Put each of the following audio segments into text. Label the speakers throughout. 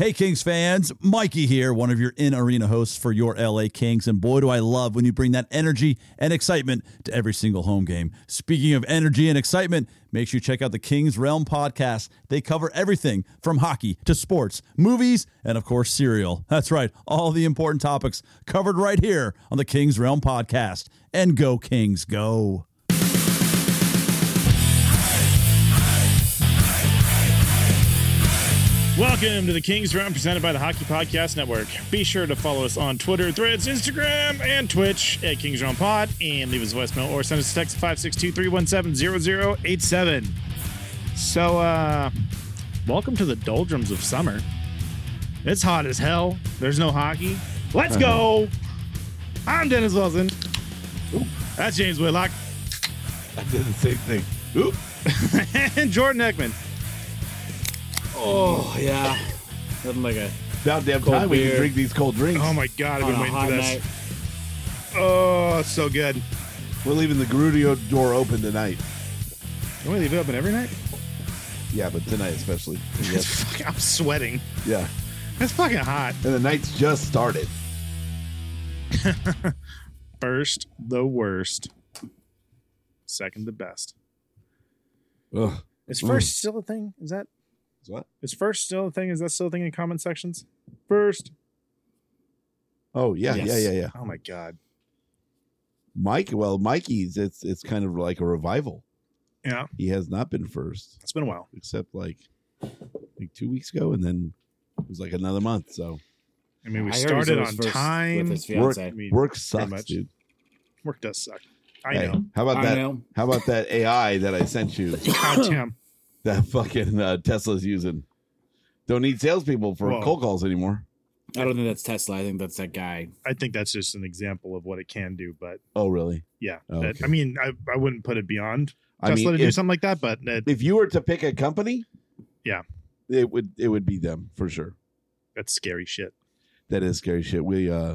Speaker 1: Hey, Kings fans, Mikey here, one of your in arena hosts for your LA Kings. And boy, do I love when you bring that energy and excitement to every single home game. Speaking of energy and excitement, make sure you check out the Kings Realm podcast. They cover everything from hockey to sports, movies, and of course, cereal. That's right, all the important topics covered right here on the Kings Realm podcast. And go, Kings, go.
Speaker 2: Welcome to the Kings Round presented by the Hockey Podcast Network. Be sure to follow us on Twitter, Threads, Instagram, and Twitch at Kings Round Pod and leave us a voicemail or send us a text 562 317 0087. So, uh, welcome to the doldrums of summer. It's hot as hell. There's no hockey. Let's go.
Speaker 3: Uh-huh.
Speaker 2: I'm Dennis Wilson. That's James Whitlock
Speaker 4: I did the same thing. Oop.
Speaker 2: and Jordan Eckman.
Speaker 3: Oh yeah, nothing like a
Speaker 4: About damn
Speaker 3: Cold
Speaker 4: time we can
Speaker 3: beer.
Speaker 4: drink these cold drinks.
Speaker 2: Oh my God, I've
Speaker 3: on
Speaker 2: been
Speaker 3: a
Speaker 2: waiting
Speaker 3: hot
Speaker 2: for this.
Speaker 3: night.
Speaker 2: Oh, it's so good.
Speaker 4: We're leaving the Grudio door open tonight.
Speaker 2: Can we leave it open every night?
Speaker 4: Yeah, but tonight especially.
Speaker 2: It's
Speaker 4: Yes.
Speaker 2: fuck- I'm sweating.
Speaker 4: yeah.
Speaker 2: It's fucking hot.
Speaker 4: And the night's just started.
Speaker 2: First, the worst. Second, the best.
Speaker 4: Ugh.
Speaker 2: Is
Speaker 4: Mm.
Speaker 2: first still a thing? Is that
Speaker 4: What?
Speaker 2: is first still a thing? Is that still a thing in comment sections? First.
Speaker 4: Oh yeah, yeah,
Speaker 2: Yes.
Speaker 4: yeah, yeah.
Speaker 2: Oh my god.
Speaker 4: Mike well, Mikey's it's it's kind of like a revival.
Speaker 2: Yeah,
Speaker 4: He has not been first,
Speaker 2: it's been a while.
Speaker 4: except like like two weeks ago and then it was like another month. So
Speaker 2: I mean, we
Speaker 3: I heard he
Speaker 2: started
Speaker 3: was
Speaker 2: on
Speaker 3: first
Speaker 2: time.
Speaker 3: With his
Speaker 4: work
Speaker 3: fiance.
Speaker 2: mean,
Speaker 4: work
Speaker 2: pretty
Speaker 4: sucks,
Speaker 2: much.
Speaker 4: dude.
Speaker 2: Work does suck. I
Speaker 4: Hey,
Speaker 2: know.
Speaker 4: How about
Speaker 3: I
Speaker 4: that?
Speaker 3: know.
Speaker 4: How about that AI that I sent you?
Speaker 2: God damn.
Speaker 4: that fucking uh, Tesla's using. Don't need salespeople for
Speaker 2: Whoa.
Speaker 4: cold calls anymore.
Speaker 3: I don't think that's Tesla. I think that's that guy.
Speaker 2: I think that's just an example of what it can do, but
Speaker 4: Oh, really?
Speaker 2: yeah.
Speaker 4: Oh,
Speaker 2: That-
Speaker 4: okay.
Speaker 2: I mean, I, I wouldn't put it beyond
Speaker 4: I
Speaker 2: Tesla
Speaker 4: mean,
Speaker 2: to do
Speaker 4: if,
Speaker 2: something like that, but it,
Speaker 4: if you were to pick a company,
Speaker 2: Yeah.
Speaker 4: it would it would be them for sure.
Speaker 2: that's scary shit.
Speaker 4: That is scary shit. We uh,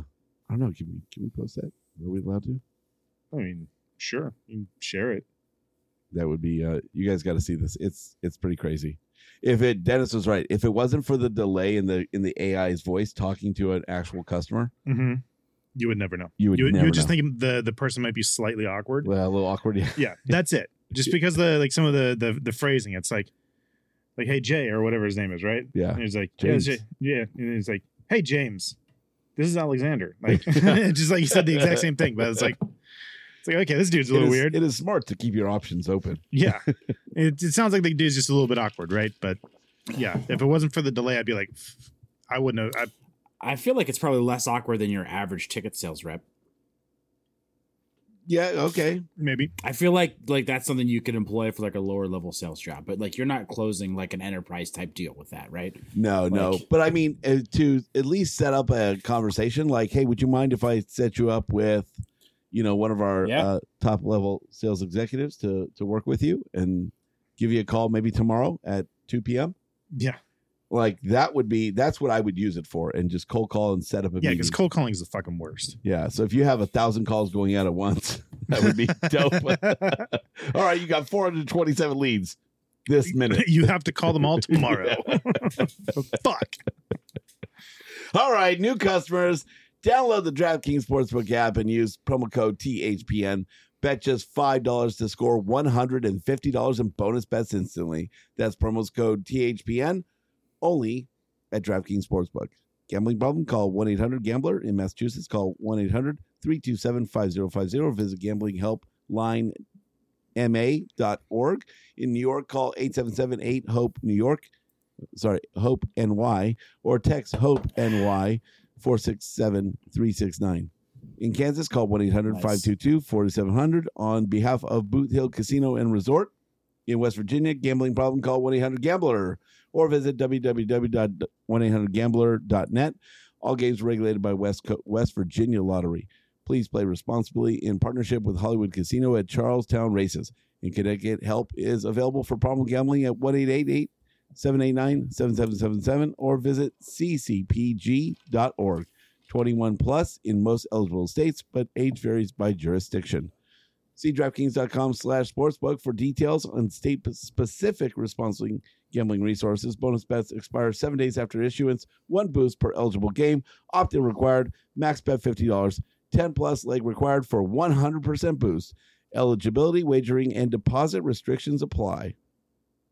Speaker 4: I don't know. Can we can we post that? Are we allowed to?
Speaker 2: I mean, sure, you can share it.
Speaker 4: That would be uh, you guys got to see this. It's it's pretty crazy. If it Dennis was right, if it wasn't for the delay in the in the AI's voice talking to an actual customer,
Speaker 2: Mm-hmm. You would never know.
Speaker 4: you would
Speaker 2: You would, you
Speaker 4: never
Speaker 2: would just
Speaker 4: know.
Speaker 2: think the the person might be slightly awkward.
Speaker 4: well, a little awkward. Yeah.
Speaker 2: Yeah, that's it. Just because the like some of the the, the phrasing, it's like like hey Jay or whatever his name is, right?
Speaker 4: yeah.
Speaker 2: And he's like yeah, it's
Speaker 4: James.
Speaker 2: Jay- yeah, and he's like hey James, this is Alexander. Like just like he said the exact same thing, but it's like it's like okay, this dude's a
Speaker 4: It
Speaker 2: little
Speaker 4: is-
Speaker 2: weird.
Speaker 4: It is smart to keep your options open.
Speaker 2: yeah, it, it sounds like the dude's just a little bit awkward, right? But yeah, if it wasn't for the delay, I'd be like. I wouldn't have. I,
Speaker 3: I feel like it's probably less awkward than your average ticket sales rep.
Speaker 4: Yeah. Okay.
Speaker 2: maybe.
Speaker 3: I feel like like that's something you could employ for like a lower level sales job, but like you're not closing like an enterprise type deal with that, right?
Speaker 4: No, no.
Speaker 3: Like-
Speaker 4: But I mean, uh, to at least set up a conversation like, hey, would you mind if I set you up with, you know, one of our
Speaker 3: Yeah.
Speaker 4: uh, top level sales executives to, to work with you and give you a call maybe tomorrow at 2 p.m.?
Speaker 2: Yeah.
Speaker 4: Like that would be, that's what I would use it for and just cold call and set up a
Speaker 2: Yeah,
Speaker 4: meeting.
Speaker 2: because cold calling is the fucking worst.
Speaker 4: yeah. So if you have a thousand calls going out at once, that would be dope. All right. You got 427 leads this minute.
Speaker 2: you have to call them all tomorrow. Fuck.
Speaker 4: All right, new customers, download the DraftKings Sportsbook app and use promo code THPN. Bet just $5 to score $150 in bonus bets instantly. That's promo code THPN only at DraftKings Sportsbook. Gambling problem? Call 1 800 Gambler in Massachusetts. Call 1 800 327 5050. Visit gamblinghelplinema.org. In New York, call 877 8 HOPE E, New York. Sorry, HOPE NY E, or text HOPE NY 467 369. In Kansas, call 1 800 522 4700 on behalf of Boot Hill Casino and Resort. In West Virginia, gambling problem, call 1 800 Gambler or visit www.1800gambler.net. All games regulated by West, Co- West Virginia Lottery. Please play responsibly in partnership with Hollywood Casino at Charlestown Races. In Connecticut, help is available for problem gambling at 1 789 7777 or visit ccpg.org. 21 plus in most eligible states, but age varies by jurisdiction. See DraftKings.com slash sportsbook for details on state specific responsible gambling resources. Bonus bets expire seven days after issuance, one boost per eligible game, opt in required, max bet $50, 10 plus leg required for 100% boost. Eligibility, wagering, and deposit restrictions apply.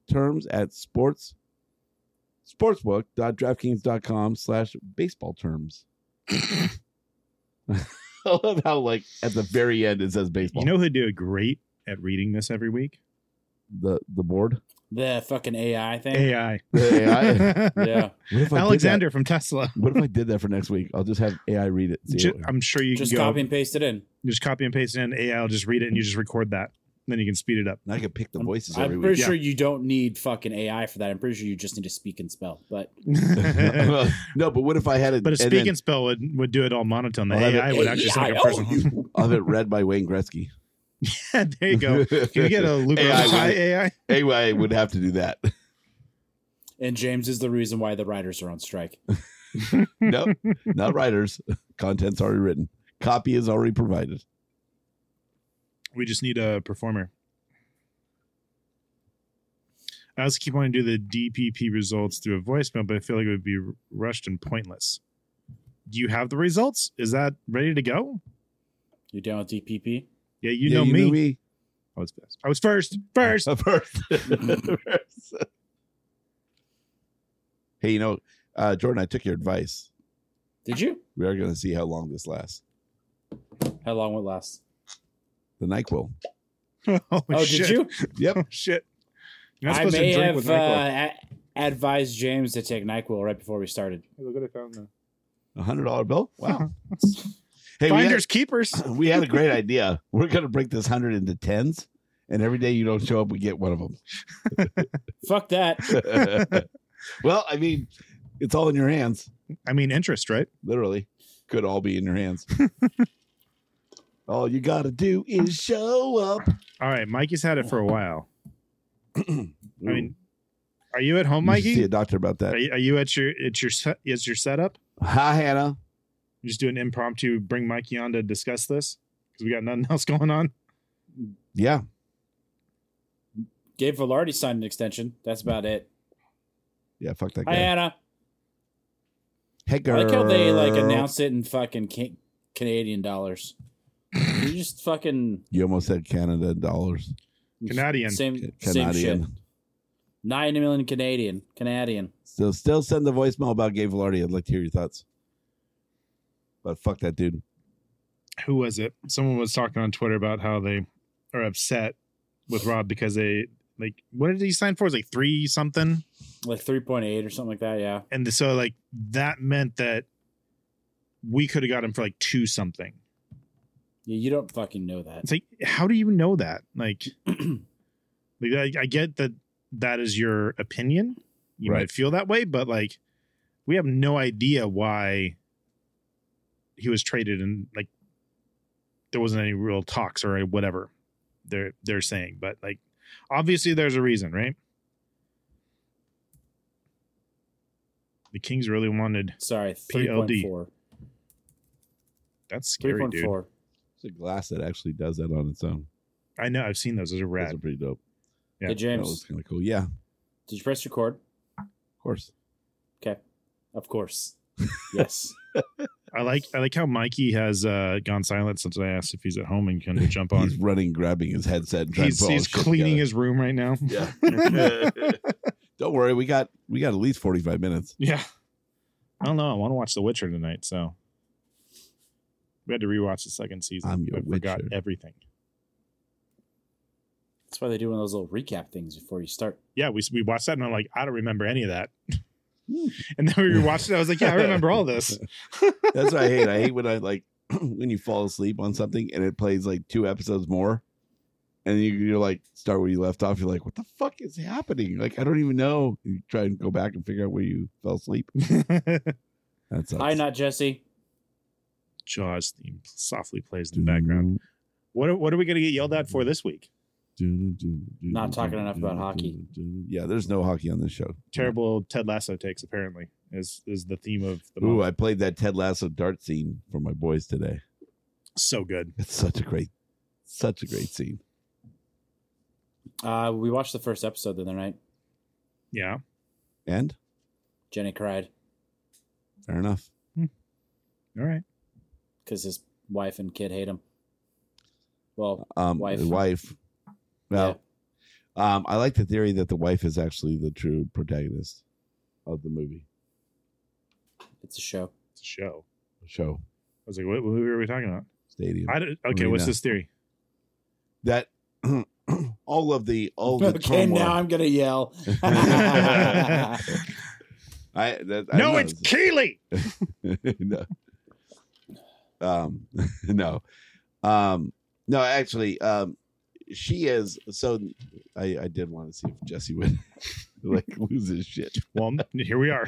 Speaker 4: Terms at sports sportsbook.draftkings.com slash baseball terms. I love how like at the very end it says baseball.
Speaker 2: You know who'd do great at reading this every week?
Speaker 4: the the board.
Speaker 3: The fucking AI thing.
Speaker 2: AI.
Speaker 4: The AI.
Speaker 3: Yeah.
Speaker 4: What if I did
Speaker 2: Alexander from Tesla.
Speaker 4: that- What if I did that for next week? I'll just have AI read it. and see
Speaker 2: Ju-
Speaker 4: what-
Speaker 2: I'm sure you
Speaker 3: Just
Speaker 2: can go.
Speaker 3: copy and paste it in.
Speaker 2: You just copy and paste it in. AI will just read it and you just record that. Then you can speed it up.
Speaker 4: and I could pick the voices every
Speaker 3: I'm
Speaker 4: week.
Speaker 3: pretty sure you don't need fucking AI for that. I'm pretty sure you just need to speak and spell. But
Speaker 2: but
Speaker 4: no, but what if I had it?
Speaker 2: a
Speaker 4: and
Speaker 2: speak and spell would, would do it all monotone. The
Speaker 4: I'll have it-
Speaker 2: AI would actually sound like
Speaker 4: Oh,
Speaker 2: a
Speaker 3: AI,
Speaker 2: person.
Speaker 4: then of it read by Wayne Gretzky.
Speaker 2: there you go. Can we get a Luke
Speaker 4: AI
Speaker 2: AI
Speaker 4: would-
Speaker 2: AI?
Speaker 4: AI would have to do that.
Speaker 3: and James is the reason why the writers are on strike.
Speaker 4: nope, not writers. Content's already written. Copy is already provided.
Speaker 2: We just need a performer. I also keep wanting to do the DPP results through a voicemail, but I feel like it would be r- rushed and pointless. Do you have the results? Is that ready to go?
Speaker 3: You down with DPP?
Speaker 2: Yeah, you,
Speaker 4: Yeah,
Speaker 2: know, me.
Speaker 4: knew me.
Speaker 2: I was first. I was first. First.
Speaker 4: First. First. hey, you know, uh, Jordan, I took your advice.
Speaker 3: Did you?
Speaker 4: We are going to see how long this lasts.
Speaker 3: How long will it last?
Speaker 4: The Nyquil.
Speaker 2: oh,
Speaker 3: Oh,
Speaker 2: shit.
Speaker 3: did you?
Speaker 2: Oh, shit. You're not
Speaker 3: I
Speaker 2: supposed
Speaker 3: may
Speaker 2: to drink
Speaker 3: have
Speaker 2: with
Speaker 3: uh,
Speaker 2: NyQuil.
Speaker 3: a- advised James to take Nyquil right before we started.
Speaker 2: Hey, look what I found now.
Speaker 4: A hundred dollar bill. Wow. hey, we
Speaker 2: Finders
Speaker 4: had,
Speaker 2: keepers.
Speaker 4: we had a great idea. We're going to break this hundred into tens, and every day you don't show up, we get one of
Speaker 3: Fuck that.
Speaker 4: them. well, I mean, it's all in your hands.
Speaker 2: I mean, interest, right?
Speaker 4: Literally, could all be in your hands. all you got to do is show up.
Speaker 2: All right. Mikey's had it for a while. I mean, are you at home,
Speaker 4: You should see a
Speaker 2: Mikey?
Speaker 4: doctor about
Speaker 2: Are
Speaker 4: that.
Speaker 2: you, are you at your it's your set, is your setup?
Speaker 4: Hi, Hannah.
Speaker 2: You just do an impromptu bring Mikey on to discuss this because we got nothing else going on.
Speaker 4: Yeah,
Speaker 3: Gabe Velarde signed an extension. That's about it.
Speaker 4: yeah. Fuck that
Speaker 3: Hi,
Speaker 4: guy.
Speaker 3: Anna.
Speaker 4: Heck,
Speaker 3: I like how they like announce it in fucking can- Canadian dollars. you just fucking
Speaker 4: You almost said Canada dollars.
Speaker 2: Canadian.
Speaker 3: same same shit.
Speaker 4: Canadian.
Speaker 3: Nine million Canadian, Canadian.
Speaker 4: So still send the voicemail about Gabe Velarde. I'd like to hear your thoughts. But fuck that dude.
Speaker 2: Who was it? Someone was talking on Twitter about how they are upset with Rob because they like what did he sign for? It was like three something,
Speaker 3: Like three point eight or something like that. Yeah,
Speaker 2: and so like that meant that we could have got him for like two something.
Speaker 3: yeah. You don't fucking know that.
Speaker 2: It's like, how do you know that? Like, like I, I get that that is your opinion. You
Speaker 4: Right.
Speaker 2: might feel that way, but like, we have no idea why he was traded, and like, there wasn't any real talks or whatever they're they're saying. But like, obviously, there's a reason, right? The Kings really wanted.
Speaker 3: Sorry, three
Speaker 2: PLD.
Speaker 3: point four.
Speaker 2: That's
Speaker 3: Three
Speaker 2: scary,
Speaker 3: point
Speaker 2: dude.
Speaker 3: four.
Speaker 4: It's a glass that actually does that on its own.
Speaker 2: I know. I've seen those. Those are
Speaker 4: That's
Speaker 2: rad.
Speaker 4: pretty dope.
Speaker 2: Yeah,
Speaker 3: Hey
Speaker 4: That
Speaker 3: James,
Speaker 4: was kind of cool. Yeah, of
Speaker 3: did you press record?
Speaker 4: course.
Speaker 3: Okay, of course. Yes.
Speaker 2: I like I like how Mikey has uh, gone silent since I asked if he's at home and can jump
Speaker 4: He's
Speaker 2: on.
Speaker 4: running, grabbing his headset, and trying
Speaker 2: He's,
Speaker 4: to put all
Speaker 2: he's
Speaker 4: shit
Speaker 2: cleaning
Speaker 4: together.
Speaker 2: his room right now.
Speaker 4: Yeah. Don't worry, we got we got at least forty five minutes.
Speaker 2: Yeah. I don't know. I want to watch The Witcher tonight, so we had to rewatch the second season.
Speaker 4: I'm your
Speaker 2: I forgot
Speaker 4: Witcher.
Speaker 2: everything.
Speaker 3: That's why they do one of those little recap things before you start.
Speaker 2: Yeah, we we watched that, and I'm like, I don't remember any of that.
Speaker 4: Hmm.
Speaker 2: and then we rewatched it. I was like, Yeah, I remember all this.
Speaker 4: That's what I hate. I hate when I like when you fall asleep on something and it plays like two episodes more, and you, you're like start where you left off. You're like, what the fuck is happening? Like, I don't even know. You try and go back and figure out where you fell asleep. That's
Speaker 3: Hi, not Jesse.
Speaker 2: Jaws theme softly plays in the background. What are, what are we going to get yelled at
Speaker 4: Mm.
Speaker 2: for this week?
Speaker 3: Not talking enough about hockey.
Speaker 4: Yeah, there's no hockey on this show.
Speaker 2: Terrible Ted Lasso takes apparently is is the theme of the
Speaker 4: Ooh,
Speaker 2: month.
Speaker 4: I played that Ted Lasso dart scene for my boys today.
Speaker 2: so good.
Speaker 4: It's such a great, such a great scene.
Speaker 3: Uh, we watched the first episode the other night.
Speaker 2: Yeah.
Speaker 4: And
Speaker 3: Jenny cried
Speaker 4: fair enough.
Speaker 2: All right.
Speaker 3: because his wife and kid hate him. Well,
Speaker 4: Um,
Speaker 3: Wife.
Speaker 4: wife. wife. Well, um, I like the theory that the wife is actually the true protagonist of the movie
Speaker 3: yeah, it's a show.
Speaker 2: It's a show.
Speaker 4: show
Speaker 2: I was like, what, who are we talking about?
Speaker 4: stadium.
Speaker 2: I don't- okay, what's
Speaker 4: Arena.
Speaker 2: this theory?
Speaker 4: that all of the all the
Speaker 3: Okay,
Speaker 4: turmoil.
Speaker 3: now I'm gonna yell.
Speaker 4: I, that, I
Speaker 2: no,
Speaker 4: know.
Speaker 2: it's Keeley.
Speaker 4: no. Um, no. Um, no, actually, um, she is. So I, I did want to see if Jesse would like lose his shit.
Speaker 2: Well, here we are.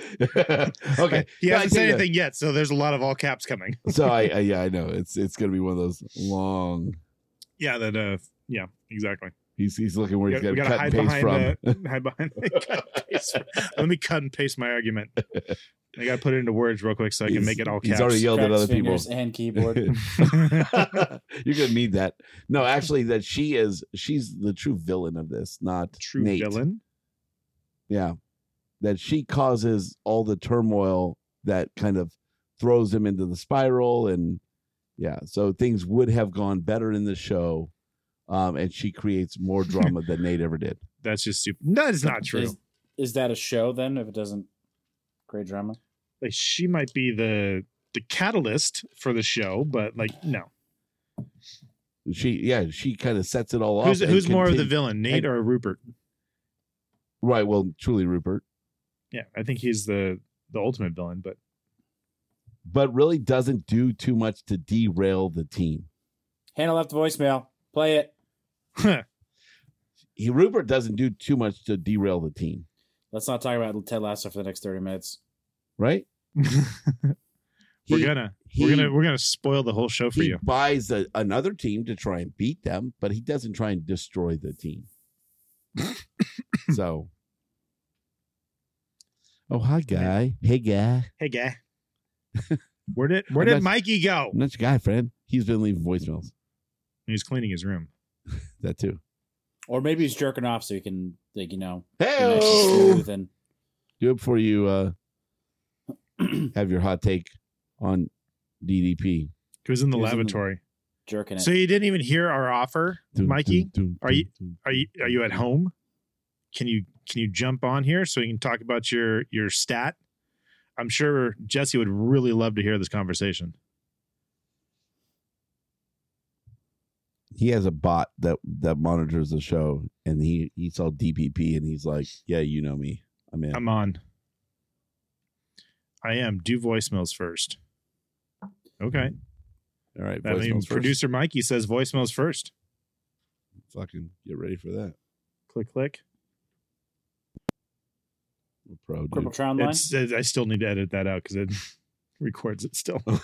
Speaker 4: okay.
Speaker 2: He
Speaker 4: No, I
Speaker 2: hasn't said
Speaker 4: think that-
Speaker 2: anything yet, so there's a lot of all caps coming.
Speaker 4: So I, I, yeah, I know it's, it's going to be one of those long,
Speaker 2: Yeah, that. Uh, yeah, exactly.
Speaker 4: he's, he's looking where
Speaker 2: We
Speaker 4: he's
Speaker 2: gotta, we
Speaker 4: going to
Speaker 2: gotta
Speaker 4: cut and
Speaker 2: hide
Speaker 4: paste
Speaker 2: behind
Speaker 4: from.
Speaker 2: the hide behind. The, cut and paste from. Let me cut and paste my argument. I gotta put it into words real quick so I can
Speaker 4: He's-
Speaker 2: make it all
Speaker 4: he's
Speaker 2: caps.
Speaker 4: already yelled at
Speaker 3: Cracks
Speaker 4: other people.
Speaker 3: fingers and keyboard.
Speaker 4: You're gonna need that. No, actually, that she is she's the true villain of this, not
Speaker 2: True
Speaker 4: Nate.
Speaker 2: villain.
Speaker 4: Yeah, that she causes all the turmoil that kind of throws him into the spiral, and yeah, so things would have gone better in the show, um, and she creates more drama than Nate ever did.
Speaker 2: That's just stupid. That is not true.
Speaker 3: Is, is that a show then? If it doesn't create drama,
Speaker 2: Like she might be the the catalyst for the show, but like no.
Speaker 4: She, yeah, she kind of sets it all up.
Speaker 2: Who's
Speaker 4: and
Speaker 2: who's more of the
Speaker 4: continu-
Speaker 2: villain, Nate
Speaker 4: and-
Speaker 2: or Rupert?
Speaker 4: Right. Well, truly, Rupert.
Speaker 2: Yeah, I think he's the the ultimate villain, but
Speaker 4: but really doesn't do too much to derail the team.
Speaker 3: Hannah left a voicemail. Play it.
Speaker 4: He Rupert doesn't do too much to derail the team,
Speaker 3: Let's not talk about Ted Lasso for the next thirty minutes.
Speaker 4: right?
Speaker 2: we're
Speaker 4: He-
Speaker 2: gonna
Speaker 4: he,
Speaker 2: we're gonna we're gonna spoil the whole show for
Speaker 4: he
Speaker 2: you.
Speaker 4: buys a, another team to try and beat them, but he doesn't try and destroy the team. so, oh hi guy, hey guy,
Speaker 2: Hey guy. Where did where
Speaker 4: I'm
Speaker 2: did
Speaker 4: not-
Speaker 2: Mikey go?
Speaker 4: I'm not your guy friend. He's been leaving voicemails.
Speaker 2: He's cleaning his room.
Speaker 4: That too.
Speaker 3: Or maybe he's jerking off so he can, like, you know, be
Speaker 4: Hey,
Speaker 3: nice and smooth and
Speaker 4: do it before you uh, have your hot take on DDP.
Speaker 2: He was in the
Speaker 3: He was in the-
Speaker 2: lavatory.
Speaker 3: jerking it.
Speaker 2: So you didn't even hear our offer, Mikey. are you- Are you are you at home? Can you can you jump on here so we can talk about your your stat? I'm sure Jesse would really love to hear this conversation.
Speaker 4: he has a bot that that monitors the show and he he saw dpp and he's like yeah you know me i'm in
Speaker 2: I'm on. I am. Do voicemails first. Okay.
Speaker 4: all right
Speaker 2: That
Speaker 4: voicemails
Speaker 2: means
Speaker 4: first.
Speaker 2: producer Mikey says voicemails first.
Speaker 4: fucking get ready for that
Speaker 2: Click click.
Speaker 4: We're pro dude.
Speaker 3: Cripple Tron line.
Speaker 2: It's, I still need to edit that out because it records it still.
Speaker 4: Oh.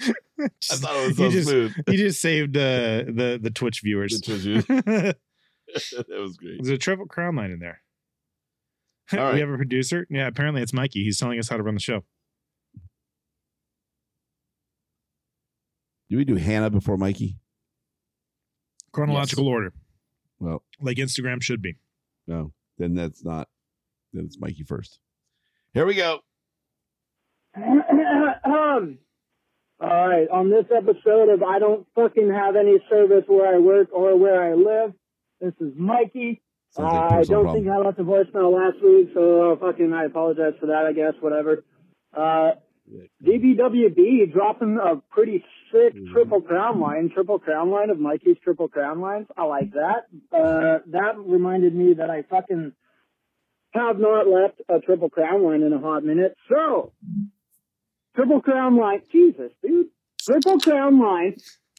Speaker 2: Just-
Speaker 4: thought it was
Speaker 2: you, just,
Speaker 4: smooth
Speaker 2: you just saved uh, the the Twitch viewers. There's
Speaker 4: that was great
Speaker 2: a triple crown line in there.
Speaker 4: All right.
Speaker 2: We have a producer. Yeah, apparently it's Mikey. He's telling us how to run the show.
Speaker 4: do we do hannah before mikey
Speaker 2: Chronological order,
Speaker 4: well
Speaker 2: like Instagram should be.
Speaker 4: no then that's not then it's mikey first here we go
Speaker 5: Um, All right, on this episode of I Don't Fucking Have Any Service Where I Work or Where I Live, this is Mikey.
Speaker 4: Sounds like a
Speaker 5: Uh, I
Speaker 4: personal
Speaker 5: don't
Speaker 4: problem.
Speaker 5: think I left a voicemail last week, so uh, fucking I apologize for that, I guess, whatever. Uh, DBWB dropping a pretty sick triple crown line, triple crown line of Mikey's triple crown lines. I like that. Uh, that reminded me that I fucking have not left a triple crown line in a hot minute. So, triple crown line, Jesus, dude, triple crown line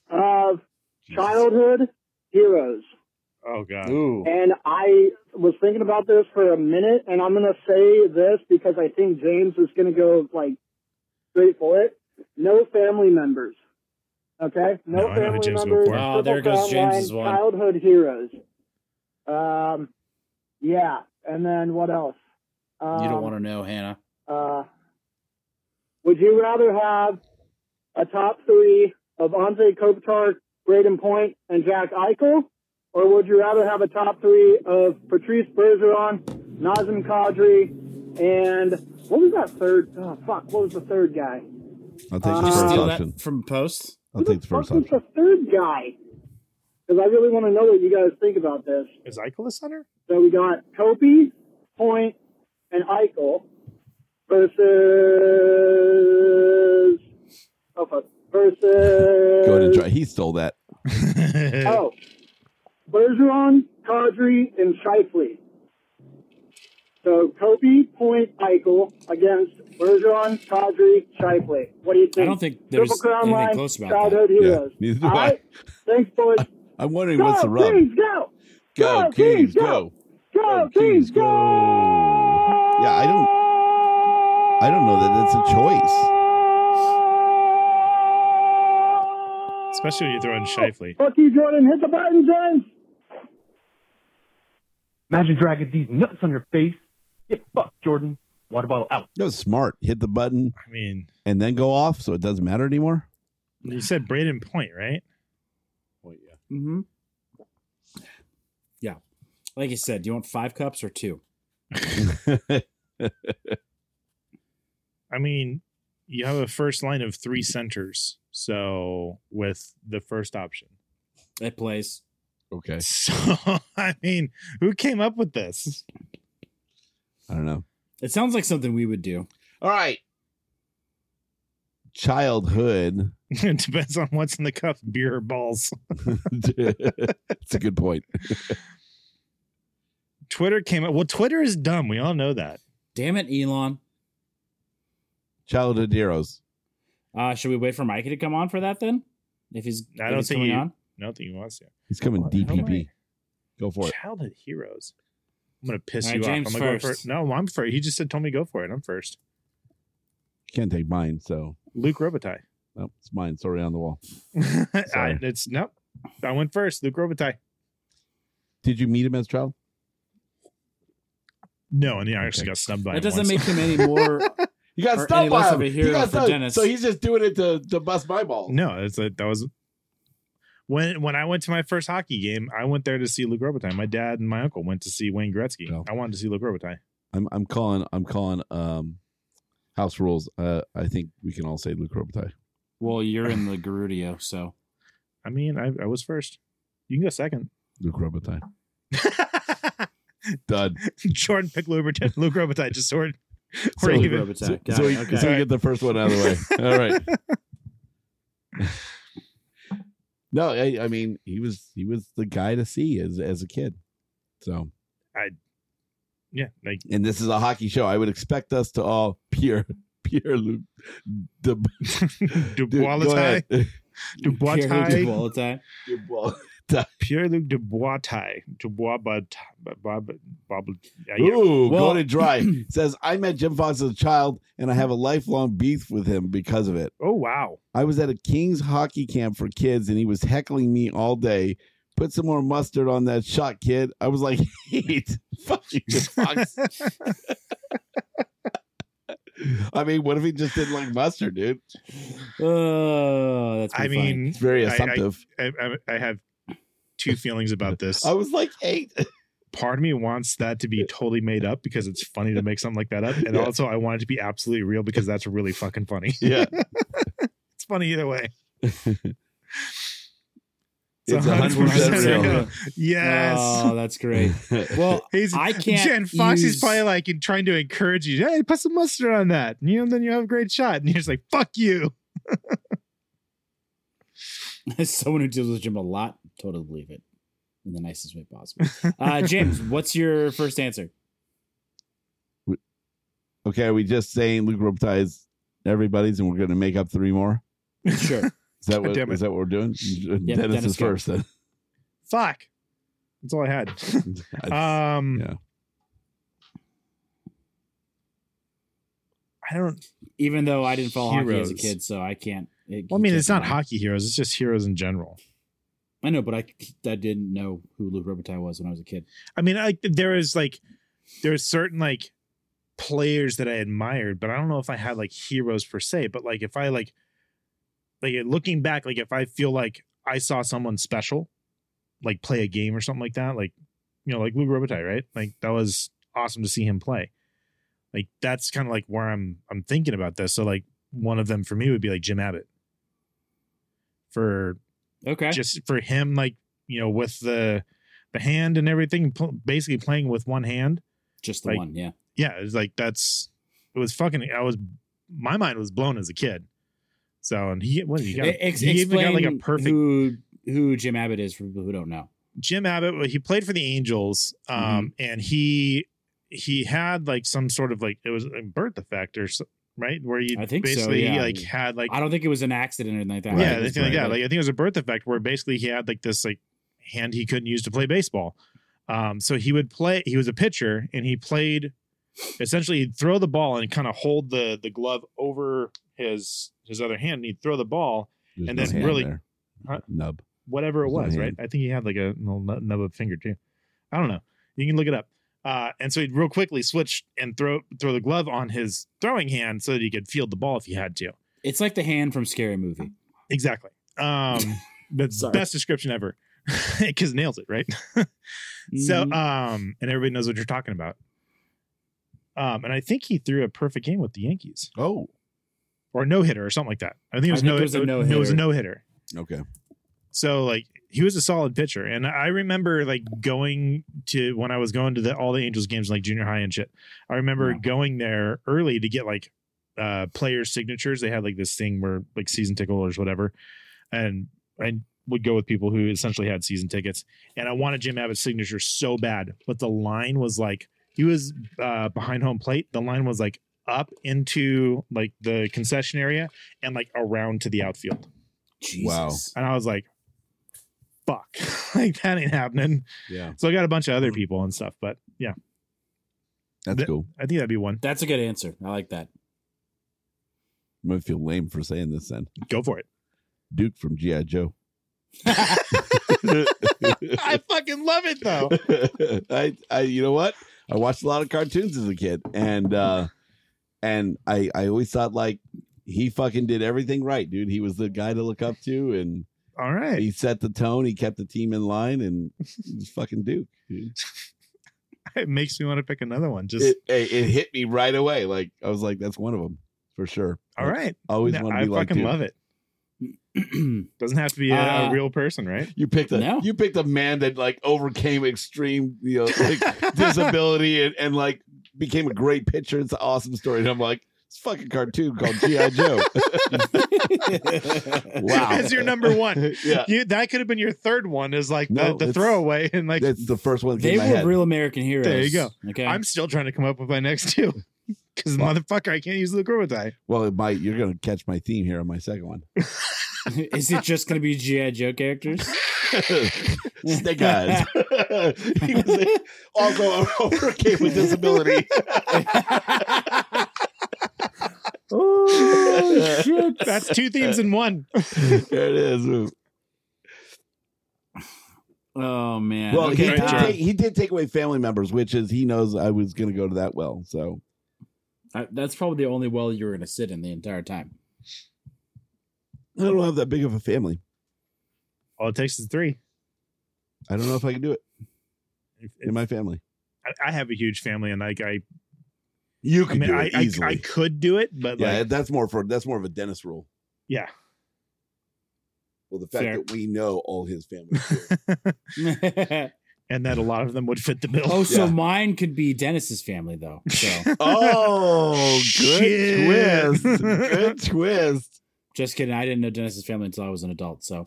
Speaker 5: of childhood heroes.
Speaker 2: Oh god.
Speaker 3: Ooh.
Speaker 5: And I was thinking about this for a minute, and I'm going to say this because I think James is going to go like straight for it. No family members. Okay?
Speaker 2: No,
Speaker 5: No,
Speaker 2: I know who
Speaker 5: family
Speaker 2: James is going
Speaker 5: members.
Speaker 2: for.
Speaker 3: Oh, there
Speaker 5: Triple
Speaker 3: goes
Speaker 5: Crown line,
Speaker 3: James's one.
Speaker 5: Childhood heroes. Um, yeah. And then what else? Um,
Speaker 3: You don't want to know, Hannah.
Speaker 5: uh, would you rather have a top three of Anze Kopitar, Braden Point, and Jack Eichel, or would you rather have a top three of Patrice Bergeron, Nazem Kadri, and what was that third? Oh fuck, what was the third guy?
Speaker 4: I'll take the
Speaker 5: Uh,
Speaker 4: first
Speaker 3: Steal
Speaker 4: option.
Speaker 3: that from post.
Speaker 4: I'll take the first
Speaker 5: Fuck was
Speaker 4: option.
Speaker 5: the third guy? Because I really want to know what you guys think about this.
Speaker 2: Is Eichel the center?
Speaker 5: So we got Kopi, Point, and Eichel versus oh fuck versus
Speaker 4: Go ahead and try. He stole that.
Speaker 5: oh Bergeron, Kadri, and Shifley. So Kopi, Point, Eichel against Bergeron, Kadri, Shifley. What do you think?
Speaker 3: I don't think there's
Speaker 5: Triple Crown
Speaker 3: anything
Speaker 5: line,
Speaker 3: close about
Speaker 5: childhood
Speaker 4: Yeah,
Speaker 5: heroes.
Speaker 4: neither do I.
Speaker 5: All right? Thanks, boys.
Speaker 4: I'm wondering what's
Speaker 5: Go,
Speaker 4: the rub.
Speaker 5: Kings, go!
Speaker 4: Go,
Speaker 5: Go,
Speaker 4: Kings,
Speaker 5: Kings,
Speaker 4: go.
Speaker 5: go. Go,
Speaker 4: Kings,
Speaker 5: Kings,
Speaker 4: go.
Speaker 5: go!
Speaker 4: Yeah, I don't. I don't know that that's a choice.
Speaker 2: Especially when you throw in Shifley.
Speaker 5: Fuck you, Jordan. Hit the button, James.
Speaker 6: Imagine dragging these nuts on your face. Get fucked, Jordan. Water bottle out.
Speaker 4: That was smart. Hit the button
Speaker 2: I mean,
Speaker 4: and then go off, so it doesn't matter anymore.
Speaker 2: you said Braden Point, right? Well, yeah.
Speaker 3: Mm-hmm. Yeah. Like you said, do you want five cups or two?
Speaker 2: I mean, you have a first line of three centers. So with the first option.
Speaker 3: It plays.
Speaker 4: Okay.
Speaker 2: So I mean, who came up with this?
Speaker 4: I don't know.
Speaker 3: It sounds like something we would do.
Speaker 4: All right. Childhood.
Speaker 2: it depends on what's in the cup, beer or balls.
Speaker 4: It's a good point.
Speaker 2: Twitter came up. Well, Twitter is dumb. We all know that.
Speaker 3: Damn it, Elon.
Speaker 4: Childhood heroes.
Speaker 3: Uh, should we wait for Mikey to come on for that then? If he's,
Speaker 2: I
Speaker 3: if
Speaker 2: don't
Speaker 3: he's
Speaker 2: think
Speaker 3: coming
Speaker 2: you-
Speaker 3: on?
Speaker 2: I don't think he wants to.
Speaker 4: He's coming
Speaker 2: What the hell am
Speaker 4: DPP. Go for it.
Speaker 2: Childhood heroes. I'm gonna piss
Speaker 3: All right,
Speaker 2: you
Speaker 3: James
Speaker 2: off. I'm gonna go
Speaker 3: first.
Speaker 2: for No, I'm first. He just said told me to go for it. I'm first.
Speaker 4: Can't take mine, so
Speaker 2: Luke Robitaille.
Speaker 4: nope, it's mine. It's already on the wall.
Speaker 2: I,
Speaker 4: Sorry.
Speaker 2: it's nope. I went first. Luke Robitaille.
Speaker 4: Did you meet him as a child?
Speaker 2: No, and I actually
Speaker 4: Okay.
Speaker 2: got snubbed by.
Speaker 3: That
Speaker 2: him
Speaker 3: doesn't
Speaker 2: once.
Speaker 3: make him any more.
Speaker 4: You got
Speaker 3: Or
Speaker 4: stumped
Speaker 3: any less
Speaker 4: by him.
Speaker 3: of a
Speaker 4: You
Speaker 3: hero
Speaker 4: got
Speaker 3: for
Speaker 4: stumped.
Speaker 3: Dennis.
Speaker 4: So he's just doing it to, to bust my balls.
Speaker 2: No, it's a, that was when when I went to my first hockey game. I went there to see Luke Robitaille. My dad and my uncle went to see Wayne Gretzky.
Speaker 4: Oh.
Speaker 2: I wanted to see Luke Robitaille.
Speaker 4: I'm I'm calling I'm calling um house rules. Uh I think we can all say Luke Robitaille.
Speaker 3: well, you're in the Gerudio, so.
Speaker 2: I mean, I, I was first. You can go second.
Speaker 4: Luke Robitaille. Done.
Speaker 2: Jordan picked Luke Robitaille. Luke Robitaille just sort.
Speaker 4: So-
Speaker 2: We're even.
Speaker 3: Robitaille.
Speaker 4: So,
Speaker 3: Got
Speaker 4: so we,
Speaker 3: it. Okay.
Speaker 4: so we get the first one out of the way. All right. no, I, I mean he was he was the guy to see as as a kid. So
Speaker 2: Yeah, like
Speaker 4: and this is a hockey show. I would expect us to all peer peer Luke the
Speaker 2: Dubois
Speaker 3: Pierre
Speaker 2: Dubois
Speaker 3: Dubois-Tie.
Speaker 2: Pierre Luc Dubois tie. Dubois Bob Bob Bob. yeah, yeah.
Speaker 4: Ooh,
Speaker 3: Well-
Speaker 4: going to dry. Says I met Jim Fox as a child, and I have a lifelong beef with him because of it.
Speaker 2: Oh wow.
Speaker 4: I was at a Kings hockey camp for kids, and he was heckling me all day. Put some more mustard on that shot, kid. I was like, "Heat, fuck you, Jim Fox." I mean, what if he just didn't like mustard, dude?
Speaker 3: Oh, that's
Speaker 2: I
Speaker 3: pretty funny.
Speaker 2: mean,
Speaker 4: It's very
Speaker 2: I- I-
Speaker 4: assumptive.
Speaker 2: I, I, I have two feelings about this.
Speaker 4: I, was like, eight.
Speaker 2: Part of me wants that to be totally made up because it's funny to make something like that up, and
Speaker 4: Yeah.
Speaker 2: also I want it to be absolutely real because that's really fucking funny.
Speaker 4: yeah,
Speaker 2: It's funny either way.
Speaker 4: it's a hundred
Speaker 2: 100%
Speaker 4: percent real.
Speaker 2: Yes.
Speaker 3: Oh, that's great. Well,
Speaker 2: He's,
Speaker 3: I can't
Speaker 2: And Foxy's
Speaker 3: use-
Speaker 2: probably like in trying to encourage you. Hey, put some mustard on that. And you know, then you have a great shot. And you're just like, fuck you.
Speaker 3: as someone who deals with Jim a lot, totally believe it in the nicest way possible. Uh, James, what's your first answer?
Speaker 4: Okay, are we just saying Luke Robitaille is everybody's, and we're going to make up three more?
Speaker 3: Sure.
Speaker 4: Is that what
Speaker 2: Damn it.
Speaker 4: is that what we're doing? Dennis,
Speaker 3: Dennis
Speaker 4: is
Speaker 3: go.
Speaker 4: first. Then.
Speaker 2: Fuck. That's all I had. um,
Speaker 4: yeah.
Speaker 2: I don't.
Speaker 3: Even though I didn't follow hockey as
Speaker 2: Heroes.
Speaker 3: a kid, so I can't. it-
Speaker 2: Well, I mean,
Speaker 3: can't
Speaker 2: it's not
Speaker 3: be-
Speaker 2: hockey heroes. It's just heroes in general.
Speaker 3: I know, but I I didn't know who Lou Robitaille was when I was a kid.
Speaker 2: I mean, I, there is like there's certain like players that I admired, but I don't know if I had like heroes per se. But like if I like like looking back, like if I feel like I saw someone special, like play a game or something like that, like you know, like Lou Robitaille, right? Like that was awesome to see him play. Like that's kind of like where I'm I'm thinking about this. So like one of them for me would be like Jim Abbott for
Speaker 3: Okay.
Speaker 2: just for him like you know with the the hand and everything pl- basically playing with one hand
Speaker 3: Just the
Speaker 2: like-
Speaker 3: one, yeah.
Speaker 2: yeah it's like that's it was fucking i was my mind was blown as a kid so and he what he got
Speaker 3: E, Ex-
Speaker 2: he even got like a
Speaker 3: explain
Speaker 2: perfect
Speaker 3: who who Jim Abbott is for people who don't know.
Speaker 2: Jim Abbott, well, he played for the Angels, um,
Speaker 3: Mm-hmm.
Speaker 2: and he he had like some sort of like it was a birth defect or so- right where you
Speaker 3: I think so,
Speaker 2: basically he,
Speaker 3: yeah.
Speaker 2: like had like
Speaker 3: I don't think it was an accident or anything like that.
Speaker 2: yeah
Speaker 3: It was
Speaker 2: anything like
Speaker 3: very-
Speaker 2: that. Like I think it was a birth defect where basically he had like this like hand he couldn't use to play baseball. Um, so he would play. He was a pitcher and he played essentially he'd throw the ball and kind of hold the the glove over his his other hand and he'd throw the ball
Speaker 4: There's
Speaker 2: And
Speaker 4: no
Speaker 2: then
Speaker 4: hand
Speaker 2: really-
Speaker 4: there.
Speaker 2: Huh?
Speaker 4: nub.
Speaker 2: whatever it
Speaker 4: His other
Speaker 2: was, right?
Speaker 4: hand.
Speaker 2: I think he had like a little nu- nub of a finger too. I don't know. You can look it up. Uh, and so he'd real quickly switch and throw throw the glove on his throwing hand so that he could field the ball if he had to.
Speaker 3: It's like the hand from Scary Movie.
Speaker 2: Exactly. Um, that's the
Speaker 3: Sorry.
Speaker 2: best description ever. Because nails it, right? so,
Speaker 3: Mm,
Speaker 2: um, and everybody knows what you're talking about. Um, and I think he threw a perfect game with the Yankees
Speaker 4: Oh,
Speaker 2: or a no hitter or something like that. I think it
Speaker 3: I
Speaker 2: was,
Speaker 3: think
Speaker 2: no,
Speaker 3: it was a
Speaker 2: It was a
Speaker 3: no-hitter.
Speaker 2: no hitter.
Speaker 4: okay.
Speaker 2: So like he was a solid pitcher, and I remember like going to when I was going to the all the Angels games like junior high and shit. I remember
Speaker 3: Yeah.
Speaker 2: going there early to get like uh player signatures. They had like this thing where like season ticket holders, whatever, and I would go with people who essentially had season tickets, and I wanted Jim Abbott's signature so bad, but the line was like he was uh behind home plate. The line was like up into like the concession area and like around to the outfield.
Speaker 3: Jesus.
Speaker 2: And I was like, fuck, like that ain't happening.
Speaker 4: Yeah, Mm-hmm.
Speaker 2: So I got a bunch of other people and stuff, but yeah,
Speaker 4: that's
Speaker 2: The-
Speaker 4: cool.
Speaker 2: I think that'd be one.
Speaker 3: That's a good answer. I like that.
Speaker 4: I'm gonna feel lame for saying this. Then
Speaker 2: Go for it.
Speaker 4: Duke from GI Joe.
Speaker 2: I fucking love it though.
Speaker 4: I, I, you know what? I watched a lot of cartoons as a kid, and uh and I, I always thought like he fucking did everything right, dude. He was the guy to look up to, and
Speaker 2: All right.
Speaker 4: he set the tone. He kept the team in line, and it was fucking Duke. dude.
Speaker 2: It makes me want to pick another one. Just
Speaker 4: It, it, it hit me right away. Like I was like, that's one of them for sure.
Speaker 2: all right.
Speaker 4: I always
Speaker 2: No,
Speaker 4: want to
Speaker 2: I
Speaker 4: be like
Speaker 2: fucking
Speaker 4: Duke.
Speaker 2: love it. Doesn't have to be a, a
Speaker 3: Uh,
Speaker 2: real person, right?
Speaker 4: You picked a
Speaker 3: No.
Speaker 4: you picked a man that like overcame extreme you know like disability and, and like became a great pitcher. It's an awesome story. And I'm like, it's a fucking cartoon called G.I. Joe. wow.
Speaker 2: As your number one.
Speaker 4: yeah.
Speaker 2: You, that could have been your third one is like
Speaker 4: No,
Speaker 2: the, the
Speaker 4: it's-
Speaker 2: throwaway and like
Speaker 4: That's the first one that
Speaker 3: they
Speaker 4: came
Speaker 3: were
Speaker 4: to my head.
Speaker 3: real American heroes.
Speaker 2: There you go.
Speaker 3: Okay.
Speaker 2: I'm still trying to come up with my next two. Because motherfucker, I can't use the Robitaille.
Speaker 4: well, it might you're gonna catch my theme here on my second one.
Speaker 3: Is it just going to be GI Joe characters?
Speaker 4: Snake eyes. he was a- also overcame with disability.
Speaker 3: oh shit!
Speaker 2: That's
Speaker 4: Uh,
Speaker 2: two themes in one.
Speaker 4: there it is.
Speaker 3: Oh man.
Speaker 4: Well, he,
Speaker 3: Okay,
Speaker 4: did
Speaker 3: uh,
Speaker 4: take, he did take away family members, which is he knows I was going to go to that well. So
Speaker 3: I- that's probably the only well you were going to sit in the entire time.
Speaker 4: I don't have that big of a family.
Speaker 2: All it takes is three.
Speaker 4: I don't know if I can do it
Speaker 2: If- if-
Speaker 4: in my family.
Speaker 2: I- I have a huge family, and like I,
Speaker 4: You
Speaker 2: I mean, I, I, I could do it, but
Speaker 4: yeah,
Speaker 2: like,
Speaker 4: that's more for that's more of a dentist rule.
Speaker 2: yeah,
Speaker 4: Well, the fact
Speaker 3: Fair.
Speaker 4: that we know all his family.
Speaker 2: and that a lot of them would fit the bill.
Speaker 3: oh, so
Speaker 4: Yeah.
Speaker 3: mine could be Dennis's family though. So
Speaker 4: oh,
Speaker 2: Shit.
Speaker 4: twist.
Speaker 3: just kidding. I didn't know Dennis's family until I was an adult. So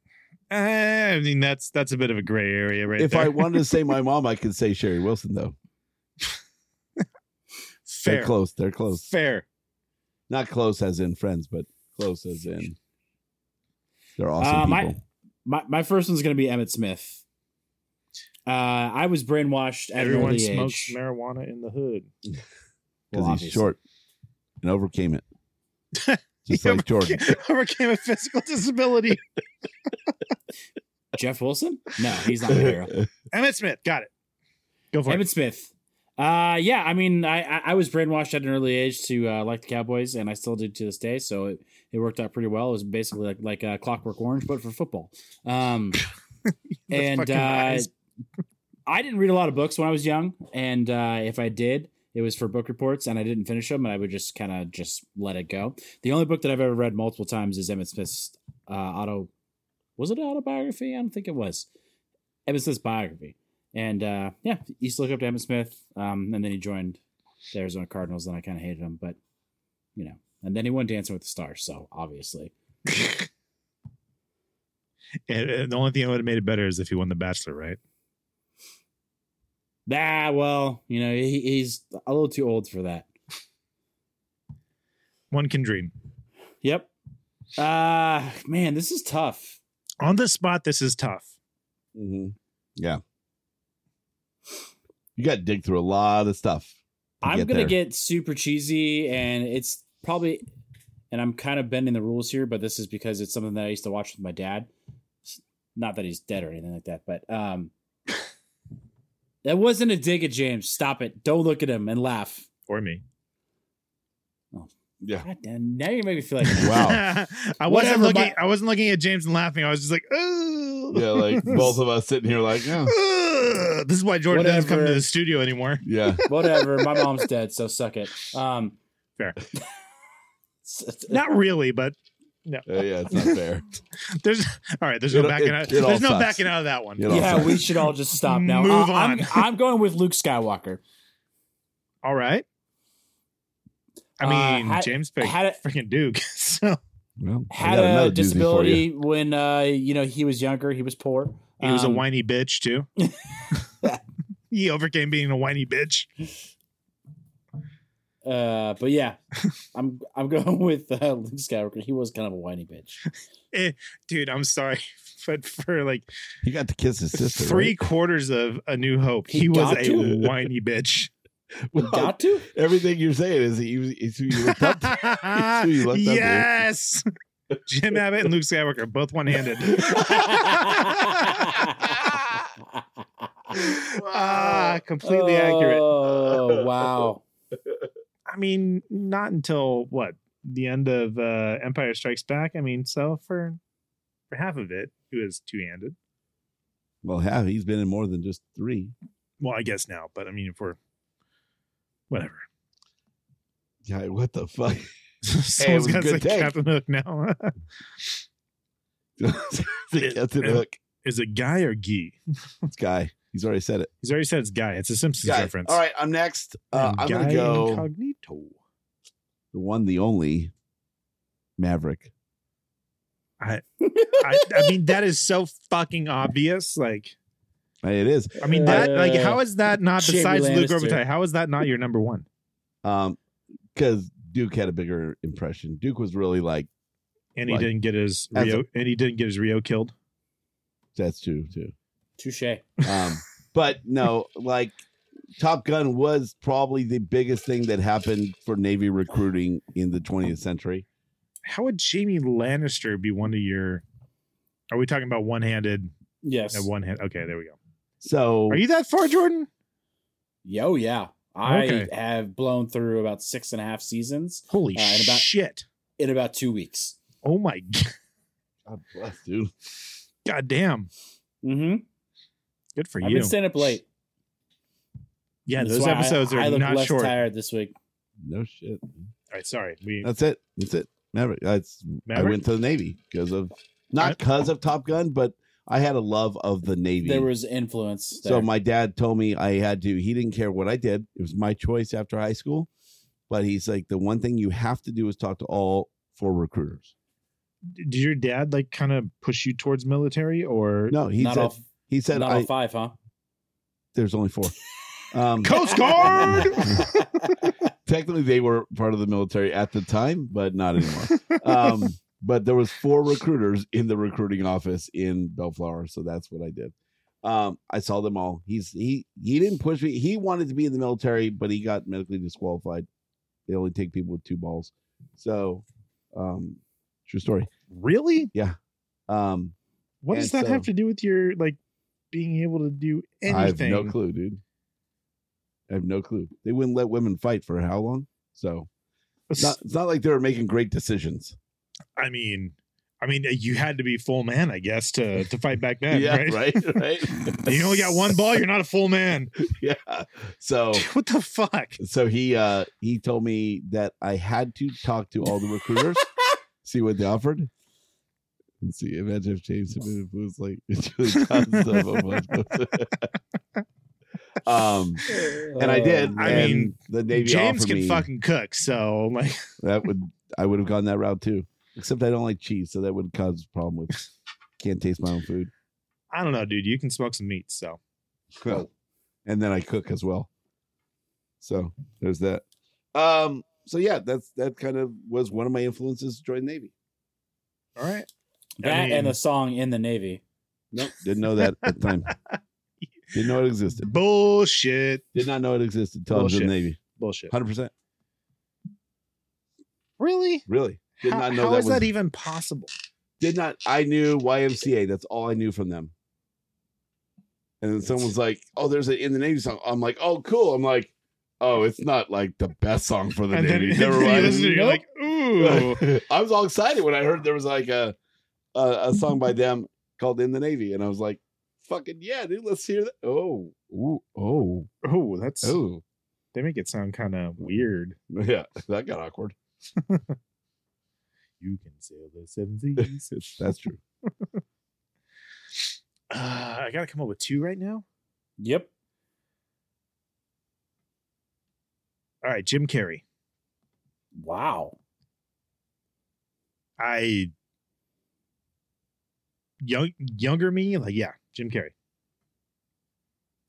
Speaker 2: I mean, that's that's a bit of a gray area, right
Speaker 4: if
Speaker 2: there.
Speaker 4: I wanted to say my mom, I could say Sherry Wilson though.
Speaker 2: fair,
Speaker 4: They're close. They're close.
Speaker 2: fair.
Speaker 4: Not close as in friends, but close as in they're awesome
Speaker 3: Uh, my-
Speaker 4: people.
Speaker 3: my my first one's going to be Emmett Smith. Uh, I was brainwashed at an
Speaker 2: Everyone
Speaker 3: early
Speaker 2: smokes
Speaker 3: age.
Speaker 2: marijuana in the hood.
Speaker 3: Well,
Speaker 4: because he's
Speaker 3: obviously.
Speaker 4: short and overcame it. Just
Speaker 2: He
Speaker 4: like Jordan.
Speaker 2: Overcame a physical disability.
Speaker 3: Jeff Wilson? No, he's not a hero.
Speaker 2: Emmett Smith, got it. Go for
Speaker 3: Emmett Smith. Uh, yeah, I mean, I, I I was brainwashed at an early age to uh, like the Cowboys, and I still do to this day. So it, it worked out pretty well. It was basically like like uh, Clockwork Orange, but for football. Um,
Speaker 2: it.
Speaker 3: and
Speaker 2: Fucking
Speaker 3: uh,
Speaker 2: eyes.
Speaker 3: I didn't read a lot of books when I was young, and uh, if I did, it was for book reports, and I didn't finish them, and I would just kind of just let it go. The only book that I've ever read multiple times is Emmett Smith's uh, auto. Was it an autobiography? I don't think it was. Emmett Smith's biography, and uh, yeah, he still looked up to Emmett Smith, um, and then he joined the Arizona Cardinals, and I kind of hated him, but you know, and then he won Dancing with the Stars, so obviously,
Speaker 2: And- and the only thing that would have made it better is if he won The Bachelor, right?
Speaker 3: ah, well, you know, he, he's a little too old for that.
Speaker 2: One can dream.
Speaker 3: Yep. Uh man, this is tough.
Speaker 2: On the spot, this is tough.
Speaker 4: hmm Yeah. You got to dig through a lot of stuff. to
Speaker 3: I'm gonna
Speaker 4: there.
Speaker 3: get super cheesy and it's probably and I'm kind of bending the rules here, but this is because it's something that I used to watch with my dad. S- Not that he's dead or anything like that, but um That wasn't a dig at James. Stop it. Don't look at him and laugh.
Speaker 2: Or me.
Speaker 4: Yeah.
Speaker 3: God damn, now you make me feel like
Speaker 4: Wow.
Speaker 2: I wasn't
Speaker 3: Whatever,
Speaker 2: looking.
Speaker 3: but-
Speaker 2: I wasn't looking at James and laughing. I was just like, ooh.
Speaker 4: yeah, like both of us sitting here, like, oh,
Speaker 2: Ugh. This is why Jordan doesn't come to
Speaker 3: Whatever.
Speaker 2: the studio anymore.
Speaker 4: yeah.
Speaker 3: whatever. My mom's dead, so suck it. Um
Speaker 2: Fair.
Speaker 3: s- s-
Speaker 2: Not really, but
Speaker 4: Uh, yeah, it's not fair.
Speaker 2: there's all right. There's
Speaker 4: It-
Speaker 2: no backing
Speaker 4: it-
Speaker 2: out.
Speaker 4: it all
Speaker 2: There's no
Speaker 4: sucks.
Speaker 2: backing out of that one.
Speaker 4: It all
Speaker 3: yeah,
Speaker 4: sucks.
Speaker 3: we should all just stop now.
Speaker 2: Move
Speaker 3: Uh, I'm-
Speaker 2: on.
Speaker 3: I'm going with Luke Skywalker.
Speaker 2: All right. I
Speaker 3: Uh,
Speaker 2: mean,
Speaker 3: had-
Speaker 2: James picked
Speaker 3: had it-
Speaker 2: freaking Duke. So
Speaker 4: Well, I
Speaker 3: had
Speaker 4: got another
Speaker 3: a
Speaker 4: doozy for you.
Speaker 3: disability when uh you know he was younger he was poor
Speaker 2: he was a
Speaker 3: Um,
Speaker 2: whiny bitch too. he overcame being a whiny bitch.
Speaker 3: uh but yeah i'm i'm going with uh luke skywalker he was kind of a whiny bitch
Speaker 2: Dude, I'm sorry. But for like
Speaker 4: He got to kiss his sister.
Speaker 2: three
Speaker 4: right?
Speaker 2: quarters of A New Hope,
Speaker 3: He
Speaker 2: he, was
Speaker 3: got
Speaker 2: a
Speaker 3: to.
Speaker 2: whiny bitch.
Speaker 4: Well,
Speaker 3: got to
Speaker 4: everything you're saying is he, he's who you looked up to. who you looked up to.
Speaker 2: yes. Jim Abbott and Luke Skywalker, are both one handed. ah, completely accurate.
Speaker 3: oh wow
Speaker 2: I mean, not until what? The end of uh, Empire Strikes Back. I mean, so for for half of it, he was two handed.
Speaker 4: Well, half he's been in more than just three.
Speaker 2: Well, I guess now, but I mean, if we're whatever.
Speaker 4: Yeah, what the fuck?
Speaker 2: Someone's
Speaker 4: was a
Speaker 2: got to say
Speaker 4: good take.
Speaker 2: Captain Hook now.
Speaker 4: Captain Hook.
Speaker 2: Is it Guy or Gee?
Speaker 4: This guy. He's already said it.
Speaker 2: He's already said it's Guy. It's a Simpsons
Speaker 4: Guy.
Speaker 2: reference.
Speaker 4: All right, I'm next. Uh,
Speaker 2: And
Speaker 4: I'm
Speaker 2: Guy
Speaker 4: gonna go
Speaker 2: Incognito.
Speaker 4: the one, the only Maverick.
Speaker 2: I, I mean, that is so fucking obvious. Like,
Speaker 4: It is.
Speaker 2: I mean, that, like,
Speaker 3: Uh,
Speaker 2: how is that not,
Speaker 3: Jamie
Speaker 2: besides Luke
Speaker 3: Lannister.
Speaker 2: Robitaille, how is that not your number one?
Speaker 4: Um, because Duke had a bigger impression. Duke was really like
Speaker 2: And he
Speaker 4: Like,
Speaker 2: didn't get his
Speaker 4: as
Speaker 2: Rio, and he didn't get his Rio killed.
Speaker 4: that's true too.
Speaker 3: touche
Speaker 4: Um, but no, like Top Gun was probably the biggest thing that happened for Navy recruiting in the 20th century.
Speaker 2: How would Jamie Lannister be one of your? Are we talking about one handed?
Speaker 3: yes
Speaker 2: one hand. Okay, there we go.
Speaker 4: So
Speaker 2: Are you that far, Jordan?
Speaker 3: yo yeah i
Speaker 2: Okay.
Speaker 3: have blown through about six and a half seasons
Speaker 2: Holy
Speaker 3: Uh, and about-
Speaker 2: shit!
Speaker 3: in about two weeks
Speaker 2: Oh my g-
Speaker 4: God bless, dude.
Speaker 2: god damn!
Speaker 3: mm-hmm
Speaker 2: Good for
Speaker 3: i've
Speaker 2: you.
Speaker 3: been staying up late
Speaker 2: yeah,
Speaker 3: That's
Speaker 2: those
Speaker 3: why
Speaker 2: episodes
Speaker 3: I,
Speaker 2: are
Speaker 3: I look
Speaker 2: not
Speaker 3: less
Speaker 2: short. All
Speaker 3: tired this week
Speaker 4: No shit.
Speaker 2: right, sorry. We
Speaker 4: That's it. That's it. Maverick. That's Uh, I
Speaker 2: Maverick?
Speaker 4: went to the Navy because of
Speaker 2: I-
Speaker 4: not because of Top Gun, but I had a love of the Navy.
Speaker 3: there was influence
Speaker 4: so
Speaker 3: there.
Speaker 4: my dad told me I had to. He didn't care what I did. It was my choice after high school. But he's like, the one thing you have to do is talk to all four recruiters.
Speaker 2: did your dad like kind of push you towards military or
Speaker 4: No, he
Speaker 3: not
Speaker 4: said.
Speaker 3: all
Speaker 4: he said,
Speaker 3: not
Speaker 4: I,
Speaker 3: all five huh
Speaker 4: there's only four. Um,
Speaker 2: Coast Guard?
Speaker 4: technically, they were part of the military at the time, but not anymore. um, but there was four recruiters in the recruiting office in Bellflower, so that's what I did. Um, I saw them all. He's he he didn't push me. He wanted to be in the military, but he got medically disqualified. They only take people with two balls. So, um, true story.
Speaker 2: Really?
Speaker 4: Um,
Speaker 2: What does
Speaker 4: And
Speaker 2: that have to
Speaker 4: so-
Speaker 2: do with your like being able to do anything?
Speaker 4: I have no clue, dude. I have no clue. They wouldn't let women fight for how long? So it's not, it's not like they were making great decisions.
Speaker 2: I mean, I mean, you had to be full man, I guess, to to fight back then, right?
Speaker 4: right, right.
Speaker 2: You only got one ball. You're not a full man.
Speaker 4: yeah. So
Speaker 2: What the fuck?
Speaker 4: so he uh he told me that I had to talk to all the recruiters, see what they offered. And see, imagine if James had been- was like it's really tough stuff on my phone. Um and I
Speaker 3: Uh,
Speaker 4: did.
Speaker 2: Oh, I
Speaker 4: and
Speaker 2: mean,
Speaker 4: the Navy
Speaker 2: James
Speaker 4: offered
Speaker 2: can
Speaker 4: me-
Speaker 2: fucking cook, so like,
Speaker 4: That would I would have gone that route too. Except I don't like cheese, so that would cause a problem with can't taste my own food.
Speaker 2: I don't know, dude. You can smoke some meat, so
Speaker 4: and then I cook as well. So there's that. Um so yeah, that's that kind of was one of my influences to join Navy.
Speaker 2: all right.
Speaker 3: That
Speaker 2: mean-
Speaker 3: and the song in the Navy.
Speaker 4: Nope. Didn't know that at the time. Didn't know it existed.
Speaker 2: Bullshit.
Speaker 4: Did not know it existed until I was in the
Speaker 2: Bullshit.
Speaker 4: Navy.
Speaker 2: Bullshit.
Speaker 4: Hundred percent.
Speaker 2: Really?
Speaker 4: Really. Did
Speaker 2: How-
Speaker 4: not know
Speaker 2: how
Speaker 4: that
Speaker 2: is
Speaker 4: was
Speaker 2: that even possible?
Speaker 4: did not I knew YMCA. That's all I knew from them. And then someone's like, "Oh, there's an in the Navy song." I'm like, "Oh, cool." I'm like, "Oh, it's not like the best song for the
Speaker 2: And then,
Speaker 4: Navy."
Speaker 2: and
Speaker 4: Never
Speaker 2: then you
Speaker 4: mind.
Speaker 2: listen to it, you're like, ooh.
Speaker 4: I was all excited when I heard there was like a, a a song by them called "In the Navy," and I was like, "Fucking yeah, dude! Let's hear that." Oh, ooh, oh,
Speaker 2: Oh, that's
Speaker 4: oh,
Speaker 2: they make it sound kind of weird.
Speaker 4: yeah. That got awkward.
Speaker 2: You can sail the seven seas.
Speaker 4: That's true.
Speaker 2: uh, I gotta come up with two right now.
Speaker 3: Yep.
Speaker 2: All right, Jim Carrey.
Speaker 3: Wow.
Speaker 2: I young younger me, like yeah, Jim Carrey.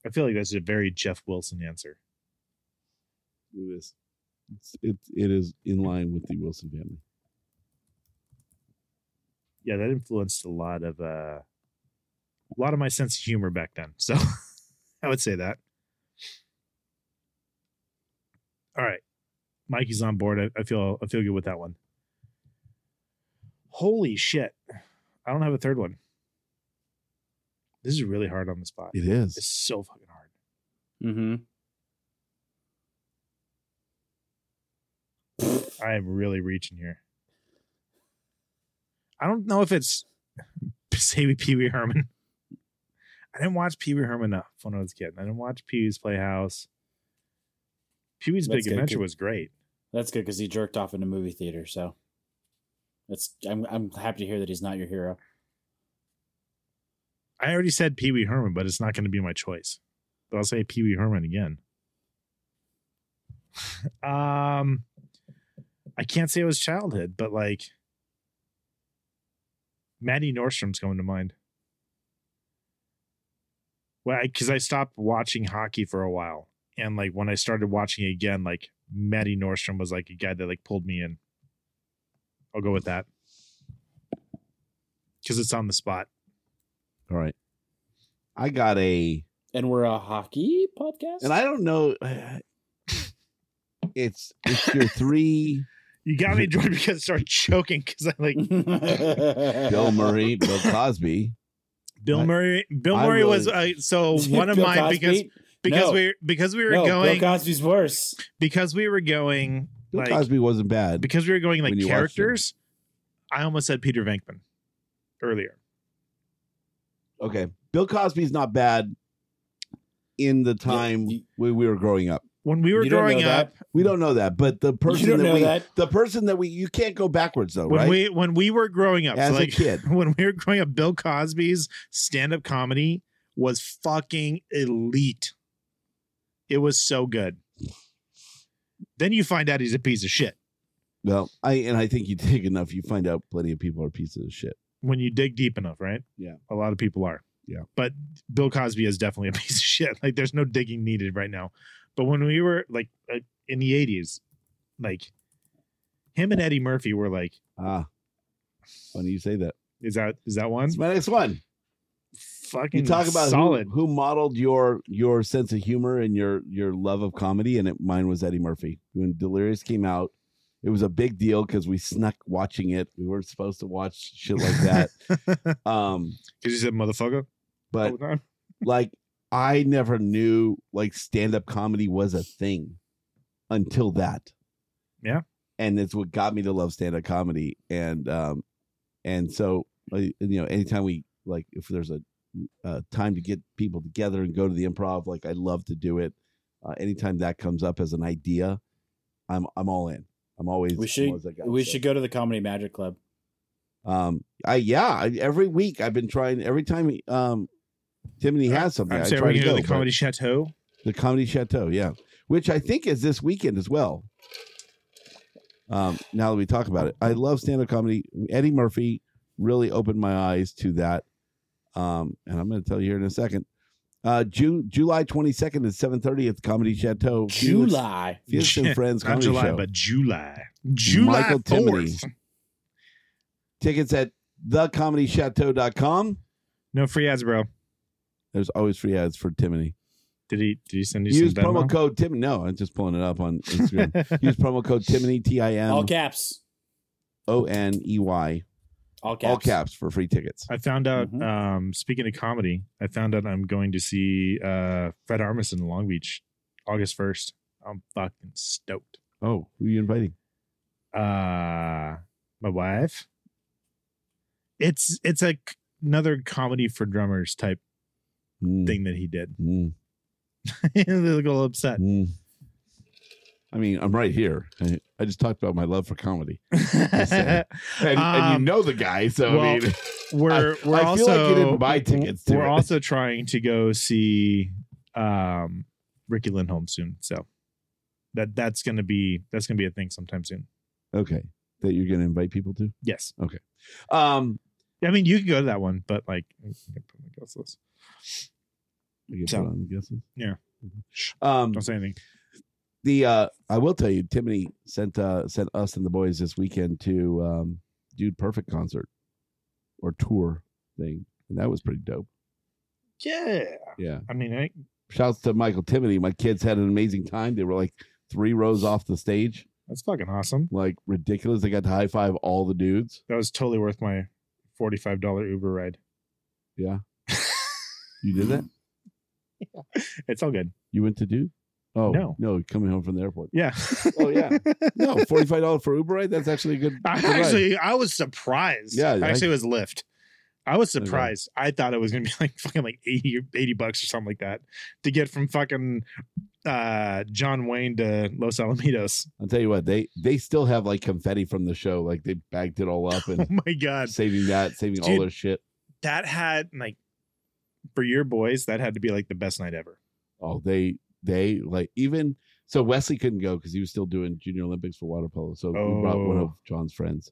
Speaker 2: I feel like that's a very Jeff Wilson answer.
Speaker 4: It is. It's, it, it is in line with the Wilson family.
Speaker 2: Yeah, that influenced a lot of uh a lot of my sense of humor back then. So I would say that. All right. Mikey's on board. I, I feel I feel good with that one. Holy shit. I don't have a third one. This is really hard on the spot.
Speaker 4: It is.
Speaker 2: It's so fucking hard.
Speaker 3: Mm-hmm.
Speaker 2: I am really reaching here. I don't know if it's say we Pee Wee Herman. I didn't watch Pee Wee Herman enough when I was a kid. I didn't watch Pee Wee's Playhouse. Pee Wee's
Speaker 3: That's
Speaker 2: Big
Speaker 3: good,
Speaker 2: Adventure
Speaker 3: too.
Speaker 2: was great.
Speaker 3: That's good because he jerked off in a movie theater. So that's I'm I'm happy to hear that he's not your hero.
Speaker 2: I already said Pee Wee Herman, but it's not going to be my choice. But I'll say Pee Wee Herman again. um, I can't say it was childhood, but like Maddie Nordstrom's coming to mind. Well, because I stopped watching hockey for a while, and like when I started watching again, like Maddie Nordstrom was like a guy that like pulled me in. I'll go with that because it's on the spot.
Speaker 4: All right. I got a
Speaker 3: And we're a hockey podcast.
Speaker 4: and I don't know. It's it's your three
Speaker 2: You got me, Jordan, because I started choking because I like
Speaker 4: Bill Murray, Bill Cosby.
Speaker 2: Bill
Speaker 4: I-
Speaker 2: Murray. Bill
Speaker 4: I
Speaker 2: Murray was uh,
Speaker 4: really-
Speaker 2: so one of
Speaker 3: Bill
Speaker 2: mine because
Speaker 3: Cosby?
Speaker 2: because
Speaker 3: No.
Speaker 2: we because we were
Speaker 3: no,
Speaker 2: going
Speaker 3: Bill Cosby's worse.
Speaker 2: because we were going
Speaker 4: Bill
Speaker 2: like
Speaker 4: Cosby wasn't bad.
Speaker 2: because we were going like
Speaker 4: when you watched him.
Speaker 2: characters. I almost said Peter Venkman earlier.
Speaker 4: okay, Bill Cosby's not bad in the time
Speaker 3: you-
Speaker 4: when we were growing up.
Speaker 2: When we were
Speaker 3: You don't know
Speaker 2: growing
Speaker 3: that.
Speaker 2: up,
Speaker 4: We don't know that, but the person
Speaker 3: don't
Speaker 4: that
Speaker 3: know
Speaker 4: we
Speaker 3: that.
Speaker 4: the person that we you can't go backwards though,
Speaker 2: when
Speaker 4: right?
Speaker 2: we when we were growing up, so,
Speaker 4: As
Speaker 2: like
Speaker 4: a kid,
Speaker 2: when we were growing up, Bill Cosby's stand-up comedy was fucking elite. It was so good. Then you find out he's a piece of shit.
Speaker 4: well, I and I think you dig enough, you find out plenty of people are pieces of shit.
Speaker 2: when you dig deep enough, right?
Speaker 4: Yeah.
Speaker 2: A lot of people are.
Speaker 4: Yeah.
Speaker 2: But Bill Cosby is definitely a piece of shit. Like there's no digging needed right now. But when we were like uh, in the 80s, like him and Eddie Murphy were like
Speaker 4: Ah, funny you say that.
Speaker 2: is that is that one?
Speaker 4: That's my next one.
Speaker 2: fucking
Speaker 4: You talk about who-
Speaker 2: solid.
Speaker 4: Who, modeled your your sense of humor and your your love of comedy, and it, mine was Eddie Murphy. When Delirious came out, it was a big deal because we snuck watching it. We weren't supposed to watch shit like that.
Speaker 2: Because
Speaker 4: um,
Speaker 2: you said motherfucker all
Speaker 4: but
Speaker 2: the time.
Speaker 4: like I never knew like stand up comedy was a thing until that.
Speaker 2: Yeah.
Speaker 4: And it's what got me to love stand up comedy. And um and so like, you know, anytime we like if there's a uh, time to get people together and go to the improv, like I love to do it. Uh, anytime that comes up as an idea, I'm I'm all in. I'm always
Speaker 3: We
Speaker 4: I'm
Speaker 3: should
Speaker 4: always that guy.
Speaker 3: we
Speaker 4: So-
Speaker 3: should go to the Comedy Magic Club.
Speaker 4: um I yeah, I, every week I've been trying every time he, um Timothy has something.
Speaker 2: Uh, I'm
Speaker 4: I
Speaker 2: sorry,
Speaker 4: try
Speaker 2: we
Speaker 4: to
Speaker 2: can go to the
Speaker 4: but-
Speaker 2: Comedy Chateau.
Speaker 4: the Comedy Chateau, yeah, which I think is this weekend as well. Um, now that we talk about it, I love stand-up comedy. Eddie Murphy really opened my eyes to that, um, and I'm going to tell you here in a second. Uh, June, July 22nd and 7:30 at the Comedy Chateau. Felix-
Speaker 3: July.
Speaker 4: Felix and Friends
Speaker 2: Not
Speaker 4: Comedy
Speaker 2: July,
Speaker 4: Show.
Speaker 2: but July. July
Speaker 4: Michael
Speaker 2: 4th.
Speaker 4: Tickets at thecomedychateau.com.
Speaker 2: No free ads, bro.
Speaker 4: There's always free ads for Timony.
Speaker 2: Did he did he send you
Speaker 4: Use
Speaker 2: some
Speaker 4: promo
Speaker 2: Venmo?
Speaker 4: code Tim. No, I'm just pulling it up on Instagram. Use promo code Timony T I M.
Speaker 3: all caps.
Speaker 4: O N E Y,
Speaker 3: All caps.
Speaker 4: all caps for free tickets.
Speaker 2: I found out.
Speaker 4: Mm-hmm.
Speaker 3: Mhm.
Speaker 2: Um, speaking of comedy, I found out I'm going to see uh, Fred Armisen in Long Beach, August first. I'm fucking stoked.
Speaker 4: Oh, who are you inviting?
Speaker 2: Uh, my wife. It's it's a c- another comedy for drummers type
Speaker 4: Mm,
Speaker 2: thing that he did.
Speaker 4: mm,
Speaker 2: they look a little upset.
Speaker 4: mm. I mean, I'm right here. I, I just talked about my love for comedy, said. and, and
Speaker 2: Um,
Speaker 4: you know the guy, so I
Speaker 2: well,
Speaker 4: mean,
Speaker 2: we're
Speaker 4: I-
Speaker 2: we're
Speaker 4: I feel
Speaker 2: also
Speaker 4: like you didn't buy tickets to
Speaker 2: we're
Speaker 4: it.
Speaker 2: also trying to go see um, Ricky Lindholm soon. So that that's gonna be that's gonna be a thing sometime soon.
Speaker 4: okay, that you're going to invite people to.
Speaker 2: Yes.
Speaker 4: Um,
Speaker 2: I mean, you can go to that one, but like, I can't put my guess list.
Speaker 4: I guess
Speaker 2: So-
Speaker 4: what I'm guessing.
Speaker 2: Yeah.
Speaker 4: Um,
Speaker 2: Don't say anything.
Speaker 4: the uh, I will tell you, Timothy sent uh, sent us and the boys this weekend to um, Dude Perfect concert or tour thing, and that was pretty dope.
Speaker 2: Yeah.
Speaker 4: Yeah.
Speaker 2: I mean, I,
Speaker 4: shouts to Michael Timoney. My kids had an amazing time. They were like three rows off the stage,
Speaker 2: that's fucking awesome.
Speaker 4: like ridiculous. They got to high five all the dudes.
Speaker 2: That was totally worth my forty-five dollar Uber ride.
Speaker 4: Yeah. you did that?
Speaker 2: It's all good.
Speaker 4: You went to do? Oh,
Speaker 2: No.
Speaker 4: No, coming home from the airport.
Speaker 2: Yeah.
Speaker 4: Oh, yeah. No, $45 for Uber ride? That's actually a good.
Speaker 2: I
Speaker 4: good ride.
Speaker 2: actually, I was surprised.
Speaker 4: Yeah, I-
Speaker 2: Actually, it was Lyft. I was
Speaker 4: Okay.
Speaker 2: surprised. I thought it was gonna be like fucking like 80, or 80 bucks or something like that to get from fucking uh John Wayne to Los Alamitos.
Speaker 4: I'll tell you what, they they still have like confetti from the show. Like they bagged it all up
Speaker 2: Oh
Speaker 4: and
Speaker 2: my god.
Speaker 4: saving that, saving all
Speaker 2: Dude.
Speaker 4: their shit.
Speaker 2: That had like for your boys, that had to be like the best night ever.
Speaker 4: Oh, they, they like even. So Wesley couldn't go because he was still doing junior Olympics for water polo. So we brought one
Speaker 2: Oh.
Speaker 4: of John's friends.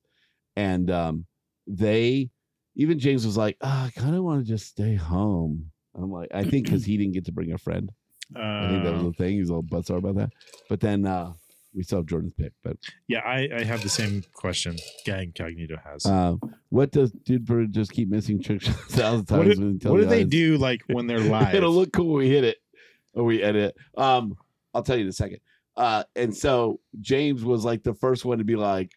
Speaker 4: and um, they even James was like, "Ah, I kind of want to just stay home. I'm like, I think because he didn't get to bring a friend. I think that was
Speaker 2: Uh,
Speaker 4: the thing. He was all butts are about that. But then uh, we still have Jordan's pick. But
Speaker 2: Yeah, I, I have the same question Guy Incognito has.
Speaker 4: uh, what does dude Bird just keep missing tricks a thousand
Speaker 2: what
Speaker 4: times?
Speaker 2: do, what do they do like when they're live?
Speaker 4: It'll look cool. when We hit it or we edit. it. Um, I'll tell you in a second. Uh, and so James was like the first one to be like,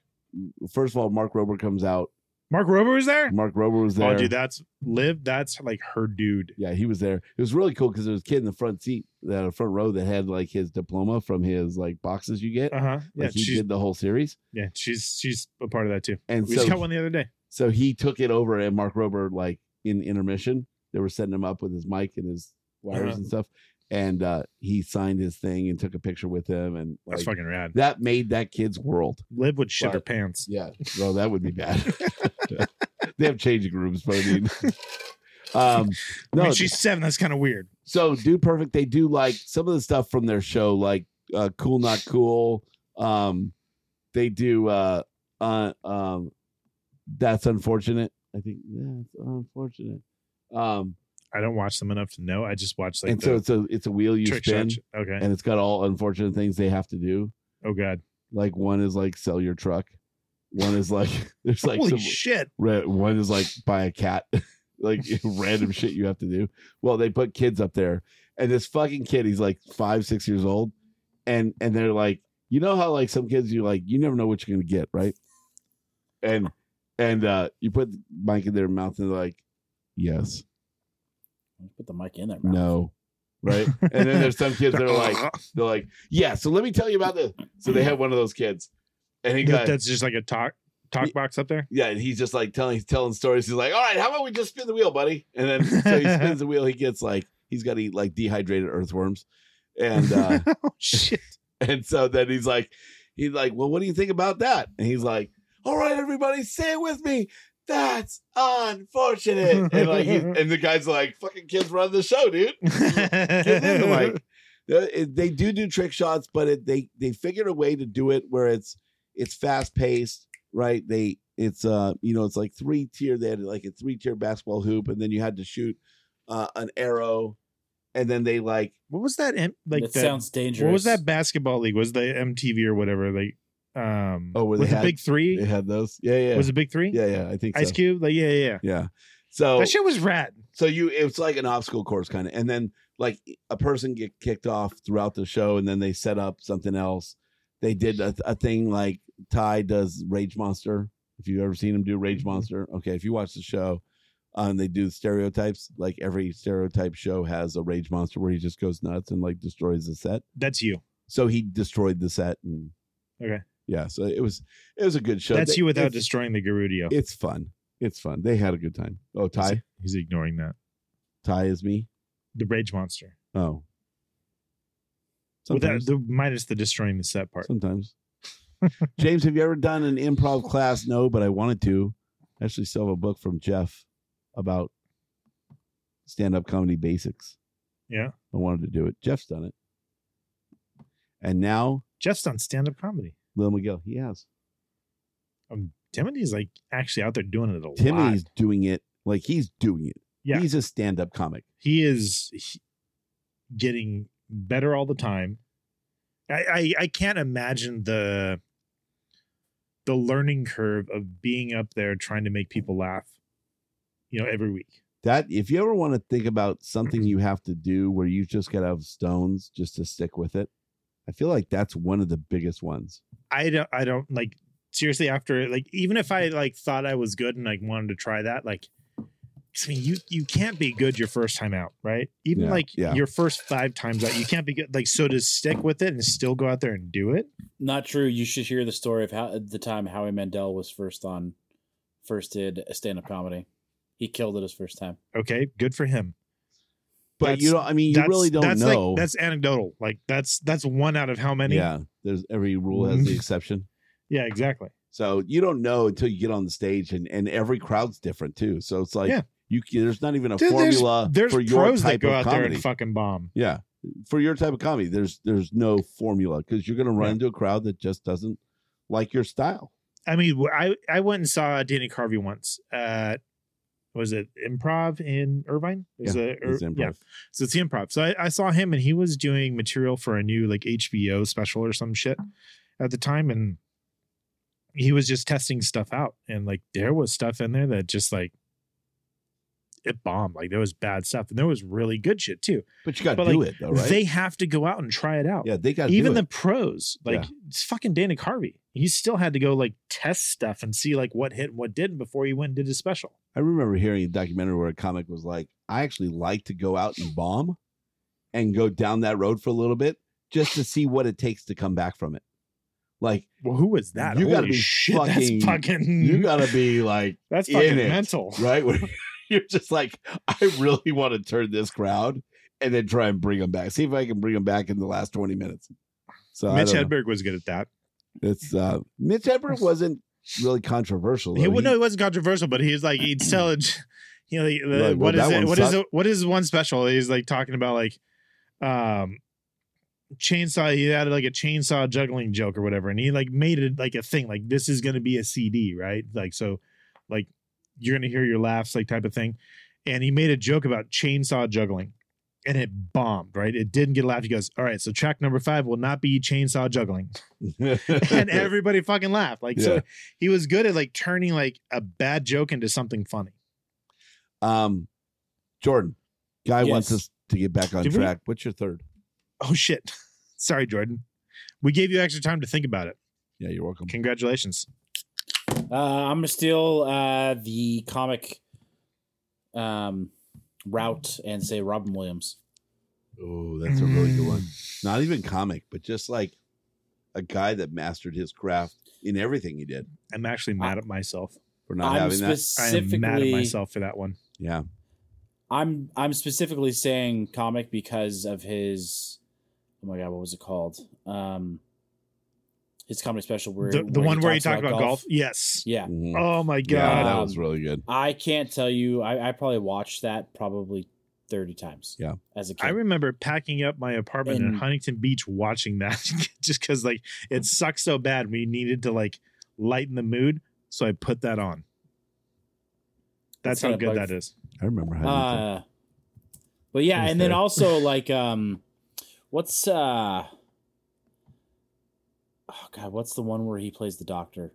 Speaker 4: first of all, Mark Rober comes out.
Speaker 2: Mark Rober was there?
Speaker 4: Mark Rober was there.
Speaker 2: Oh, dude, that's Liv. That's like her dude.
Speaker 4: Yeah, he was there. It was really cool because there was a kid in the front seat, the front row that had like his diploma from his like boxes you get.
Speaker 2: Uh huh. Yeah,
Speaker 4: Like he
Speaker 2: she's
Speaker 4: did the whole series.
Speaker 2: yeah, she's she's a part of that too.
Speaker 4: And
Speaker 2: We just got
Speaker 4: so,
Speaker 2: one the other day.
Speaker 4: so he took it over and Mark Rober, like in intermission, they were setting him up with his mic and his wires
Speaker 2: Uh-huh.
Speaker 4: and stuff. And uh, he signed his thing and took a picture with him. And
Speaker 2: That's
Speaker 4: like,
Speaker 2: fucking rad.
Speaker 4: that made that kid's world.
Speaker 2: Liv would shit her
Speaker 4: Right.
Speaker 2: pants.
Speaker 4: Yeah. Well, that would be bad. they have changing rooms, but I mean, um,
Speaker 2: I mean, she's seven. That's kind of weird.
Speaker 4: so do perfect they do like some of the stuff from their show like uh cool not cool um they do uh uh um that's unfortunate i think that's unfortunate um
Speaker 2: I don't watch them enough to know. I just watch like
Speaker 4: and so
Speaker 2: the
Speaker 4: it's a it's a wheel you
Speaker 2: trick
Speaker 4: spin
Speaker 2: shot. sh- Okay.
Speaker 4: and it's got all unfortunate things they have to do
Speaker 2: oh god.
Speaker 4: like one is like sell your truck one is like there's like
Speaker 2: Holy
Speaker 4: some,
Speaker 2: shit.
Speaker 4: re- one is like buy a cat like random shit you have to do. Well, they put kids up there, and this fucking kid, he's like five, six years old, and and they're like, you know how like some kids, you like, you never know what you're gonna get, right? And and uh you put the mic in their mouth, and they're like, yes,
Speaker 3: Put the mic in there. Bro.
Speaker 4: no, right? And then there's some kids that are like, they're like, yeah. So let me tell you about this. So they had one of those kids, and he got
Speaker 2: that's just like a talk talk box up there.
Speaker 4: yeah, and he's just like telling he's telling stories. He's like, "All right, how about we just spin the wheel, buddy?" And then so he spins the wheel. He gets like he's got to eat like dehydrated earthworms, and uh,
Speaker 2: oh shit!
Speaker 4: and so then he's like, he's like, "Well, what do you think about that?" And he's like, "All right, everybody, say it with me. That's unfortunate." And like, he, and the guy's like, "Fucking kids run the show, dude." Get rid of the mic. They- They do do trick shots, but it, they they figured a way to do it where it's it's fast paced, right? They it's uh you know it's like three tier. They had like a three tier basketball hoop, and then you had to shoot uh, an arrow, and then they like
Speaker 2: what was that? M- like
Speaker 3: that
Speaker 2: that-
Speaker 3: sounds dangerous.
Speaker 2: What was that basketball league? Was the MTV or whatever? Like, um,
Speaker 4: Oh, where
Speaker 2: was
Speaker 4: they
Speaker 2: it
Speaker 4: had-
Speaker 2: Big Three?
Speaker 4: they had those. Yeah, yeah,
Speaker 2: Was it Big Three?
Speaker 4: yeah, yeah. I think
Speaker 2: Ice
Speaker 4: so. Oh.
Speaker 2: Cube. Like, yeah, yeah. yeah.
Speaker 4: Yeah. So
Speaker 2: That shit was rad.
Speaker 4: so you it's like an obstacle course kind of and then like e, a person get kicked off throughout the show and then they set up something else they did a, a thing like ty does rage monster if you've ever seen him do
Speaker 2: Mm-hmm.
Speaker 4: rage monster okay if you watch the show um, they do stereotypes like every stereotype show has a rage monster where he just goes nuts and like destroys the set
Speaker 2: That's you.
Speaker 4: so he destroyed the set and
Speaker 2: Okay.
Speaker 4: yeah so it was it was a good show
Speaker 2: That's
Speaker 4: They-
Speaker 2: you without
Speaker 4: it's,
Speaker 2: destroying the Garudio.
Speaker 4: it's fun it's fun they had a good time oh ty
Speaker 2: He's ignoring that.
Speaker 4: ty is me
Speaker 2: The Rage Monster.
Speaker 4: oh
Speaker 2: Without
Speaker 4: Sometimes.
Speaker 2: the minus the destroying the set part.
Speaker 4: Sometimes. James, have you ever done an improv class? No, but I wanted to. I actually still have a book from Jeff about stand up comedy basics.
Speaker 2: Yeah.
Speaker 4: I wanted to do it. Jeff's done it. And now
Speaker 2: Jeff's done stand up comedy.
Speaker 4: Lil Miguel, he has.
Speaker 2: Timothy's like actually out there doing it a lot.
Speaker 4: Timmy's doing it like he's doing it.
Speaker 2: Yeah.
Speaker 4: He's a stand up comic.
Speaker 2: he is he- getting better all the time. I, I I can't imagine the the learning curve of being up there trying to make people laugh, you know, every week.
Speaker 4: That if you ever want to think about something you
Speaker 2: Mm-hmm.
Speaker 4: have to do where you just gotta have stones just to stick with it, I feel like that's one of the biggest ones.
Speaker 2: I don't I don't like seriously after like even if I like thought I was good and like wanted to try that like 'cause, I mean you you can't be good your first time out right even
Speaker 4: Yeah,
Speaker 2: like
Speaker 4: yeah.
Speaker 2: your first five times out you can't be good like so to stick with it and still go out there and do it
Speaker 3: Not true. You should hear the story of how the time Howie Mandel was first on, first did a stand up comedy. He killed it his first time.
Speaker 2: okay good for him
Speaker 4: But
Speaker 2: That's-
Speaker 4: you know, I mean, you really don't
Speaker 2: that's
Speaker 4: know.
Speaker 2: Like, that's anecdotal. Like that's that's one out of how many?
Speaker 4: Yeah, there's every rule
Speaker 2: Mm-hmm.
Speaker 4: has the exception.
Speaker 2: Yeah, exactly.
Speaker 4: So you don't know until you get on the stage, and and every crowd's different too. So it's like
Speaker 2: Yeah.
Speaker 4: you c- there's not even a
Speaker 2: Dude, there's-
Speaker 4: formula
Speaker 2: there's
Speaker 4: for your
Speaker 2: pros that
Speaker 4: type
Speaker 2: go
Speaker 4: of
Speaker 2: out there
Speaker 4: comedy.
Speaker 2: and fucking bomb.
Speaker 4: yeah, for your type of comedy, there's there's no formula because you're gonna run
Speaker 2: Yeah.
Speaker 4: into a crowd that just doesn't like your style.
Speaker 2: I mean, wh- I I went and saw Danny Carvey once. Uh was it improv in Irvine? It was
Speaker 4: Yeah,
Speaker 2: a- Ir-
Speaker 4: It's improv.
Speaker 2: Er, yeah. So it's the improv. So I, I saw him and he was doing material for a new like HBO special or some shit at the time. And he was just testing stuff out. And like there was stuff in there that just like it bombed. Like there was bad stuff. And there was really good shit too.
Speaker 4: But you got to
Speaker 2: But,
Speaker 4: do
Speaker 2: like,
Speaker 4: it though, Oh, right?
Speaker 2: They have to go out and try it out.
Speaker 4: yeah, they got
Speaker 2: Even
Speaker 4: do
Speaker 2: the
Speaker 4: it.
Speaker 2: pros, like
Speaker 4: Yeah.
Speaker 2: it's fucking Danny Carvey. He still had to go like test stuff and see like what hit and what didn't before he went and did his special.
Speaker 4: I remember hearing a documentary where a comic was like, I actually like to go out and bomb and go down that road for a little bit just to see what it takes to come back from it. Like,
Speaker 2: Well, who was that?
Speaker 4: You gotta
Speaker 2: Holy
Speaker 4: be
Speaker 2: shit,
Speaker 4: fucking-
Speaker 2: that's fucking
Speaker 4: you gotta be like,
Speaker 2: that's
Speaker 4: in
Speaker 2: fucking
Speaker 4: it.
Speaker 2: mental.
Speaker 4: right? Where you're just like, I really want to turn this crowd and then try and bring them back. See if I can bring them back in the last 20 minutes. So, I
Speaker 2: Mitch
Speaker 4: don't know.
Speaker 2: Hedberg was good at that.
Speaker 4: it's uh, Mitch Hedberg wasn't really controversial.
Speaker 2: He,
Speaker 4: though.
Speaker 2: well, no, he wasn't controversial, but he was like he'd tell it. You know, like, the-
Speaker 4: Like, well,
Speaker 2: what is
Speaker 4: that
Speaker 2: it?
Speaker 4: one
Speaker 2: What is
Speaker 4: sucked.
Speaker 2: it? What is one special? He's like talking about like, um, chainsaw. He had like a chainsaw juggling joke or whatever, and he like made it like a thing. Like this is going to be a CD, right? Like so, like you're going to hear your laughs, like type of thing. And he made a joke about chainsaw juggling, and it bombed. Right? It didn't get a laugh. He goes, "All right, so track number five will not be chainsaw juggling." and everybody fucking laughed. Like
Speaker 4: Yeah.
Speaker 2: so, he was good at like turning like a bad joke into something funny.
Speaker 4: Um, Jordan, guy
Speaker 3: Yes.
Speaker 4: wants us to get back on
Speaker 2: Did we-
Speaker 4: track. What's your third?
Speaker 2: Oh shit. Sorry, Jordan. We gave you extra time to think about it.
Speaker 4: Yeah, you're welcome.
Speaker 2: Congratulations.
Speaker 3: Uh, I'm gonna steal uh, the comic um, route and say Robin Williams.
Speaker 4: Oh, that's a really good one. Mm. Not even comic, but just like a guy that mastered his craft in everything he did.
Speaker 2: I'm actually mad at myself.
Speaker 4: For not
Speaker 3: I'm
Speaker 4: having
Speaker 2: I
Speaker 4: that.
Speaker 2: am mad at
Speaker 3: specifically
Speaker 2: myself for that one.
Speaker 4: Yeah.
Speaker 3: I'm I'm specifically saying comic because of his oh my god what was it called um his comedy special where
Speaker 2: The, the one where you talk
Speaker 3: talks
Speaker 2: about, golf. Yes.
Speaker 3: yeah
Speaker 4: Mhm.
Speaker 2: Oh my
Speaker 4: Yeah,
Speaker 2: god.
Speaker 4: that
Speaker 3: Um,
Speaker 4: was really good.
Speaker 3: I can't tell you I, I probably watched that probably thirty times
Speaker 4: Yeah.
Speaker 3: as a kid
Speaker 2: I remember packing up my apartment in
Speaker 3: And-
Speaker 2: Huntington Beach watching that just because like it sucked so bad. We needed to like lighten the mood. So I put that on. That's
Speaker 3: That's not
Speaker 2: how
Speaker 3: a
Speaker 2: good
Speaker 3: bug.
Speaker 2: that is.
Speaker 4: I remember how.
Speaker 3: uh but yeah
Speaker 4: Who's
Speaker 3: and then
Speaker 4: there?
Speaker 3: also like um what's uh oh god what's the one where he plays the doctor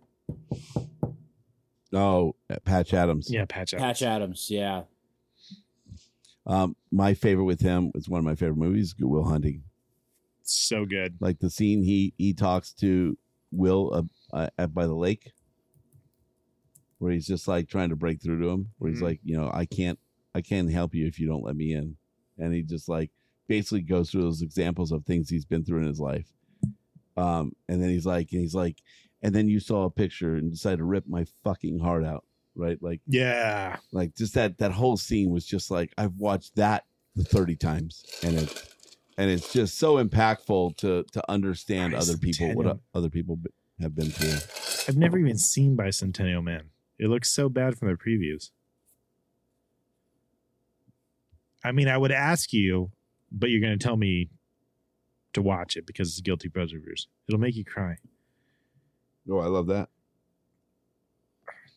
Speaker 4: oh, Patch Adams.
Speaker 2: Yeah, patch out.
Speaker 3: Patch Adams yeah
Speaker 4: Um, my favorite with him was one of my favorite movies, Good Will Hunting.
Speaker 2: So good.
Speaker 4: Like the scene he he talks to Will uh, uh, at by the lake, where he's just like trying to break through to him. Where he's
Speaker 2: Mhm.
Speaker 4: like, you know, I can't I can't help you if you don't let me in, and he just like basically goes through those examples of things he's been through in his life. Um, and then he's like, and he's like, and then you saw a picture and decided to rip my fucking heart out, right? Like.
Speaker 2: Yeah.
Speaker 4: like just that that whole scene was just like I've watched that the 30 times and it and it's just so impactful to to understand other people what
Speaker 2: Bicentennial.
Speaker 4: other people b- have been through.
Speaker 2: I've never even seen Bicentennial Man. It looks so bad from the previews. I mean, I would ask you, but you're going to tell me to watch it because it's a guilty pleasure of yours. It'll make you cry.
Speaker 4: Oh, I love that.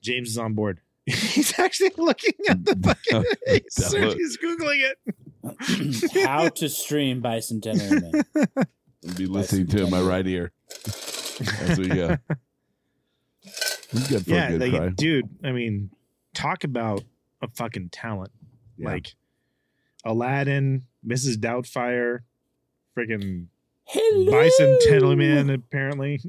Speaker 2: James is on board. He's actually looking at the fucking. He's,
Speaker 4: look.
Speaker 2: he's googling it.
Speaker 3: How to stream Bicentennial Man.
Speaker 4: I'll be listening to my right ear as we go. He's good for
Speaker 2: yeah,
Speaker 4: a good
Speaker 2: like,
Speaker 4: cry.
Speaker 2: dude. I mean, talk about a fucking talent.
Speaker 4: Yeah.
Speaker 2: Like Aladdin, Mrs. Doubtfire, freaking
Speaker 3: Hello!
Speaker 2: Bicentennial Man. Apparently,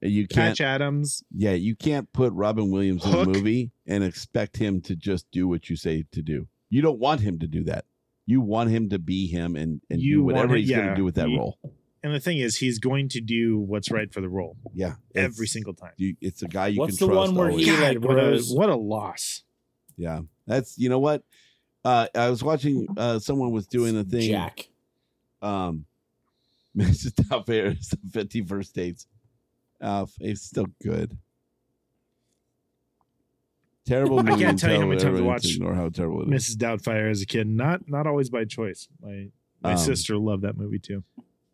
Speaker 4: And you can't
Speaker 2: Patch Adams.
Speaker 4: yeah, you can't put Robin Williams in a
Speaker 2: Hook.
Speaker 4: movie and expect him to just do what you say to do. You don't want him to do that. You want him to be him and, and
Speaker 2: You
Speaker 4: do whatever
Speaker 2: want-
Speaker 4: he's going
Speaker 2: yeah,
Speaker 4: to do with that
Speaker 2: you-
Speaker 4: role.
Speaker 2: And the thing is, he's going to do what's right for the role
Speaker 4: Yeah,
Speaker 2: every
Speaker 4: it's-
Speaker 2: single time.
Speaker 4: You, it's a guy you
Speaker 3: What's
Speaker 4: can
Speaker 3: the
Speaker 4: trust.
Speaker 3: one where
Speaker 4: always.
Speaker 3: he like
Speaker 2: God, what a,
Speaker 3: grows?
Speaker 2: what a loss.
Speaker 4: Yeah, that's you know what. Uh, I was watching. Uh, someone was doing a thing.
Speaker 3: Jack.
Speaker 4: Um, Mrs. Doubtfire is the fifty first dates. Uh, it's still good. Terrible.
Speaker 2: I can't
Speaker 4: movie,
Speaker 2: tell you how many
Speaker 4: terrible,
Speaker 2: times I
Speaker 4: everybody
Speaker 2: watched
Speaker 4: to Ignore how terrible it is.
Speaker 2: Mrs. Doubtfire as a kid, not not always by choice. My my
Speaker 4: Um,
Speaker 2: sister loved that movie too.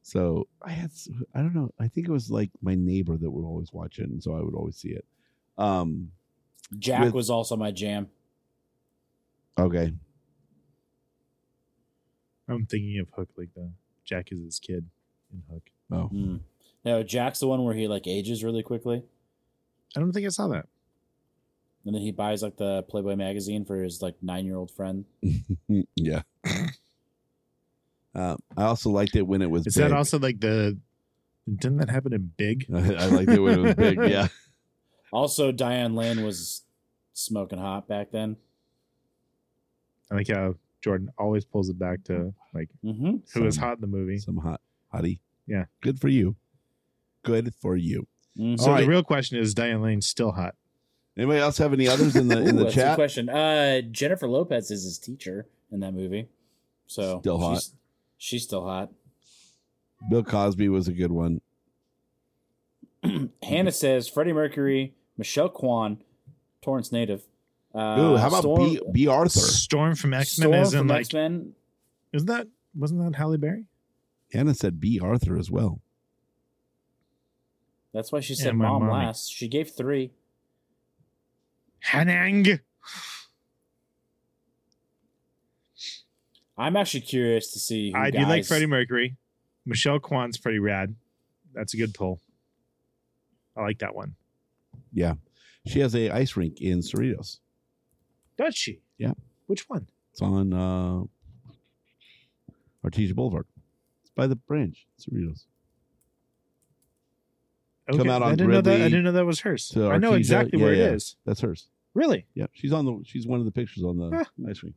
Speaker 4: So I had. s- I don't know. I think it was like my neighbor that would always watch it, and so I would always see it. Um.
Speaker 3: Jack
Speaker 4: with-
Speaker 3: was also my jam.
Speaker 4: Okay.
Speaker 2: I'm thinking of Hook, like the Jack is his kid in Hook.
Speaker 4: Oh.
Speaker 3: Mm. No, Jack's the one where he like ages really quickly,
Speaker 2: I don't think I saw that.
Speaker 3: and then he buys like the Playboy magazine for his like nine year old friend.
Speaker 4: yeah. Uh, I also liked it when it was.
Speaker 2: Is
Speaker 4: big.
Speaker 2: that also like the? Didn't that happen in Big?
Speaker 4: I, I liked it when it was big. Yeah.
Speaker 3: Also, Diane Lane was smoking hot back then.
Speaker 2: I like how Jordan always pulls it back to like
Speaker 3: Mm-hmm.
Speaker 2: who was
Speaker 4: Some-
Speaker 2: hot in the movie.
Speaker 4: Some hot hottie.
Speaker 2: Yeah.
Speaker 4: Good for you. Good for you.
Speaker 3: Mm-hmm.
Speaker 2: So
Speaker 4: All right.
Speaker 2: the real question is, Diane Lane still hot?
Speaker 4: Anybody else have any others in the in the
Speaker 3: that's a good
Speaker 4: chat?
Speaker 3: question. Uh, Jennifer Lopez is his teacher in that movie, so
Speaker 4: Still hot.
Speaker 3: She's, she's still hot.
Speaker 4: Bill Cosby was a good one. Mm-hmm.
Speaker 3: Hannah says Freddie Mercury, Michelle Kwan, Torrance native. Uh,
Speaker 4: Ooh, how about
Speaker 3: Storm-
Speaker 4: B, B. Arthur?
Speaker 2: Storm from X Men
Speaker 3: Storm
Speaker 2: is in
Speaker 3: from
Speaker 2: like
Speaker 3: X-Men?
Speaker 2: isn't that wasn't that Halle Berry?
Speaker 4: Hannah said B. Arthur as well.
Speaker 3: That's why she
Speaker 2: Yeah,
Speaker 3: said
Speaker 2: my
Speaker 3: mom
Speaker 2: mommy.
Speaker 3: last. She gave three.
Speaker 2: Hanang.
Speaker 3: I'm actually curious to see. Who
Speaker 2: I do like
Speaker 3: guys-
Speaker 2: Freddie Mercury. Michelle Kwan's pretty rad. That's a good pull. I like that one.
Speaker 4: Yeah. She has a ice rink in Cerritos.
Speaker 2: Does she? Which one?
Speaker 4: It's on uh, Artesia Boulevard. It's by the branch, Cerritos. Come out on
Speaker 2: I didn't know that. I
Speaker 4: Ridley
Speaker 2: didn't know that was hers.
Speaker 4: to
Speaker 2: I know
Speaker 4: Artesia.
Speaker 2: exactly
Speaker 4: Yeah,
Speaker 2: where
Speaker 4: yeah.
Speaker 2: it is.
Speaker 4: That's hers.
Speaker 2: Really?
Speaker 4: Yeah, she's on the. She's one of the pictures on the
Speaker 2: Huh.
Speaker 4: ice cream,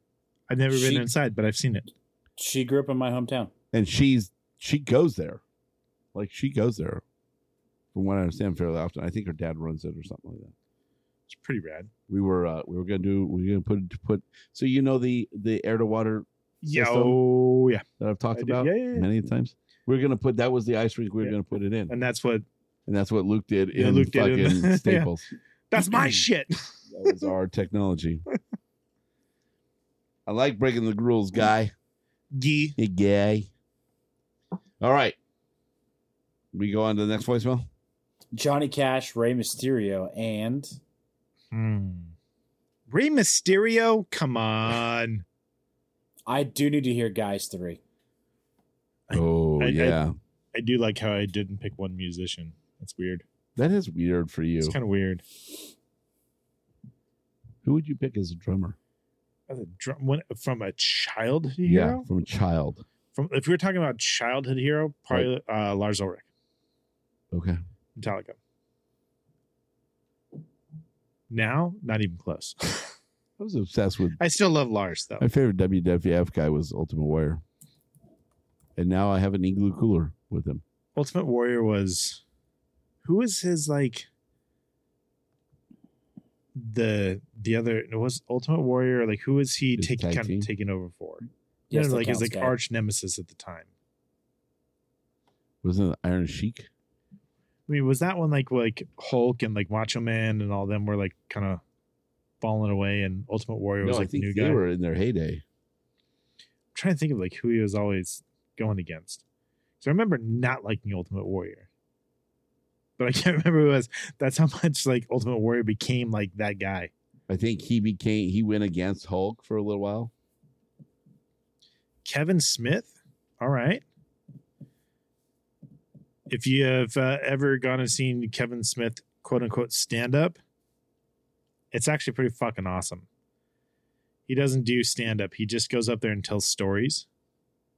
Speaker 2: I've never
Speaker 3: She-
Speaker 2: been inside, but I've seen it.
Speaker 3: She grew up in my hometown.
Speaker 4: and she's she goes there, like she goes there. From what I understand, fairly often. I think her dad runs it or something like that.
Speaker 2: It's pretty rad.
Speaker 4: We were uh, we were gonna do we were gonna put put. So you know the the air to water
Speaker 2: Yeah.
Speaker 4: System.
Speaker 2: Oh, yeah.
Speaker 4: that I've talked
Speaker 2: I do-
Speaker 4: about
Speaker 2: yeah, yeah, yeah.
Speaker 4: many times. We are gonna put that was the ice rink. We were
Speaker 2: Yeah.
Speaker 4: gonna put it in, and,
Speaker 2: And that's what.
Speaker 4: that's what Luke did
Speaker 2: Yeah,
Speaker 4: in
Speaker 2: Luke did
Speaker 4: fucking
Speaker 2: in- Yeah.
Speaker 4: Staples.
Speaker 2: That's
Speaker 4: Mm.
Speaker 2: my shit.
Speaker 4: That was our technology. I like breaking the rules, guy.
Speaker 2: Gee.
Speaker 4: Hey, guy. All right, we go on to the next voicemail.
Speaker 3: Johnny Cash, Rey Mysterio, and
Speaker 4: Hmm.
Speaker 2: Rey Mysterio. Come on.
Speaker 3: I do need to hear Guys Three.
Speaker 4: Oh
Speaker 2: I- I-
Speaker 4: yeah,
Speaker 2: I do like how I didn't pick one musician. That's weird.
Speaker 4: that is weird for you.
Speaker 2: It's kind of weird.
Speaker 4: Who would you pick as a drummer?
Speaker 2: As a drum, when, from a childhood
Speaker 4: Yeah,
Speaker 2: hero.
Speaker 4: from a child.
Speaker 2: From if we were talking about childhood hero, probably uh, Lars Ulrich,
Speaker 4: Okay.
Speaker 2: Metallica. Now, not even close.
Speaker 4: I was obsessed with
Speaker 2: I still love Lars though.
Speaker 4: my favorite WWF guy was Ultimate Warrior, and now I have an igloo cooler with him.
Speaker 2: Ultimate Warrior was who was his like the the other it was Ultimate Warrior like who was he
Speaker 4: His
Speaker 2: taking
Speaker 4: tag
Speaker 2: kind
Speaker 4: team?
Speaker 2: of taking over for?
Speaker 3: Yes,
Speaker 2: no,
Speaker 3: that
Speaker 2: no, like his
Speaker 3: counts,
Speaker 2: like
Speaker 3: guy.
Speaker 2: arch nemesis at the time.
Speaker 4: Wasn't it Iron Sheik?
Speaker 2: I mean, was that one like like Hulk and like Macho Man and all them were like kind of falling away and Ultimate Warrior was
Speaker 4: no,
Speaker 2: like
Speaker 4: I
Speaker 2: the
Speaker 4: think
Speaker 2: new
Speaker 4: they
Speaker 2: guy?
Speaker 4: were in their heyday.
Speaker 2: I'm trying to think of like who he was always going against. So I remember not liking Ultimate Warrior. But I can't remember who it was. That's how much like Ultimate Warrior became like that guy.
Speaker 4: I think he became he went against Hulk for a little while.
Speaker 2: Kevin Smith. All right. If you have uh, ever gone and seen Kevin Smith, quote unquote, stand up, it's actually pretty fucking awesome. He doesn't do stand up, he just goes up there and tells stories.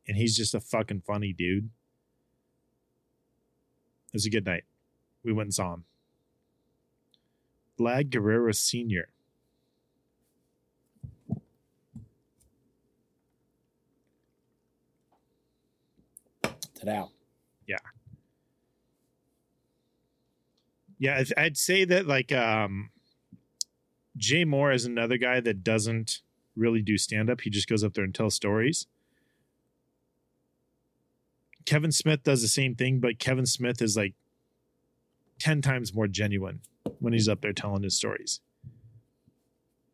Speaker 2: And he's just a fucking funny dude. It was a good night. We went and saw him. Vlad Guerrero Sr.
Speaker 3: Ta-da.
Speaker 2: Yeah, I'd- I'd say that like um Jay Moore is another guy that doesn't really do stand up. He just goes up there and tells stories. Kevin Smith does the same thing, but Kevin Smith is like 10 times more genuine when he's up there telling his stories.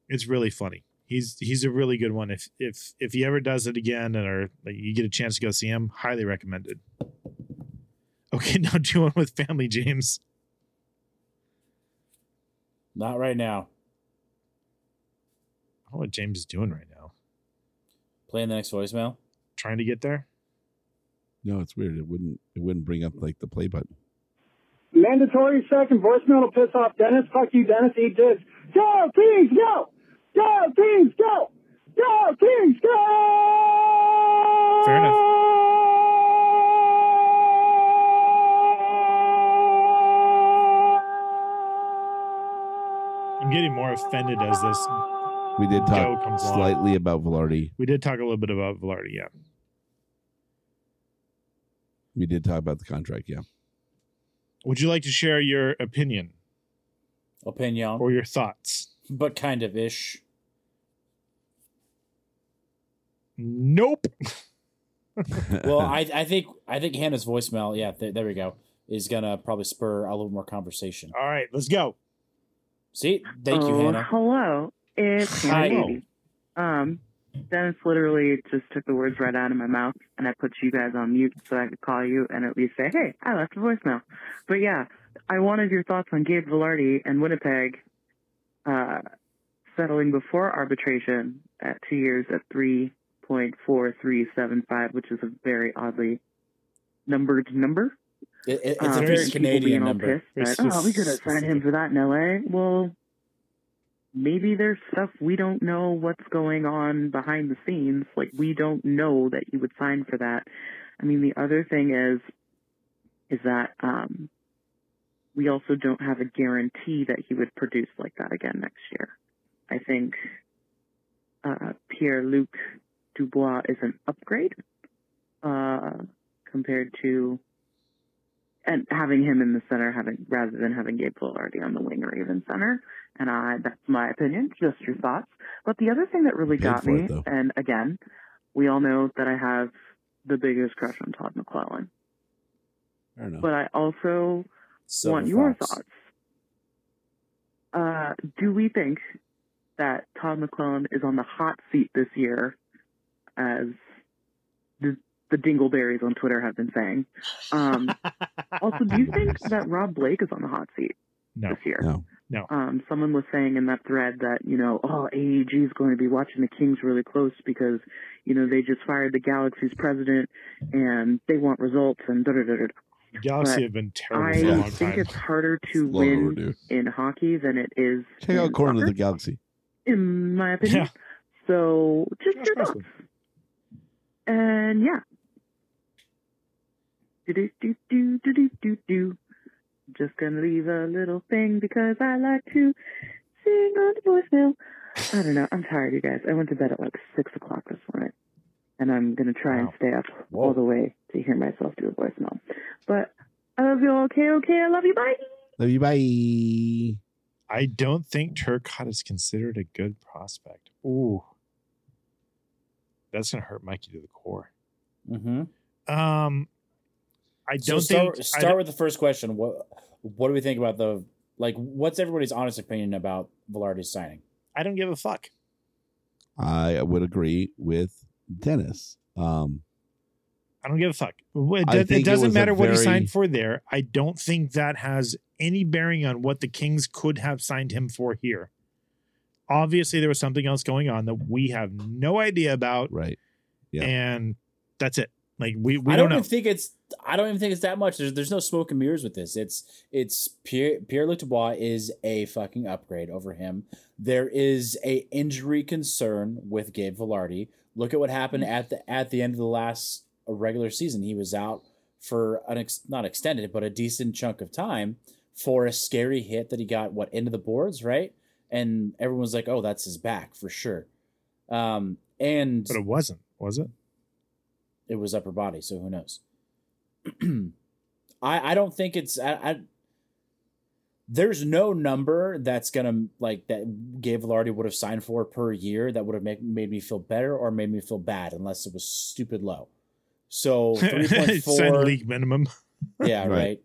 Speaker 2: It's really funny. He's he's a really good one. If if if he ever does it again and or like you get a chance to go see him, highly recommended. Okay, now do one with family, James.
Speaker 3: Not right now.
Speaker 2: I don't know what James is doing right now.
Speaker 3: Playing the next voicemail.
Speaker 2: Trying to get there?
Speaker 4: No, it's weird. It wouldn't it wouldn't bring up like the play button.
Speaker 5: Mandatory second voicemail to piss off Dennis. Fuck you, Dennis. Eat this. Go, Kings, go! Go, Kings, go! Go, Kings, go!
Speaker 2: Fair enough. I'm getting more offended as this.
Speaker 4: We did
Speaker 2: Go
Speaker 4: talk
Speaker 2: comes on.
Speaker 4: slightly about Velarde.
Speaker 2: We did talk a little bit about Velarde, yeah.
Speaker 4: We did talk about the contract. Yeah,
Speaker 2: Would you like to share your opinion
Speaker 3: Opinion,
Speaker 2: or your thoughts?
Speaker 3: but kind of ish.
Speaker 2: Nope.
Speaker 3: Well, I, I think I think Hannah's voicemail. Yeah, th- there we go. Is gonna probably spur a little more conversation.
Speaker 2: All right, let's go.
Speaker 3: See, thank you,
Speaker 7: oh,
Speaker 3: Hannah.
Speaker 7: Hello, it's my
Speaker 3: Hi.
Speaker 7: baby. Um, Dennis literally just took the words right out of my mouth, and I put you guys on mute so I could call you and at least say, "Hey, I left a voicemail." But yeah, I wanted your thoughts on Gabe Velarde and Winnipeg uh, settling before arbitration at two years at three point four three seven five, which is a very oddly numbered number.
Speaker 3: It, it- it's
Speaker 7: Um,
Speaker 8: Uh,
Speaker 3: a
Speaker 2: very
Speaker 3: very
Speaker 7: people being
Speaker 3: Canadian
Speaker 7: all
Speaker 3: number.
Speaker 7: pissed that,
Speaker 2: Very
Speaker 7: oh, we could have signed him
Speaker 2: specific.
Speaker 7: for that in LA. Well,
Speaker 8: maybe there's stuff we don't know what's going on behind the scenes. Like we don't know that he would sign for that. I mean, the other thing is, is that um, we also don't have a guarantee that he would produce like that again next year. I think uh, Pierre Luc Dubois is an upgrade uh, compared to and having him in the center, having rather than having Gabe already on the wing or even center. And I, that's my opinion, just your thoughts. But the other thing that really
Speaker 9: Paid
Speaker 8: got
Speaker 9: for
Speaker 8: me,
Speaker 9: it, though.
Speaker 8: and again, we all know that I have the biggest crush on Todd
Speaker 9: Oh.
Speaker 8: McClellan,
Speaker 4: Fair enough.
Speaker 8: but I also
Speaker 3: So
Speaker 8: want your thoughts. Uh, do we think that Todd McClellan is on the hot seat this year, as the, the Dingleberries on Twitter have been saying? Um, also, do you think that Rob Blake is on the hot seat
Speaker 2: No.
Speaker 8: this year?
Speaker 4: No.
Speaker 2: No.
Speaker 8: Um, someone was saying in that thread that you know, oh, AEG is going to be watching the Kings really close because you know they just fired the Galaxy's president and they want results and da da da da.
Speaker 2: The Galaxy
Speaker 8: But
Speaker 2: have been terrible for a
Speaker 8: I
Speaker 2: long
Speaker 8: think
Speaker 2: time.
Speaker 8: it's harder to
Speaker 4: It's long
Speaker 8: win
Speaker 4: overdue.
Speaker 8: in hockey than it is
Speaker 4: Check out
Speaker 8: in
Speaker 4: Corner of
Speaker 8: soccer,
Speaker 4: the Galaxy.
Speaker 8: in my opinion.
Speaker 2: Yeah.
Speaker 8: So just
Speaker 2: That's
Speaker 8: your
Speaker 2: possible.
Speaker 8: thoughts. And yeah. Do do do do do do do. Just gonna leave a little thing because I like to sing on the voicemail. I don't know. I'm tired, you guys. I went to bed at like six o'clock this morning, and I'm gonna try and
Speaker 2: Wow.
Speaker 8: stay up
Speaker 2: Whoa.
Speaker 8: all the way to hear myself do a voicemail. But I love you. all. Okay, okay. I love you. Bye.
Speaker 4: Love you. Bye.
Speaker 2: I don't think Turcotte is considered a good prospect. Ooh. That's gonna hurt Mikey to the core.
Speaker 3: Mm-hmm.
Speaker 2: Um I
Speaker 3: So
Speaker 2: don't
Speaker 3: start,
Speaker 2: think I
Speaker 3: start with the first question. What what do we think about the like? What's everybody's honest opinion about Velarde's signing?
Speaker 2: I don't give a fuck.
Speaker 4: I would agree with Dennis. Um,
Speaker 2: I don't give a fuck. Well, It,
Speaker 4: I
Speaker 2: do- it
Speaker 4: think it
Speaker 2: doesn't
Speaker 4: was a
Speaker 2: matter what he
Speaker 4: very-
Speaker 2: signed for there. I don't think that has any bearing on what the Kings could have signed him for here. Obviously, there was something else going on that we have no idea about,
Speaker 4: right. Yeah.
Speaker 2: and that's it. Like we we
Speaker 3: I
Speaker 2: don't,
Speaker 3: don't, even
Speaker 2: know.
Speaker 3: think it's. I don't even think it's that much. There's there's no smoke and mirrors with this. It's it's Pierre Pierre Luc Dubois is a fucking upgrade over him. There is a injury concern with Gabe Velarde. Look at what happened
Speaker 2: Mm-hmm.
Speaker 3: at the at the end of the last regular season. He was out for an ex, not extended but a decent chunk of time for a scary hit that he got what into the boards right, and everyone's like, oh, that's his back for sure. Um, and
Speaker 2: But it wasn't, was it?
Speaker 3: it was upper body, so who knows? I I don't think it's I, I there's no number that's gonna like that Gabe Velarde would have signed for per year that would have make, made me feel better or made me feel bad unless it was stupid low. So three point
Speaker 2: It signed
Speaker 3: four,
Speaker 2: league minimum.
Speaker 3: yeah,
Speaker 4: Right.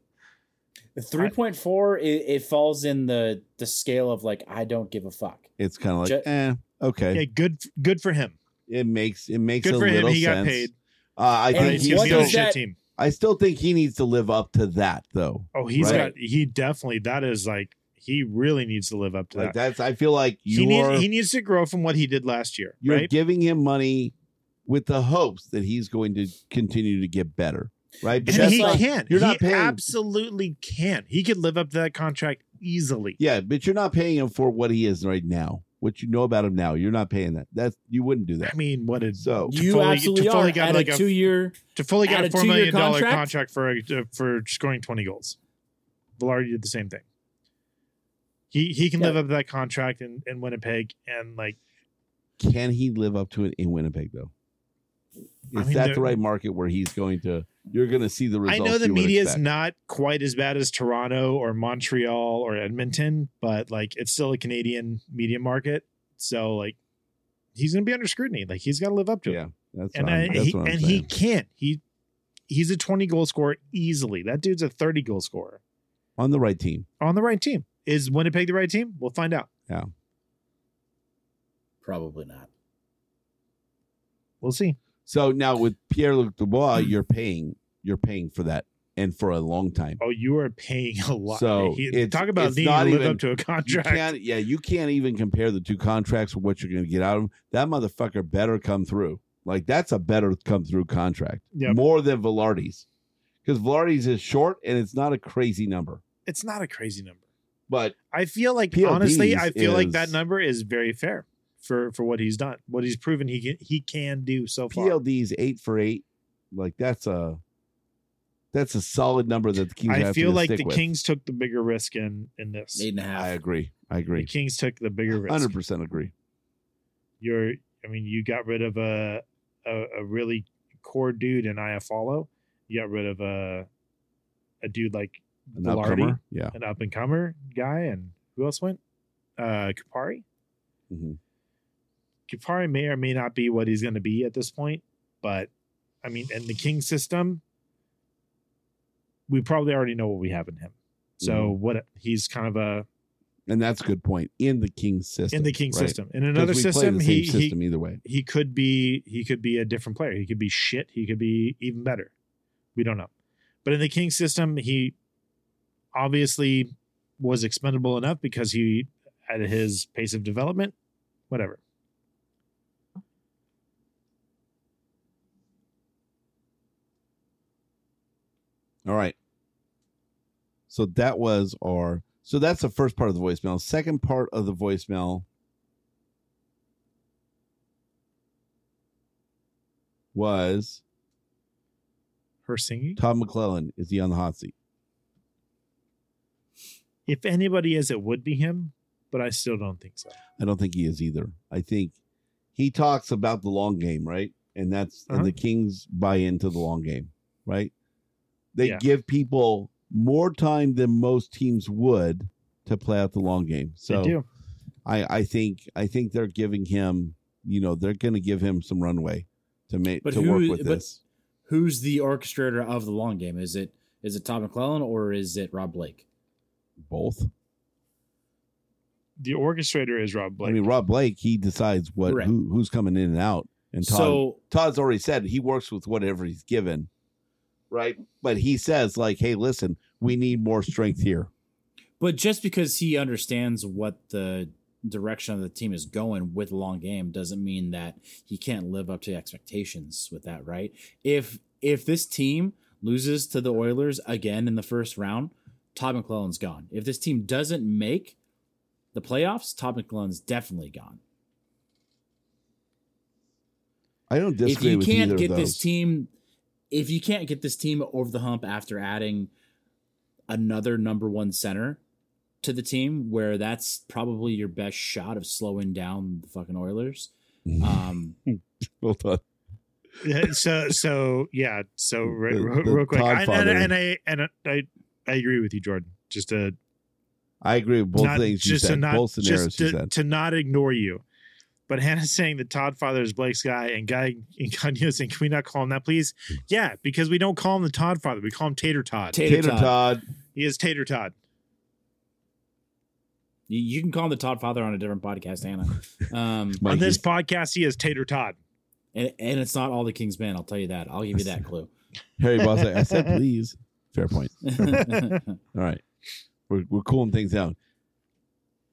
Speaker 3: right. Three point four, it, it falls in the the scale of like I don't give a fuck.
Speaker 4: It's kind of like,
Speaker 3: Ju-
Speaker 4: eh, okay.
Speaker 2: Yeah, good good for him.
Speaker 4: It makes it makes
Speaker 2: Good
Speaker 4: a
Speaker 2: for him.
Speaker 4: little
Speaker 2: He got
Speaker 4: sense.
Speaker 2: paid.
Speaker 4: Uh, I
Speaker 3: And
Speaker 2: But
Speaker 4: think
Speaker 2: he's
Speaker 4: he's
Speaker 2: gonna
Speaker 3: what
Speaker 2: be on a
Speaker 3: does
Speaker 4: still,
Speaker 2: shit
Speaker 3: that-
Speaker 2: team.
Speaker 4: I still think he needs to live up to that though.
Speaker 2: Oh, he's
Speaker 4: Right.
Speaker 2: got he definitely that is like he really needs to live up to
Speaker 4: Like
Speaker 2: that.
Speaker 4: that's I feel like
Speaker 2: He
Speaker 4: you're
Speaker 2: needs he needs to grow from what he did last year,
Speaker 4: you're
Speaker 2: right?
Speaker 4: giving him money with the hopes that he's going to continue to get better. Right? But
Speaker 2: And
Speaker 4: that's
Speaker 2: he
Speaker 4: not-
Speaker 2: can.
Speaker 4: you're
Speaker 2: he
Speaker 4: not paying-
Speaker 2: absolutely can. He could live up to that contract easily.
Speaker 4: Yeah, but you're not paying him for what he is right now. What you know about him now, you're not paying that. That's you wouldn't do
Speaker 2: I
Speaker 4: that.
Speaker 2: mean, what did
Speaker 4: So
Speaker 3: You
Speaker 2: Oh, Toffoli-
Speaker 3: absolutely
Speaker 2: Toffoli
Speaker 3: are
Speaker 2: got
Speaker 3: at
Speaker 2: like
Speaker 3: a
Speaker 2: a-
Speaker 3: two year.
Speaker 2: to fully get
Speaker 3: Add
Speaker 2: a
Speaker 3: a
Speaker 2: four
Speaker 3: two-year
Speaker 2: million dollar
Speaker 3: contract?
Speaker 2: contract for a, for scoring twenty goals? Velarde did the same thing. He he can
Speaker 3: Yeah.
Speaker 2: live up to that contract in, in Winnipeg and like
Speaker 4: can he live up to it in Winnipeg though?
Speaker 2: I
Speaker 4: Is
Speaker 2: mean,
Speaker 4: that
Speaker 2: there-
Speaker 4: the right market where he's going to? You're going to see the
Speaker 2: I
Speaker 4: results.
Speaker 2: know the
Speaker 4: you would
Speaker 2: media is
Speaker 4: expect.
Speaker 2: not quite as bad as Toronto or Montreal or Edmonton, but like it's still a Canadian media market. So like he's gonna be under scrutiny. Like he's gotta live up to it.
Speaker 4: Yeah, that's
Speaker 2: and
Speaker 4: what
Speaker 2: I,
Speaker 4: I'm, that's
Speaker 2: he,
Speaker 4: what I'm
Speaker 2: and
Speaker 4: saying.
Speaker 2: he can't. He he's a 20 goal scorer easily. That dude's a 30 goal scorer
Speaker 4: on the right team.
Speaker 2: on the right team. Is Winnipeg the right team? We'll find out.
Speaker 3: Probably not.
Speaker 2: We'll see.
Speaker 4: So now with Pierre Luc Dubois, you're paying you're paying for that and for a long time.
Speaker 2: Oh, you are paying a lot.
Speaker 4: So,
Speaker 2: He-
Speaker 4: it's-
Speaker 2: talk about
Speaker 4: it's
Speaker 2: needing to
Speaker 4: not
Speaker 2: live
Speaker 4: even-
Speaker 2: up to a
Speaker 4: You
Speaker 2: contract.
Speaker 4: can't, yeah, you can't even compare the two contracts with what you're going to get out of him. That motherfucker better come through. Like that's a better come through contract,
Speaker 2: Yep.
Speaker 4: more than Velarde's, because Velarde's is short and it's not a crazy number.
Speaker 2: It's not a crazy number.
Speaker 4: But
Speaker 2: I feel like
Speaker 4: PLDs
Speaker 2: honestly, I feel like
Speaker 4: is-
Speaker 2: that number is very fair for for what he's done, what he's proven he can he can do so far.
Speaker 4: PLD's eight for eight, like that's a that's a solid number that the Kings.
Speaker 2: I
Speaker 4: have to
Speaker 2: feel like
Speaker 4: stick
Speaker 2: the
Speaker 4: with.
Speaker 2: Kings took the bigger risk in in this.
Speaker 3: Eight and a
Speaker 4: I
Speaker 3: half.
Speaker 4: agree. I
Speaker 2: The
Speaker 4: agree.
Speaker 2: Kings took the bigger risk.
Speaker 4: Hundred percent agree.
Speaker 2: You're, I mean, you got rid of a a, a really core dude in Iafallo. You got rid of a a dude like
Speaker 4: An
Speaker 2: Velarde?
Speaker 4: upcomer. Yeah.
Speaker 2: an up and comer guy, and who else went? Uh, Kapari.
Speaker 4: Mhm.
Speaker 2: Kupari may or may not be what he's going to be at this point, but I mean, in the King system, we probably already know what we have in him. So
Speaker 4: Mm-hmm.
Speaker 2: what he's kind of a
Speaker 4: And that's a good point. In the King's system.
Speaker 2: in the King
Speaker 4: right?
Speaker 2: system. In
Speaker 4: 'Cause
Speaker 2: another
Speaker 4: we play
Speaker 2: system,
Speaker 4: the
Speaker 2: he,
Speaker 4: same system either way.
Speaker 2: he he could be he could be a different player. He could be shit. He could be even better. We don't know. But in the King system, he obviously was expendable enough because he at his pace of development, whatever.
Speaker 4: All right. So that was our. So that's the first part of the voicemail. Second part of the voicemail was
Speaker 2: Her singing.
Speaker 4: Todd McClellan. Is he on the hot seat?
Speaker 2: If anybody is, it would be him, but I still don't think so.
Speaker 4: I don't think he is either. I think he talks about the long game, right? And that's
Speaker 2: Uh-huh.
Speaker 4: and the Kings buy into the long game, right? They
Speaker 2: Yeah.
Speaker 4: give people more time than most teams would to play out the long game. So
Speaker 2: they do.
Speaker 4: I I think I think they're giving him, you know, they're going to give him some runway to make
Speaker 3: But
Speaker 4: to
Speaker 3: who-
Speaker 4: work with
Speaker 3: but-
Speaker 4: this.
Speaker 3: Who's the orchestrator of the long game? Is it is it Todd McClellan or is it Rob Blake?
Speaker 4: Both.
Speaker 2: The orchestrator is Rob Blake.
Speaker 4: I mean, Rob Blake, he decides what
Speaker 3: Correct.
Speaker 4: who, who's coming in and out, and Todd
Speaker 3: so
Speaker 4: Todd's already said he works with whatever he's given, right? But he says like, "Hey, listen, we need more strength here."
Speaker 3: But just because he understands what the direction of the team is going with a long game doesn't mean that he can't live up to expectations with that, right? If if this team loses to the Oilers again in the first round, Todd McClellan's gone. If this team doesn't make the playoffs, Todd McClellan's definitely gone.
Speaker 4: I don't
Speaker 3: if
Speaker 4: disagree
Speaker 3: you
Speaker 4: with
Speaker 3: can't
Speaker 4: either
Speaker 3: get
Speaker 4: of
Speaker 3: this
Speaker 4: those.
Speaker 3: team if you can't get this team over the hump after adding another number one center to the team where that's probably your best shot of slowing down the fucking oilers um
Speaker 4: Well done.
Speaker 2: Yeah, Uh, so so yeah so re-
Speaker 4: The-
Speaker 2: re-
Speaker 4: the
Speaker 2: real quick I, and,
Speaker 4: Toddfather.
Speaker 2: and i and i i agree with you jordan just to
Speaker 4: I agree with both
Speaker 2: not,
Speaker 4: things you
Speaker 2: just to
Speaker 4: said,
Speaker 2: not
Speaker 4: both scenarios
Speaker 2: just
Speaker 4: you
Speaker 2: to,
Speaker 4: said.
Speaker 2: to not ignore you but hannah's saying that todd father is blake's guy and guy and Kanye's saying can we not call him that please yeah because we don't call him the todd father we call him tater todd
Speaker 3: tater,
Speaker 4: Tater
Speaker 3: tot.
Speaker 4: Todd.
Speaker 2: he is tater todd
Speaker 3: You, you can call him the todd father on a different podcast hannah um
Speaker 4: Mikey.
Speaker 2: on this podcast he is tater todd
Speaker 3: and, and it's not all the king's men i'll tell you that i'll give you that clue
Speaker 4: Harry Boss, I said please. Fair point. All right, we're we're cooling things down.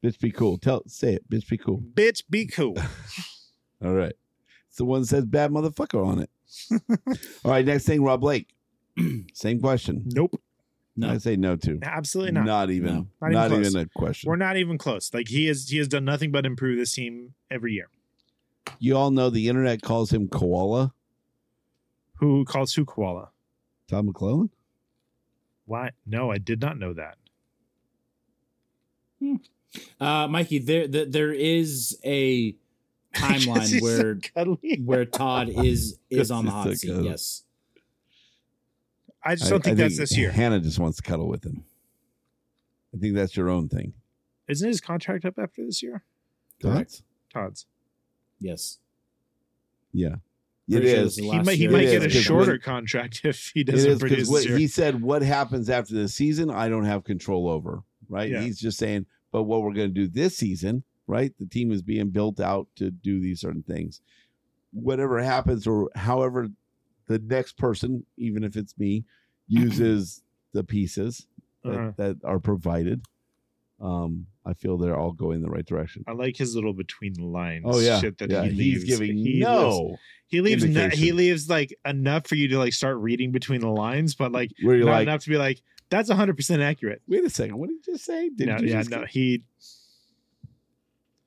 Speaker 4: Bitch, be cool. Tell say it. Bitch, be cool.
Speaker 2: bitch be cool
Speaker 4: All right. It's the one that says bad motherfucker on it. All right. Next thing, Rob Blake. Same question.
Speaker 2: nope
Speaker 4: I
Speaker 3: no
Speaker 4: say no to.
Speaker 2: absolutely not
Speaker 4: even.
Speaker 3: No.
Speaker 4: Not,
Speaker 2: Not even
Speaker 4: even,
Speaker 2: close.
Speaker 4: a question.
Speaker 2: we're not even close like he is he has done nothing but improve this team every year
Speaker 4: you all know the internet calls him koala.
Speaker 2: who calls who koala
Speaker 4: Tom McClellan.
Speaker 2: why no i did not know that
Speaker 3: uh mikey there there, there is a
Speaker 2: Because
Speaker 3: timeline
Speaker 2: he's so
Speaker 3: where
Speaker 2: cuddly.
Speaker 3: where Todd is
Speaker 4: Yes,
Speaker 3: is on the
Speaker 4: he's
Speaker 3: hot
Speaker 4: so
Speaker 3: seat.
Speaker 4: good.
Speaker 3: Yes,
Speaker 2: I just don't think that's this year.
Speaker 4: Hannah just wants to cuddle with him. I think that's your own thing.
Speaker 2: Isn't his contract up after this year?
Speaker 3: Correct.
Speaker 4: Thoughts?
Speaker 2: Todd's.
Speaker 3: yes.
Speaker 4: Yeah. It
Speaker 3: Pretty sure
Speaker 4: is.
Speaker 3: this is
Speaker 2: He
Speaker 3: last
Speaker 2: might, he
Speaker 3: year.
Speaker 2: might
Speaker 4: It
Speaker 2: get a
Speaker 4: is, 'cause
Speaker 2: shorter
Speaker 4: when-
Speaker 2: contract if he
Speaker 4: It
Speaker 2: doesn't
Speaker 4: is, 'cause
Speaker 2: produce
Speaker 4: what
Speaker 2: this year.
Speaker 4: he said what happens after the season, I don't have control over. Right.
Speaker 2: Yeah.
Speaker 4: He's just saying, but what we're going to do this season, right? The team is being built out to do these certain things. Whatever happens, or however the next person, even if it's me, uses the pieces that,
Speaker 2: Uh,
Speaker 4: that are provided, um, I feel they're all going in the right direction.
Speaker 2: I like his little between the lines.
Speaker 4: Oh yeah,
Speaker 2: shit that
Speaker 4: yeah.
Speaker 2: he leaves.
Speaker 4: he's giving
Speaker 2: he Leaves,
Speaker 4: no.
Speaker 2: he leaves. No, he
Speaker 4: indication.
Speaker 2: leaves like enough for you to like start reading between the lines, but like
Speaker 4: Where you're
Speaker 2: not
Speaker 4: like,
Speaker 2: enough to be like, That's 100% accurate.
Speaker 4: Wait a second. What did he just say? Did
Speaker 2: no,
Speaker 4: you
Speaker 2: yeah,
Speaker 4: just-
Speaker 2: no, he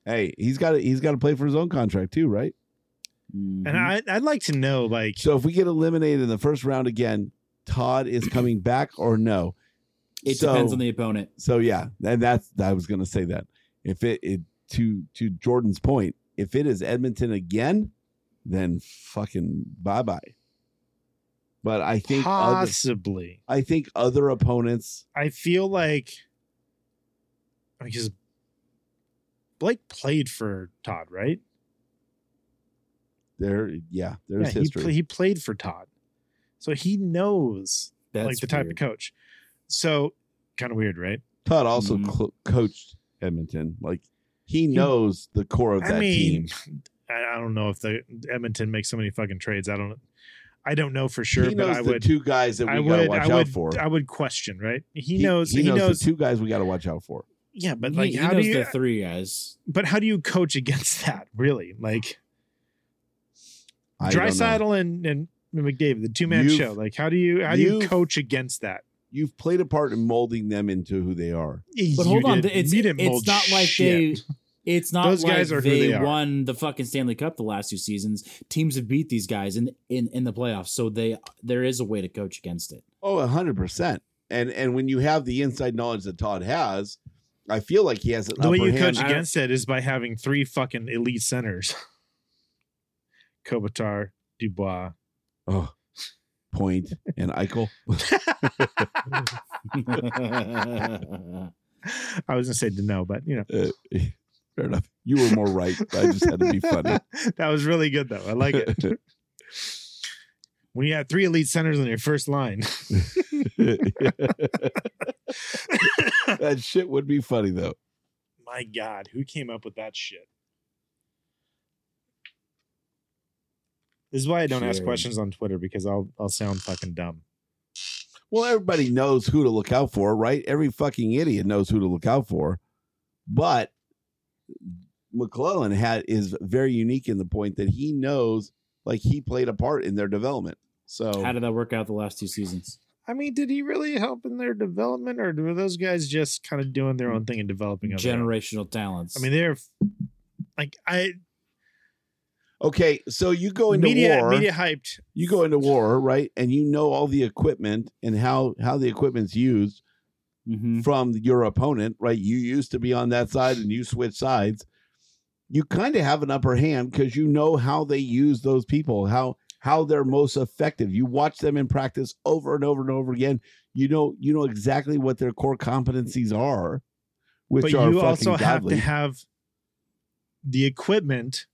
Speaker 4: Hey, he's got to he's got to play for his own contract too, right?
Speaker 3: Mm-hmm.
Speaker 2: and I I'd like to know like
Speaker 4: Mhm. So if we get eliminated in the first round again, Todd is coming back or no?
Speaker 3: It
Speaker 4: So-
Speaker 3: depends on the opponent.
Speaker 4: So yeah, and that's I was gonna say that. If it, it to to Jordan's point, if it is Edmonton again, then fucking bye bye. But I think other,
Speaker 2: possibly.
Speaker 4: I think other opponents.
Speaker 2: I feel like because Blake played for Todd, right?
Speaker 4: There, yeah,
Speaker 2: Yeah,
Speaker 4: there's
Speaker 2: he,
Speaker 4: history.
Speaker 2: pla- he played for Todd, so he knows
Speaker 3: That's
Speaker 2: like the type of
Speaker 3: weird.
Speaker 2: coach. So kind of weird, right?
Speaker 4: Todd also
Speaker 2: Mm.
Speaker 3: Mhm.
Speaker 4: cl- coached Edmonton. Like he knows the core of
Speaker 2: I
Speaker 4: that
Speaker 2: mean,
Speaker 4: team.
Speaker 2: I, I don't know if the Edmonton makes so many fucking trades. I don't. I don't know for sure,
Speaker 4: he
Speaker 2: but
Speaker 4: knows
Speaker 2: I
Speaker 4: the
Speaker 2: would.
Speaker 4: two guys that we
Speaker 2: I
Speaker 4: gotta
Speaker 2: would.
Speaker 4: watch
Speaker 2: I
Speaker 4: out
Speaker 2: would.
Speaker 4: for.
Speaker 2: I would question, right? He, knows. He,
Speaker 4: He,
Speaker 2: knows.
Speaker 4: the two guys we got to watch out for.
Speaker 2: yeah, but
Speaker 3: He-
Speaker 2: like,
Speaker 3: he,
Speaker 2: how
Speaker 3: knows
Speaker 2: do you?
Speaker 3: the three guys.
Speaker 2: but how do you coach against that? Really, like
Speaker 4: I don't know.
Speaker 2: Drysaddle and and McDavid, the two man
Speaker 4: You've-
Speaker 2: show. Like, how do you? How do you
Speaker 4: you've-
Speaker 2: coach against that?
Speaker 4: You've played a part in molding them into who they are.
Speaker 3: But hold on, it's it's not like they. It's not
Speaker 2: Those
Speaker 3: like
Speaker 2: guys are who
Speaker 3: they,
Speaker 2: they are.
Speaker 3: won the fucking Stanley Cup the last two seasons. Teams have beat these guys in in, in the playoffs, so they there is a way to coach against it.
Speaker 4: Oh, hundred percent. And and when you have the inside knowledge that Todd has, I feel like he has an
Speaker 2: The way
Speaker 4: upper
Speaker 2: you
Speaker 4: hand.
Speaker 2: coach
Speaker 3: I-
Speaker 2: against it is by having three fucking elite centers: Kopitar, Dubois.
Speaker 4: oh, point and Eichel.
Speaker 2: I was gonna say no, but you know,
Speaker 4: Uh, fair enough. You were more right. I just had to be funny.
Speaker 2: that was really good though. I like it. When you have three elite centers on your first line,
Speaker 4: that shit would be funny though.
Speaker 2: my God, who came up with that shit? This is why I don't ask
Speaker 3: Sure.
Speaker 2: questions on Twitter because I'll I'll sound fucking dumb.
Speaker 4: Well, everybody knows who to look out for, right? Every fucking idiot knows who to look out for. But McClellan had is very unique in the point that he knows like he played a part in their development.
Speaker 2: Oh.
Speaker 4: So
Speaker 3: How did that work out the last two seasons?
Speaker 2: I mean, did he really help in their development, or were those guys just kind of doing their own thing and developing? on their own?
Speaker 3: Generational talents.
Speaker 2: I mean, they're like I
Speaker 4: okay, so you go into
Speaker 2: media
Speaker 4: war,
Speaker 2: media hyped.
Speaker 4: you go into war, right? And you know all the equipment and how how the equipment's used.
Speaker 2: Mm-hmm.
Speaker 3: Mhm.
Speaker 4: from your opponent, right? You used to be on that side and you switch sides. You kind of have an upper hand because you know how they use those people, how how they're most effective. You watch them in practice over and over and over again. You know you know exactly what their core competencies are, which
Speaker 2: but
Speaker 4: are
Speaker 2: you
Speaker 4: fucking
Speaker 2: also have
Speaker 4: godly.
Speaker 2: to have the equipment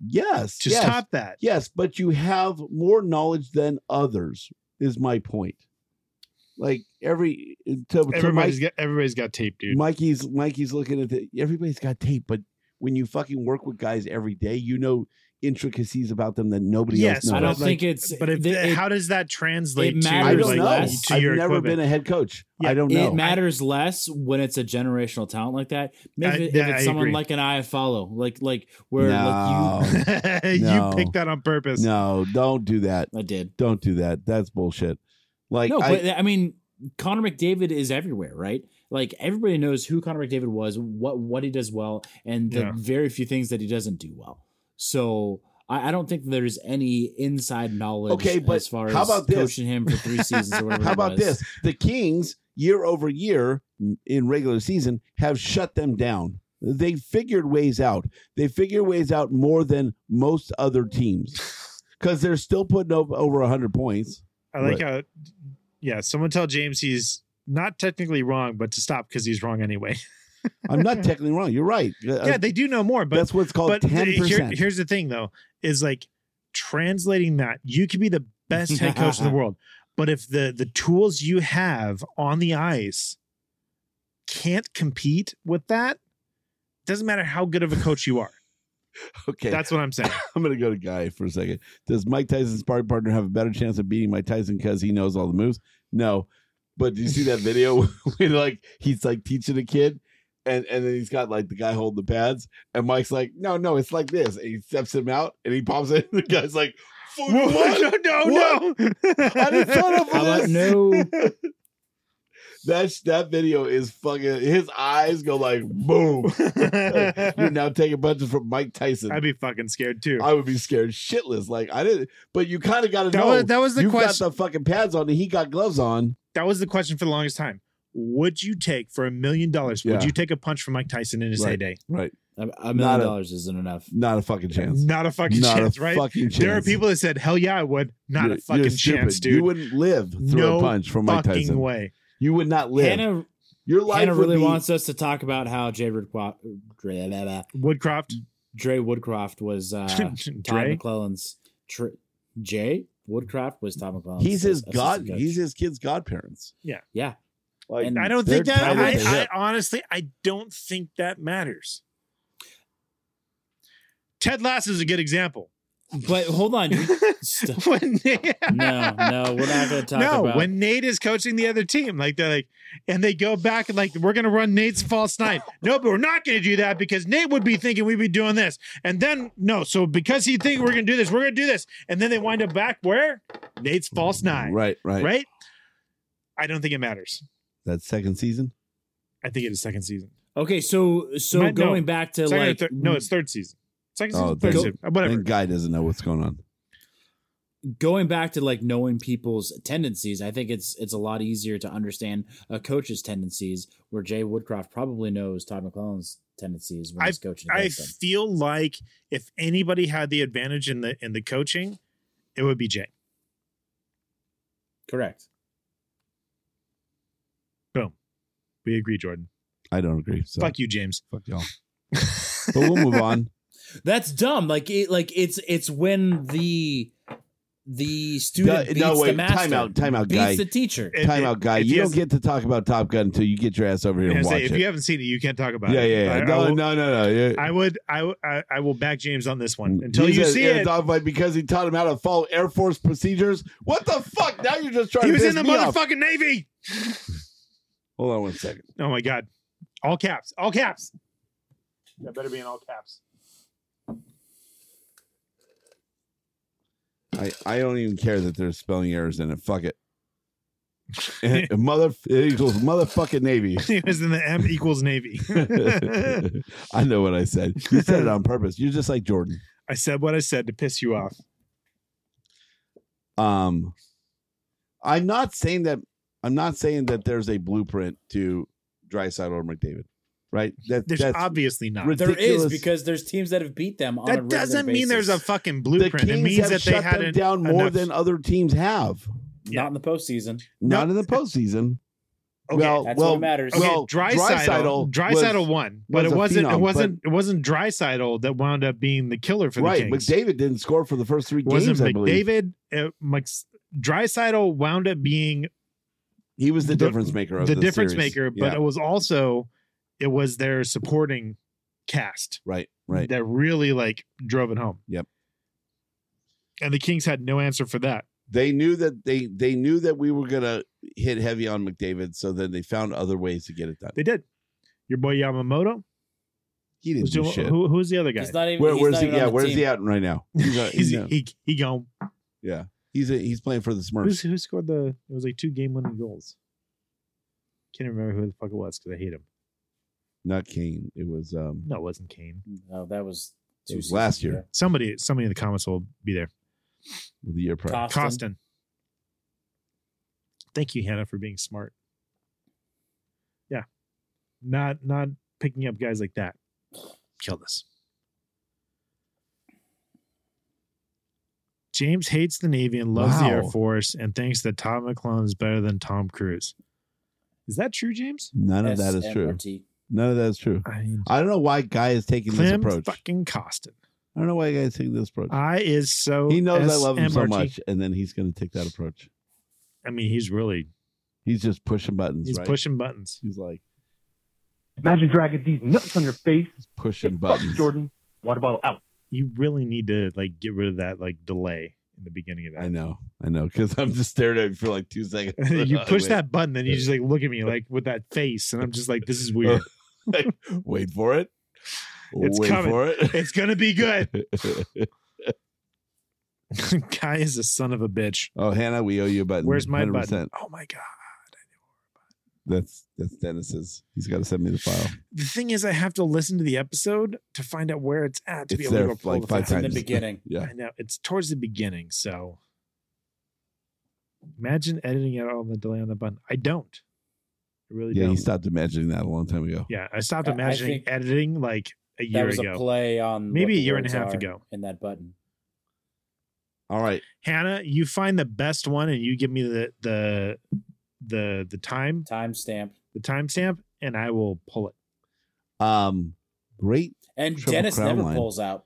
Speaker 4: yes,
Speaker 2: to
Speaker 4: yes,
Speaker 2: stop that.
Speaker 4: yes, but you have more knowledge than others. Is my point. Like every to, to my
Speaker 2: Everybody's got everybody's got tape, dude.
Speaker 4: Mikey's Mikey's looking at the everybody's got tape, but when you fucking work with guys every day, you know intricacies about them that nobody
Speaker 2: Yes,
Speaker 4: else knows.
Speaker 3: I
Speaker 2: but
Speaker 3: don't
Speaker 2: like-
Speaker 3: think it's.
Speaker 2: but if,
Speaker 3: the- it-
Speaker 2: how does that translate to
Speaker 3: matters
Speaker 4: I don't
Speaker 2: like
Speaker 4: know.
Speaker 3: less.
Speaker 2: to
Speaker 4: I've
Speaker 2: your
Speaker 4: never been
Speaker 2: equipment?
Speaker 4: a head coach.
Speaker 2: Yeah,
Speaker 4: I don't
Speaker 3: It
Speaker 4: know.
Speaker 3: matters less when it's a generational talent like that.
Speaker 2: I-
Speaker 3: Maybe if, it-
Speaker 2: yeah,
Speaker 3: if it's
Speaker 2: I
Speaker 3: someone
Speaker 2: agree.
Speaker 3: like an I follow, like like where
Speaker 4: no,
Speaker 3: like
Speaker 2: you
Speaker 4: No.
Speaker 2: picked that on purpose.
Speaker 4: no, don't do that.
Speaker 3: you. I did.
Speaker 4: Don't do that. That's bullshit. Like
Speaker 3: no,
Speaker 4: I,
Speaker 3: but I mean, Connor McDavid is everywhere, right? Like everybody knows who Connor McDavid was, what what he does well, and the
Speaker 2: Yeah.
Speaker 3: very few things that he doesn't do well. So I, I don't think there's any inside knowledge.
Speaker 4: Okay, but
Speaker 3: as far
Speaker 4: how
Speaker 3: as
Speaker 4: about this?
Speaker 3: coaching him for three seasons or whatever.
Speaker 4: how
Speaker 3: it
Speaker 4: about
Speaker 3: was.
Speaker 4: this? The Kings year over year in regular season have shut them down. They figured ways out. They figure ways out more than most other teams because they're still putting up over 100 points.
Speaker 2: I like how. Yeah, someone tell James he's not technically wrong, but to stop because he's wrong anyway.
Speaker 4: I'm not technically wrong. You're right.
Speaker 2: yeah, they do know more, but
Speaker 4: that's what's called
Speaker 2: but the-
Speaker 4: Oh, ten
Speaker 2: here,
Speaker 4: percent.
Speaker 2: here's the thing though is like translating that you could be the best head coach in the world but if the the tools you have on the ice can't compete with that doesn't matter how good of a coach you are
Speaker 4: Okay,
Speaker 2: that's what i'm saying
Speaker 4: I'm gonna go to Guy for a second. Does Mike Tyson's sparring partner have a better chance of beating Mike Tyson because he knows all the moves? No, but do you see that video when like he's like teaching a kid? And, and then he's got like the guy holding the pads, and Mike's like, no, no, it's like this. And he steps him out, and he pops it. And the guy's like, "Fuck, what?
Speaker 2: no
Speaker 4: What?
Speaker 2: no
Speaker 4: I didn't sign up for
Speaker 3: How about
Speaker 4: this.
Speaker 3: no
Speaker 4: That's that video is fucking. His eyes go like boom. You're now taking punches from Mike Tyson.
Speaker 2: I'd be fucking scared too.
Speaker 4: I would be scared shitless. Like I didn't, but you kind of got to
Speaker 2: That
Speaker 4: know.
Speaker 2: was- that was the
Speaker 4: you
Speaker 2: question-
Speaker 4: got the fucking pads on, and he got gloves on.
Speaker 2: that was the question for the longest time. Would you take for a million dollars? Would
Speaker 4: Yeah.
Speaker 2: you take a punch from Mike Tyson in his
Speaker 4: Right.
Speaker 2: heyday?
Speaker 4: Right,
Speaker 3: A, a
Speaker 4: Not
Speaker 3: million
Speaker 4: a-
Speaker 3: dollars isn't enough.
Speaker 4: not a fucking chance.
Speaker 2: Not a fucking
Speaker 4: not
Speaker 2: chance,
Speaker 4: a
Speaker 2: right?
Speaker 4: fucking chance.
Speaker 2: There are people that said, "Hell yeah, I would." Not a
Speaker 4: You're- you're
Speaker 2: fucking
Speaker 4: stupid.
Speaker 2: chance, dude.
Speaker 4: You wouldn't live through
Speaker 2: No
Speaker 4: a punch from Mike
Speaker 2: fucking
Speaker 4: Tyson.
Speaker 2: way.
Speaker 4: You would not live.
Speaker 3: Hannah,
Speaker 4: Your life
Speaker 3: Hannah
Speaker 4: would
Speaker 3: really
Speaker 4: be-
Speaker 3: wants us to talk about how Jay, Woodcroft, Dre, blah, blah,
Speaker 2: Woodcroft,
Speaker 3: Dre Woodcroft was uh, Todd
Speaker 2: Dre,
Speaker 3: McClellan's. Tr- Jay Woodcroft was Todd McClellan's.
Speaker 4: He's his
Speaker 3: assistant
Speaker 4: god.
Speaker 3: coach.
Speaker 4: He's his kid's godparents.
Speaker 3: yeah.
Speaker 4: Like,
Speaker 3: And-
Speaker 2: I don't
Speaker 4: They're
Speaker 2: think that.
Speaker 4: tied at the
Speaker 2: I, I
Speaker 4: hip.
Speaker 2: honestly, I don't think that matters. Ted Lasso is a good example.
Speaker 3: But hold on. you- Stop.
Speaker 2: when
Speaker 3: No, no, we're not going to talk
Speaker 2: no,
Speaker 3: about.
Speaker 2: when Nate is coaching the other team, like they're like, and they go back and like, we're gonna run Nate's false nine. No, but we're not gonna do that because Nate would be thinking we'd be doing this, and then no, so because he think we're gonna do this, we're gonna do this, and then they wind up back where Nate's false nine,
Speaker 4: right, right,
Speaker 2: right? I don't think it matters.
Speaker 4: That second season.
Speaker 2: I think it is second season.
Speaker 3: okay, so so
Speaker 2: Might- no.
Speaker 3: going back to
Speaker 2: Second or
Speaker 3: like
Speaker 2: thir- no, it's third season. Second season,
Speaker 4: Oh,
Speaker 2: third
Speaker 4: go-
Speaker 2: season, whatever.
Speaker 4: And guy doesn't know what's going on.
Speaker 3: going back to like knowing people's tendencies, I think it's it's a lot easier to understand a coach's tendencies. Where Jay Woodcroft probably knows Todd McClellan's tendencies when he's coaching
Speaker 2: I
Speaker 3: against them.
Speaker 2: feel like if anybody had the advantage in the in the coaching, it would be Jay.
Speaker 3: Correct.
Speaker 2: We agree, Jordan.
Speaker 4: I don't agree. So
Speaker 2: Fuck you, James.
Speaker 4: fuck y'all. but we'll move on.
Speaker 3: That's dumb. Like it, like it's it's when the the student
Speaker 4: Duh,
Speaker 3: beats
Speaker 4: no, wait,
Speaker 3: the master.
Speaker 4: timeout, timeout,
Speaker 3: beats
Speaker 4: guy.
Speaker 3: the teacher.
Speaker 2: If-
Speaker 4: Time out, guy.
Speaker 2: if
Speaker 4: You
Speaker 2: he
Speaker 4: don't
Speaker 2: has-
Speaker 4: get to talk about Top Gun until you get your ass over here
Speaker 2: I
Speaker 4: and
Speaker 2: was
Speaker 4: watch
Speaker 2: gonna say, if
Speaker 4: it.
Speaker 2: you haven't seen it, you can't talk about
Speaker 4: Yeah,
Speaker 2: it.
Speaker 4: yeah,
Speaker 2: I-
Speaker 4: yeah.
Speaker 2: I
Speaker 4: No,
Speaker 2: will-
Speaker 4: no, no, no. Yeah.
Speaker 2: I would, I, w- I, I will back James on this one until
Speaker 4: Mm. He's
Speaker 2: you
Speaker 4: a-
Speaker 2: see
Speaker 4: in a
Speaker 2: it.
Speaker 4: dogfight because he taught him how to follow Air Force procedures. What the fuck? Now you're just trying
Speaker 2: He
Speaker 4: to
Speaker 2: was
Speaker 4: piss
Speaker 2: in the
Speaker 4: me off.
Speaker 2: motherfucking navy.
Speaker 4: Hold on one second.
Speaker 2: Oh my god! All caps, all caps. That better be in all caps.
Speaker 4: I, I don't even care that there's spelling errors in it. Fuck it. And mother it equals motherfucking Navy.
Speaker 2: He was in the M equals navy.
Speaker 4: I know what I said. You said it on purpose. You're just like Jordan.
Speaker 2: I said what I said to piss you off.
Speaker 4: Um, I'm not saying that. I'm not saying that there's a blueprint to Dryside or McDavid, right? That
Speaker 2: There's
Speaker 4: that's
Speaker 2: obviously not.
Speaker 4: rid-
Speaker 3: There is
Speaker 4: ridiculous.
Speaker 3: because there's teams that have beat them. On a
Speaker 2: that
Speaker 3: regular
Speaker 2: doesn't mean there's a
Speaker 3: basis.
Speaker 2: fucking
Speaker 4: the
Speaker 2: blueprint.
Speaker 4: Kings
Speaker 2: It means
Speaker 4: have
Speaker 2: that they
Speaker 4: shut
Speaker 2: had
Speaker 4: them
Speaker 2: an,
Speaker 4: down more
Speaker 2: enough-
Speaker 4: than other teams have.
Speaker 3: not in the postseason.
Speaker 4: Not in the postseson.
Speaker 2: Okay,
Speaker 4: well,
Speaker 3: That's
Speaker 4: well,
Speaker 3: what matters.
Speaker 2: okay,
Speaker 4: well,
Speaker 2: Drysidle,
Speaker 4: Draisaitl
Speaker 2: Drysidle
Speaker 4: was-
Speaker 2: won, but
Speaker 4: was
Speaker 2: it wasn't.
Speaker 4: a phenom,
Speaker 2: it wasn't. It wasn't Drysidle that wound up being the killer for the
Speaker 4: right,
Speaker 2: Kings.
Speaker 4: McDavid didn't score for the first three
Speaker 2: wasn't
Speaker 4: games. I believe
Speaker 2: McDavid. Uh, Mc- Drysidle wound up being
Speaker 4: he was the,
Speaker 2: the-
Speaker 4: difference maker. Of
Speaker 2: the
Speaker 4: the,
Speaker 2: difference
Speaker 4: series.
Speaker 2: maker, but
Speaker 4: Yeah,
Speaker 2: it was also it was their supporting cast
Speaker 4: right, right.
Speaker 2: that really like drove it home.
Speaker 4: Yep.
Speaker 2: And the Kings had no answer for that.
Speaker 4: they knew that they they knew that we were gonna hit heavy on McDavid, so then they found other ways to get it done.
Speaker 2: They did. Your boy Yamamoto.
Speaker 4: He didn't
Speaker 2: Was
Speaker 4: do
Speaker 2: doing-
Speaker 4: shit.
Speaker 2: who, who's the other guy?
Speaker 3: He's not even.
Speaker 4: Where,
Speaker 3: he's
Speaker 4: where's
Speaker 3: not
Speaker 4: he?
Speaker 3: even on
Speaker 4: Yeah,
Speaker 3: the
Speaker 4: where's
Speaker 3: team.
Speaker 4: he at right now? He's, out-
Speaker 2: He's-
Speaker 4: he's out.
Speaker 2: he he gone.
Speaker 4: He's a, he's playing for the
Speaker 2: Who's,
Speaker 4: Smurfs.
Speaker 2: who scored the? It was like two game winning goals. Can't remember who the fuck it was because I hate him.
Speaker 4: Not Kane. It was um
Speaker 2: No, it wasn't Kane.
Speaker 3: No, that was
Speaker 4: It
Speaker 3: two
Speaker 4: was last
Speaker 3: seasons
Speaker 4: year.
Speaker 3: ago.
Speaker 2: Somebody, somebody in the comments will be there.
Speaker 4: the year prior.
Speaker 3: Costin.
Speaker 2: Costin. Thank you, Hannah, for being smart. Yeah, not not picking up guys like that. Killed us. James hates the Navy and loves the Air
Speaker 4: Wow.
Speaker 2: Force, and thinks that Tom McClellan is better than Tom Cruise. Is that true, James?
Speaker 4: None of that is true.
Speaker 3: SMRT.
Speaker 4: None of that is true.
Speaker 2: I mean,
Speaker 4: I don't know why guy is taking this
Speaker 2: Clem
Speaker 4: approach.
Speaker 2: fucking Costin.
Speaker 4: I don't know why guy is taking this approach.
Speaker 2: I is so.
Speaker 4: He knows I love him so
Speaker 2: SMRT.
Speaker 4: much, and then he's going to take that approach.
Speaker 2: I mean, he's really
Speaker 4: He's just pushing buttons.
Speaker 2: he's
Speaker 4: right?
Speaker 2: pushing buttons.
Speaker 4: He's like
Speaker 6: Imagine dragging these nuts on your face.
Speaker 4: pushing
Speaker 6: Fuck
Speaker 4: buttons.
Speaker 6: Jordan. Water bottle out.
Speaker 2: You really need to like get rid of that like delay in the beginning of that.
Speaker 4: I know, I know, because I'm just staring at him for like two seconds.
Speaker 2: you
Speaker 4: I
Speaker 2: push
Speaker 4: wait.
Speaker 2: that button, then you just like look at me like with that face, and I'm just like, this is weird.
Speaker 4: Wait for it.
Speaker 2: It's
Speaker 4: Wait
Speaker 2: coming.
Speaker 4: for it.
Speaker 2: it's gonna be good. Guy is a son of a bitch.
Speaker 4: oh, Hannah, we owe you a button.
Speaker 2: Where's my
Speaker 4: 100%.
Speaker 2: button? Oh my god.
Speaker 4: That's that's Dennis's. He's got to send me the file.
Speaker 2: The thing is, I have to listen to the episode to find out where it's at to be able
Speaker 4: It's
Speaker 2: to
Speaker 4: there
Speaker 2: go
Speaker 4: for
Speaker 2: pull
Speaker 4: like
Speaker 2: the
Speaker 4: five
Speaker 2: file.
Speaker 3: in the
Speaker 4: times.
Speaker 3: beginning.
Speaker 4: Yeah.
Speaker 2: I know it's towards the beginning, so imagine editing out all the delay on the button. I don't. I really
Speaker 4: Yeah,
Speaker 2: don't.
Speaker 4: he stopped imagining that a long time ago.
Speaker 2: yeah, I stopped
Speaker 3: I- I
Speaker 2: imagining
Speaker 3: think
Speaker 2: editing like a year
Speaker 3: That was
Speaker 2: ago.
Speaker 3: a play on what
Speaker 2: Maybe a
Speaker 3: the
Speaker 2: year and a
Speaker 3: words
Speaker 2: half
Speaker 3: are
Speaker 2: ago.
Speaker 3: in that button.
Speaker 4: All right.
Speaker 2: Hannah, you find the best one and you give me the the the the time
Speaker 3: Timestamp.
Speaker 2: the timestamp, and I will pull it.
Speaker 4: Um, great.
Speaker 3: And
Speaker 4: Triple
Speaker 3: Dennis
Speaker 4: Crown
Speaker 3: never
Speaker 4: line.
Speaker 3: pulls out.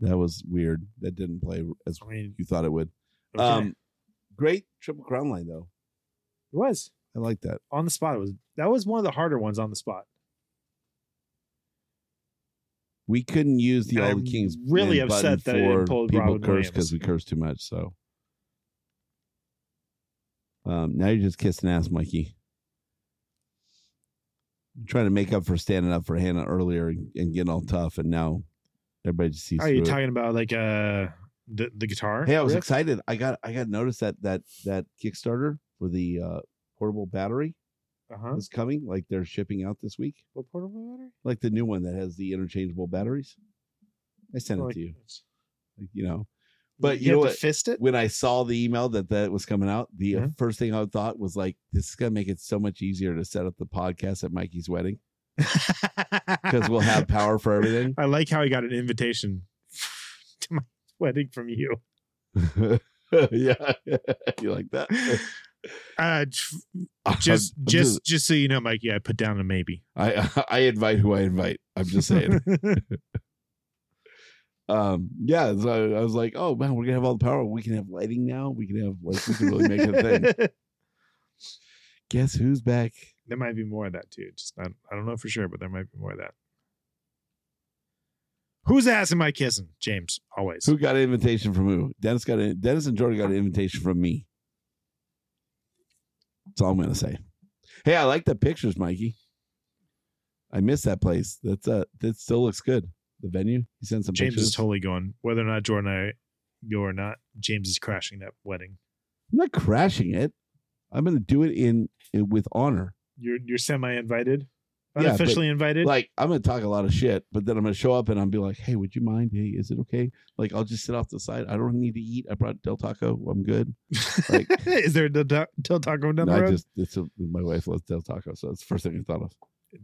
Speaker 4: That was weird. That didn't play as
Speaker 2: I mean,
Speaker 4: you thought it would.
Speaker 2: okay.
Speaker 4: Um, great triple crown line though.
Speaker 2: it was
Speaker 4: I like that.
Speaker 2: on the spot. It was that was one of the harder ones on the spot.
Speaker 4: We couldn't use the All
Speaker 2: I'm
Speaker 4: the Kings.
Speaker 2: really
Speaker 4: Men button
Speaker 2: upset that I didn't
Speaker 4: for
Speaker 2: pull
Speaker 4: people
Speaker 2: Robin
Speaker 4: curse
Speaker 2: Williams.
Speaker 4: because we curse too much. So um, now you're just kissing ass, Mikey. You're trying to make up for standing up for Hannah earlier and, and getting all tough, and now everybody just sees.
Speaker 2: Are you
Speaker 4: through it.
Speaker 2: talking about like uh the the guitar?
Speaker 4: Hey, I was
Speaker 2: riff?
Speaker 4: excited. I got I got noticed that that that Kickstarter for the uh, portable battery
Speaker 2: Uh-huh.
Speaker 4: is coming. Like they're shipping out this week.
Speaker 2: What portable battery?
Speaker 4: Like the new one that has the interchangeable batteries. I sent it
Speaker 2: Like-
Speaker 4: to you. Like, you know, But you know
Speaker 2: have
Speaker 4: what?
Speaker 2: To fist it.
Speaker 4: when I saw the email that that was coming out, the uh,
Speaker 2: Yeah.
Speaker 4: first thing I thought was like, "This is gonna make it so much easier to set up the podcast at Mikey's wedding because we'll have power for everything."
Speaker 2: I like how he got an invitation to my wedding from you.
Speaker 4: yeah, you like that?
Speaker 2: Uh, tr-
Speaker 4: I'm-
Speaker 2: just,
Speaker 4: I'm
Speaker 2: just, just so you know, Mikey, I put down a maybe.
Speaker 4: I I invite who I invite. I'm just saying. um, yeah. So I, I was like, "Oh man, we're gonna have all the power. We can have lighting now. We can have like we can really make it a thing." Guess who's back?
Speaker 2: There might be more of that too. Just I, I don't know for sure, but there might be more of that. Whose ass am I kissing, James? Always.
Speaker 4: Who got an invitation from who? Dennis got a, Dennis and Jordan got an invitation from me. That's all I'm gonna say. Hey, I like the pictures, Mikey. I miss that place. That's uh that still looks good. The venue. You sent some
Speaker 2: James
Speaker 4: pictures.
Speaker 2: is totally going. Whether or not Jordan and I go or not, James is crashing that wedding.
Speaker 4: I'm not crashing it. I'm gonna do it in, in with honor.
Speaker 2: You're you're semi invited,
Speaker 4: Yeah, but-
Speaker 2: unofficially invited.
Speaker 4: Like I'm gonna talk a lot of shit, but then I'm gonna show up and I'll be like, "Hey, would you mind? Hey, is it okay? Like I'll just sit off the side. I don't need to eat. I brought Del Taco. I'm good. like-
Speaker 2: is there a Del Ta- Del Taco down the
Speaker 4: I
Speaker 2: road?
Speaker 4: just it's a, my wife loves Del Taco, so that's the first thing I thought of.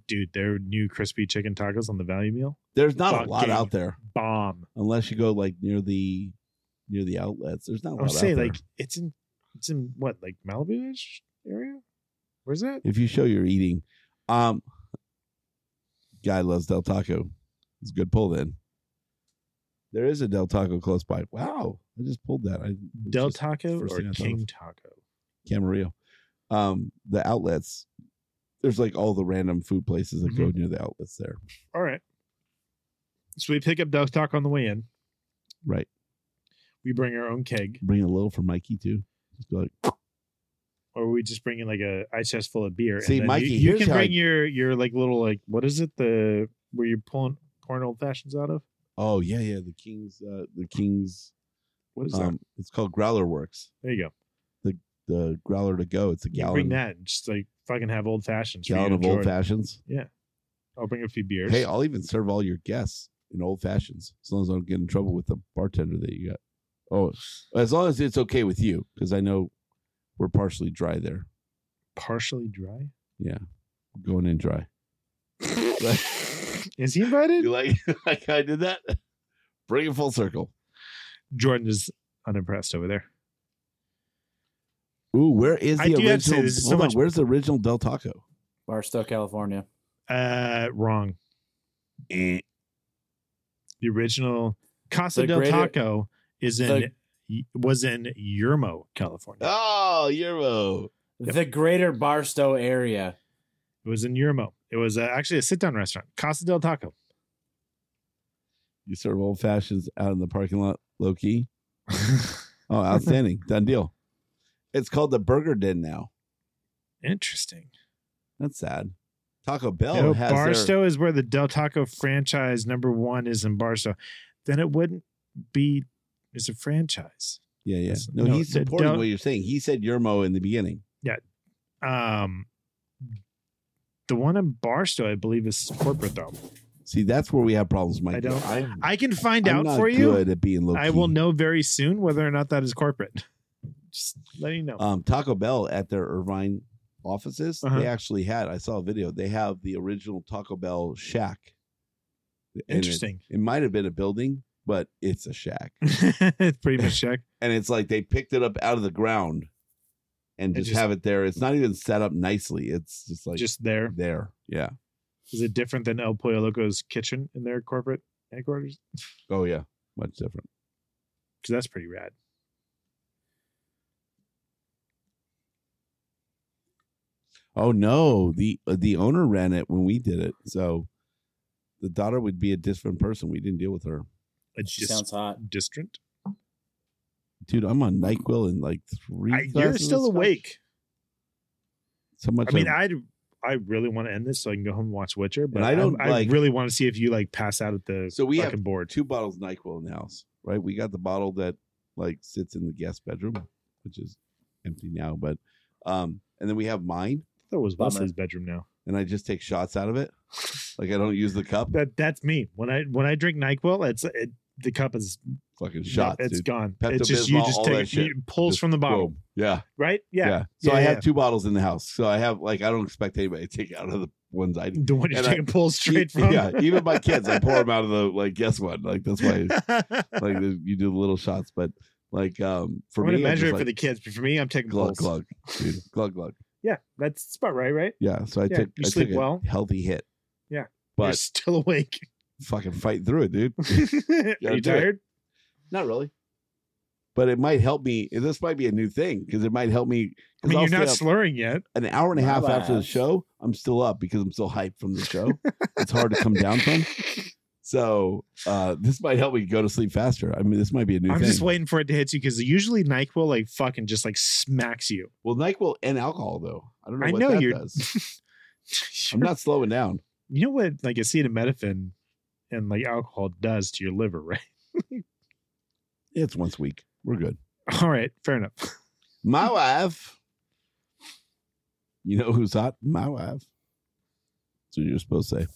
Speaker 2: Dude, their new crispy chicken tacos on the value meal,
Speaker 4: There's not
Speaker 2: Fucking
Speaker 4: a lot out there.
Speaker 2: bomb.
Speaker 4: unless you go like near the near the outlets. There's not a
Speaker 2: I would
Speaker 4: lot
Speaker 2: say
Speaker 4: out there.
Speaker 2: like it's in it's in what like Malibu ish area. Where's that?
Speaker 4: if you show you're eating, um, guy loves Del Taco. It's a good pull then. There is a Del Taco close by. Wow, I just pulled that. I it's
Speaker 2: Del
Speaker 4: just
Speaker 2: Taco
Speaker 4: first
Speaker 2: or
Speaker 4: thing I thought
Speaker 2: King Taco?
Speaker 4: Camarillo. Um, the outlets. There's like all the random food places that
Speaker 2: Mm-hmm.
Speaker 4: go near the outlets there.
Speaker 2: All right. So we pick up Del Taco on the way in.
Speaker 4: Right.
Speaker 2: We bring our own keg,
Speaker 4: Bring a little for Mikey too. Just be like,
Speaker 2: or we just bring in like a ice chest full of beer.
Speaker 4: See,
Speaker 2: and then
Speaker 4: Mikey,
Speaker 2: you, you
Speaker 4: here's
Speaker 2: can
Speaker 4: how I-
Speaker 2: bring your your like little like what is it the where you're pulling pouring old fashions out of?
Speaker 4: oh yeah, yeah. The King's, uh, the King's.
Speaker 2: What is that?
Speaker 4: Um, it's called Growler Works.
Speaker 2: There you go.
Speaker 4: The Growler to go. It's a
Speaker 2: You
Speaker 4: gallon.
Speaker 2: bring that. and Just like fucking have old fashions. for you
Speaker 4: gallon
Speaker 2: and
Speaker 4: of old
Speaker 2: Jordan.
Speaker 4: fashions.
Speaker 2: I'll bring a few beers.
Speaker 4: Hey, uh, I'll even serve all your guests in old fashions as long as I don't get in trouble with the bartender that you got. Oh, as long as it's okay with you, because I know we're partially dry there.
Speaker 2: partially dry.
Speaker 4: Yeah, going in dry.
Speaker 2: Is he invited?
Speaker 4: like like I did that? Bring it full circle.
Speaker 2: Jordan is unimpressed over there.
Speaker 4: Ooh, where is the
Speaker 2: I do
Speaker 4: original?
Speaker 2: have to say, this is so
Speaker 4: hold on,
Speaker 2: much-
Speaker 4: where's the original Del Taco?
Speaker 3: Barstow, California.
Speaker 2: Uh, wrong.
Speaker 4: Eh.
Speaker 2: The original Casa
Speaker 3: The
Speaker 2: del
Speaker 3: greater-
Speaker 2: Taco is in
Speaker 3: the-
Speaker 2: was in Yermo, California.
Speaker 4: Oh, Euro.
Speaker 3: The greater Barstow area.
Speaker 2: It was in Yermo. It was uh, actually a sit down restaurant. Casa del Taco.
Speaker 4: You serve old fashions out in the parking lot, low key. oh, outstanding. Done deal. It's called the Burger Den now.
Speaker 2: Interesting.
Speaker 4: That's sad. Taco Bell
Speaker 2: no,
Speaker 4: has their-
Speaker 2: Barstow is where the Del Taco franchise number one is in Barstow. Then it wouldn't be. It's a franchise.
Speaker 4: yeah, yeah.
Speaker 2: Yes.
Speaker 4: No,
Speaker 2: No,
Speaker 4: he's
Speaker 2: they
Speaker 4: supporting
Speaker 2: don't-
Speaker 4: what you're saying. He said Yermo in the beginning.
Speaker 2: um The one in Barstow, I believe, is corporate though.
Speaker 4: See, that's where we have problems, Mike.
Speaker 2: I don't-
Speaker 4: I'm,
Speaker 2: I can find
Speaker 4: I'm
Speaker 2: out
Speaker 4: not
Speaker 2: for you.
Speaker 4: good at being low.
Speaker 2: I will know very soon whether or not that is corporate. Just letting you know.
Speaker 4: Um, Taco Bell at their Irvine offices,
Speaker 2: Uh-huh.
Speaker 4: they actually had. I saw a video. They have the original Taco Bell shack. And it-
Speaker 2: Interesting.
Speaker 4: It, might have been a building, but it's a shack,
Speaker 2: it's pretty much check.
Speaker 4: and it's like they picked it up out of the ground,
Speaker 2: And
Speaker 4: and just,
Speaker 2: just-
Speaker 4: have it there. It's not even set up nicely. It's just like
Speaker 2: Just there.
Speaker 4: there. Yeah.
Speaker 2: Is it different than El Pollo Loco's kitchen in their corporate headquarters?
Speaker 4: Oh yeah. Much different.
Speaker 2: Because that's pretty rad.
Speaker 4: Oh no, the uh, the owner ran it when we did it, so the daughter would be a different person. We didn't deal with her,
Speaker 2: A
Speaker 3: She
Speaker 2: dis-
Speaker 3: sounds hot.
Speaker 2: district.
Speaker 4: dude. I'm on Nyquil in like three.
Speaker 2: I, you're
Speaker 4: glasses of
Speaker 2: still
Speaker 4: scotch.
Speaker 2: awake.
Speaker 4: So much.
Speaker 2: I mean,
Speaker 4: of-
Speaker 2: I'd. I really want to end this so I can go home and watch Witcher, but
Speaker 4: And I
Speaker 2: I
Speaker 4: don't,
Speaker 2: I,
Speaker 4: like-
Speaker 2: really want to see if you like pass out at the
Speaker 4: So we have
Speaker 2: fucking board.
Speaker 4: two bottles of Nyquil in the house, right? We got the bottle that like sits in the guest bedroom, which is empty now, but um, and then we have mine,
Speaker 2: That was
Speaker 3: Bummer.
Speaker 2: Wesley's bedroom now.
Speaker 4: and I just take shots out of it. Like I don't use the cup.
Speaker 2: That that's me. When I when I drink Nyquil, it's it, the cup is
Speaker 4: Fucking shots.
Speaker 2: It's
Speaker 4: dude.
Speaker 2: gone.
Speaker 4: Pepto
Speaker 2: it's just you
Speaker 4: Bismol,
Speaker 2: just
Speaker 4: all
Speaker 2: take
Speaker 4: that
Speaker 2: it, you-
Speaker 4: shit.
Speaker 2: it pulls
Speaker 4: Just
Speaker 2: from the bottom,
Speaker 4: boom. Yeah,
Speaker 2: right?
Speaker 4: yeah.
Speaker 2: Yeah.
Speaker 4: So
Speaker 2: Yeah,
Speaker 4: I
Speaker 2: yeah,
Speaker 4: have
Speaker 2: yeah.
Speaker 4: two bottles in the house. So I have like I don't expect anybody to take out of the ones I
Speaker 2: the one you're
Speaker 4: and I-
Speaker 2: taking pulls straight from.
Speaker 4: Yeah, even my kids, I pour them out of the like. Guess what? Like that's why like you do the little shots, but like um for
Speaker 2: I'm gonna
Speaker 4: me, I'm
Speaker 2: measure it
Speaker 4: just
Speaker 2: for the
Speaker 4: like,
Speaker 2: kids, but for me, I'm taking
Speaker 4: glug
Speaker 2: pulls.
Speaker 4: glug, dude, glug glug.
Speaker 2: Yeah, that's about right, right?
Speaker 4: Yeah, so I
Speaker 2: Yeah,
Speaker 4: took
Speaker 2: you
Speaker 4: I
Speaker 2: sleep
Speaker 4: took a
Speaker 2: well.
Speaker 4: healthy hit.
Speaker 2: Yeah, you're
Speaker 4: but
Speaker 2: still awake.
Speaker 4: fucking fight through it, dude.
Speaker 2: Are you
Speaker 4: do it.
Speaker 2: tired?
Speaker 4: Not really, but it might help me. This might be a new thing because it might help me.
Speaker 2: I
Speaker 4: 'cause
Speaker 2: mean,
Speaker 4: I'll
Speaker 2: you're
Speaker 4: stay
Speaker 2: not
Speaker 4: up
Speaker 2: slurring yet.
Speaker 4: an hour and a half after the
Speaker 3: Relax.
Speaker 4: show, I'm still up because I'm so hyped from the show. it's hard to come down from. So uh, this might help me go to sleep faster. I mean, this might be a new
Speaker 2: I'm
Speaker 4: thing.
Speaker 2: just waiting for it to hit you because usually Nyquil like fucking just like smacks you.
Speaker 4: well, Nyquil and alcohol though. I don't know
Speaker 2: I
Speaker 4: what
Speaker 2: know
Speaker 4: that
Speaker 2: you're.
Speaker 4: does.
Speaker 2: Sure.
Speaker 4: I'm not slowing down.
Speaker 2: You know what like acetaminophen and like alcohol does to your liver, right?
Speaker 4: It's once a week. We're good.
Speaker 2: All right, fair enough.
Speaker 4: My wife. You know who's hot? My wife. That's what you're supposed to say.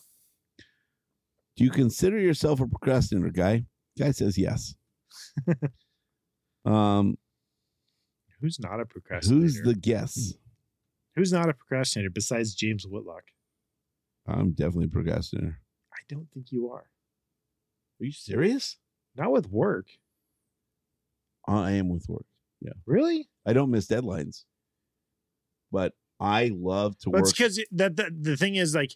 Speaker 4: Do you consider yourself a procrastinator, guy? Guy says yes. um,
Speaker 2: Who's not a procrastinator?
Speaker 4: who's the guess?
Speaker 2: Who's not a procrastinator besides James Whitlock?
Speaker 4: I'm definitely a procrastinator.
Speaker 2: I don't think you are.
Speaker 4: Are you serious?
Speaker 2: Not with work.
Speaker 4: I am with work.
Speaker 2: Really?
Speaker 4: I don't miss deadlines, but I love to
Speaker 2: But it's
Speaker 4: work.
Speaker 2: because that the, the thing is like,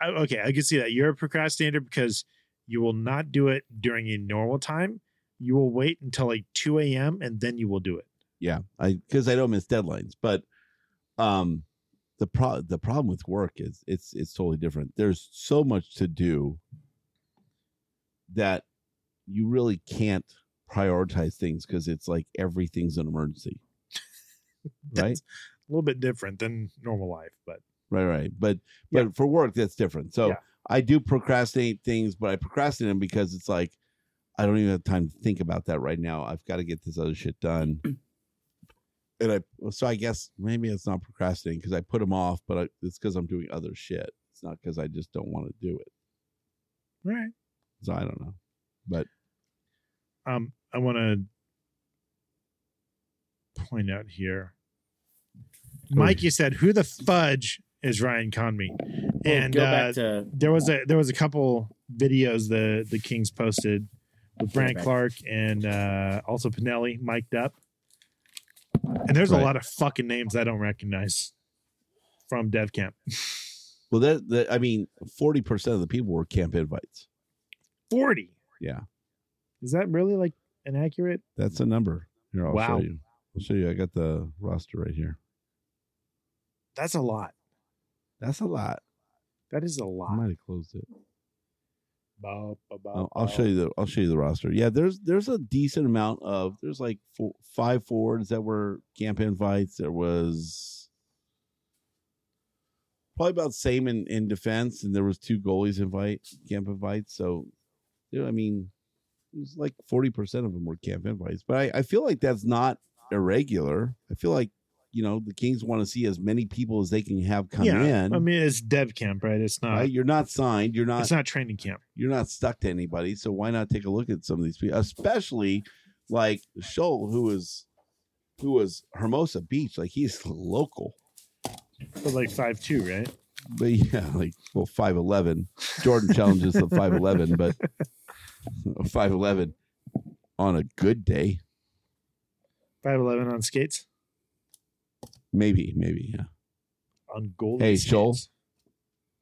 Speaker 2: I- okay, I can see that you're a procrastinator because you will not do it during a normal time. You will wait until like 2 a.m. and then you will do it.
Speaker 4: yeah i because i don't miss deadlines but um the pro the problem with work is it's it's totally different there's so much to do that you really can't prioritize things because it's like everything's an emergency right
Speaker 2: That's a little bit different than normal life, but
Speaker 4: right right but
Speaker 2: Yeah.
Speaker 4: but for work that's different so
Speaker 2: Yeah.
Speaker 4: i do procrastinate things but i procrastinate them because it's like i don't even have time to think about that right now i've got to get this other shit done
Speaker 2: Mm.
Speaker 4: and i so i guess maybe it's not procrastinating because i put them off but I, it's because i'm doing other shit it's not because i just don't want to do it
Speaker 2: all right.
Speaker 4: so i don't know but
Speaker 2: Um, I want to point out here. Mikey said, "Who the fudge is Ryan Conme?"
Speaker 3: Well,
Speaker 2: And
Speaker 3: go
Speaker 2: uh,
Speaker 3: back to
Speaker 2: there was a there was a couple videos the the Kings posted with Brant
Speaker 3: back.
Speaker 2: Clark and uh, also Pinelli mic'd up. And there's
Speaker 4: Right.
Speaker 2: a lot of fucking names I don't recognize from Dev Camp.
Speaker 4: well that, that i mean 40% of the people were camp invites
Speaker 2: Forty.
Speaker 4: Yeah.
Speaker 2: Is that really like an accurate?
Speaker 4: that's a number here i'll
Speaker 2: Wow.
Speaker 4: show you i'll show you i got the roster right here
Speaker 2: That's a lot.
Speaker 4: that's a lot
Speaker 2: That is a
Speaker 4: i
Speaker 2: lot.
Speaker 4: might have closed it
Speaker 2: Ba, ba, ba,
Speaker 4: Oh, I'll, I'll
Speaker 2: ba.
Speaker 4: show you the I'll show you the roster. Yeah, there's there's a decent amount of there's like four, five forwards that were camp invites. There was probably about same in, in defense, and there was two goalies invite camp invites. So, you know, I mean, it was like forty percent of them were camp invites. But I, I feel like that's not irregular. I feel like you know the Kings want to see as many people as they can have come
Speaker 2: yeah,
Speaker 4: in.
Speaker 2: I mean it's dev camp, right? It's not.
Speaker 4: right? Uh, You're not signed. You're not
Speaker 2: it's not training camp.
Speaker 4: you're not stuck to anybody. So why not take a look at some of these people, especially like Scholl, who is who was Hermosa Beach, like he's local,
Speaker 2: But like five two, right?
Speaker 4: but yeah, like well five eleven. Jordan challenges the five eleven, but five eleven on a good day,
Speaker 2: Five eleven on skates
Speaker 4: maybe, maybe yeah,
Speaker 2: on goalie.
Speaker 4: Hey,
Speaker 2: skates.
Speaker 4: Joel.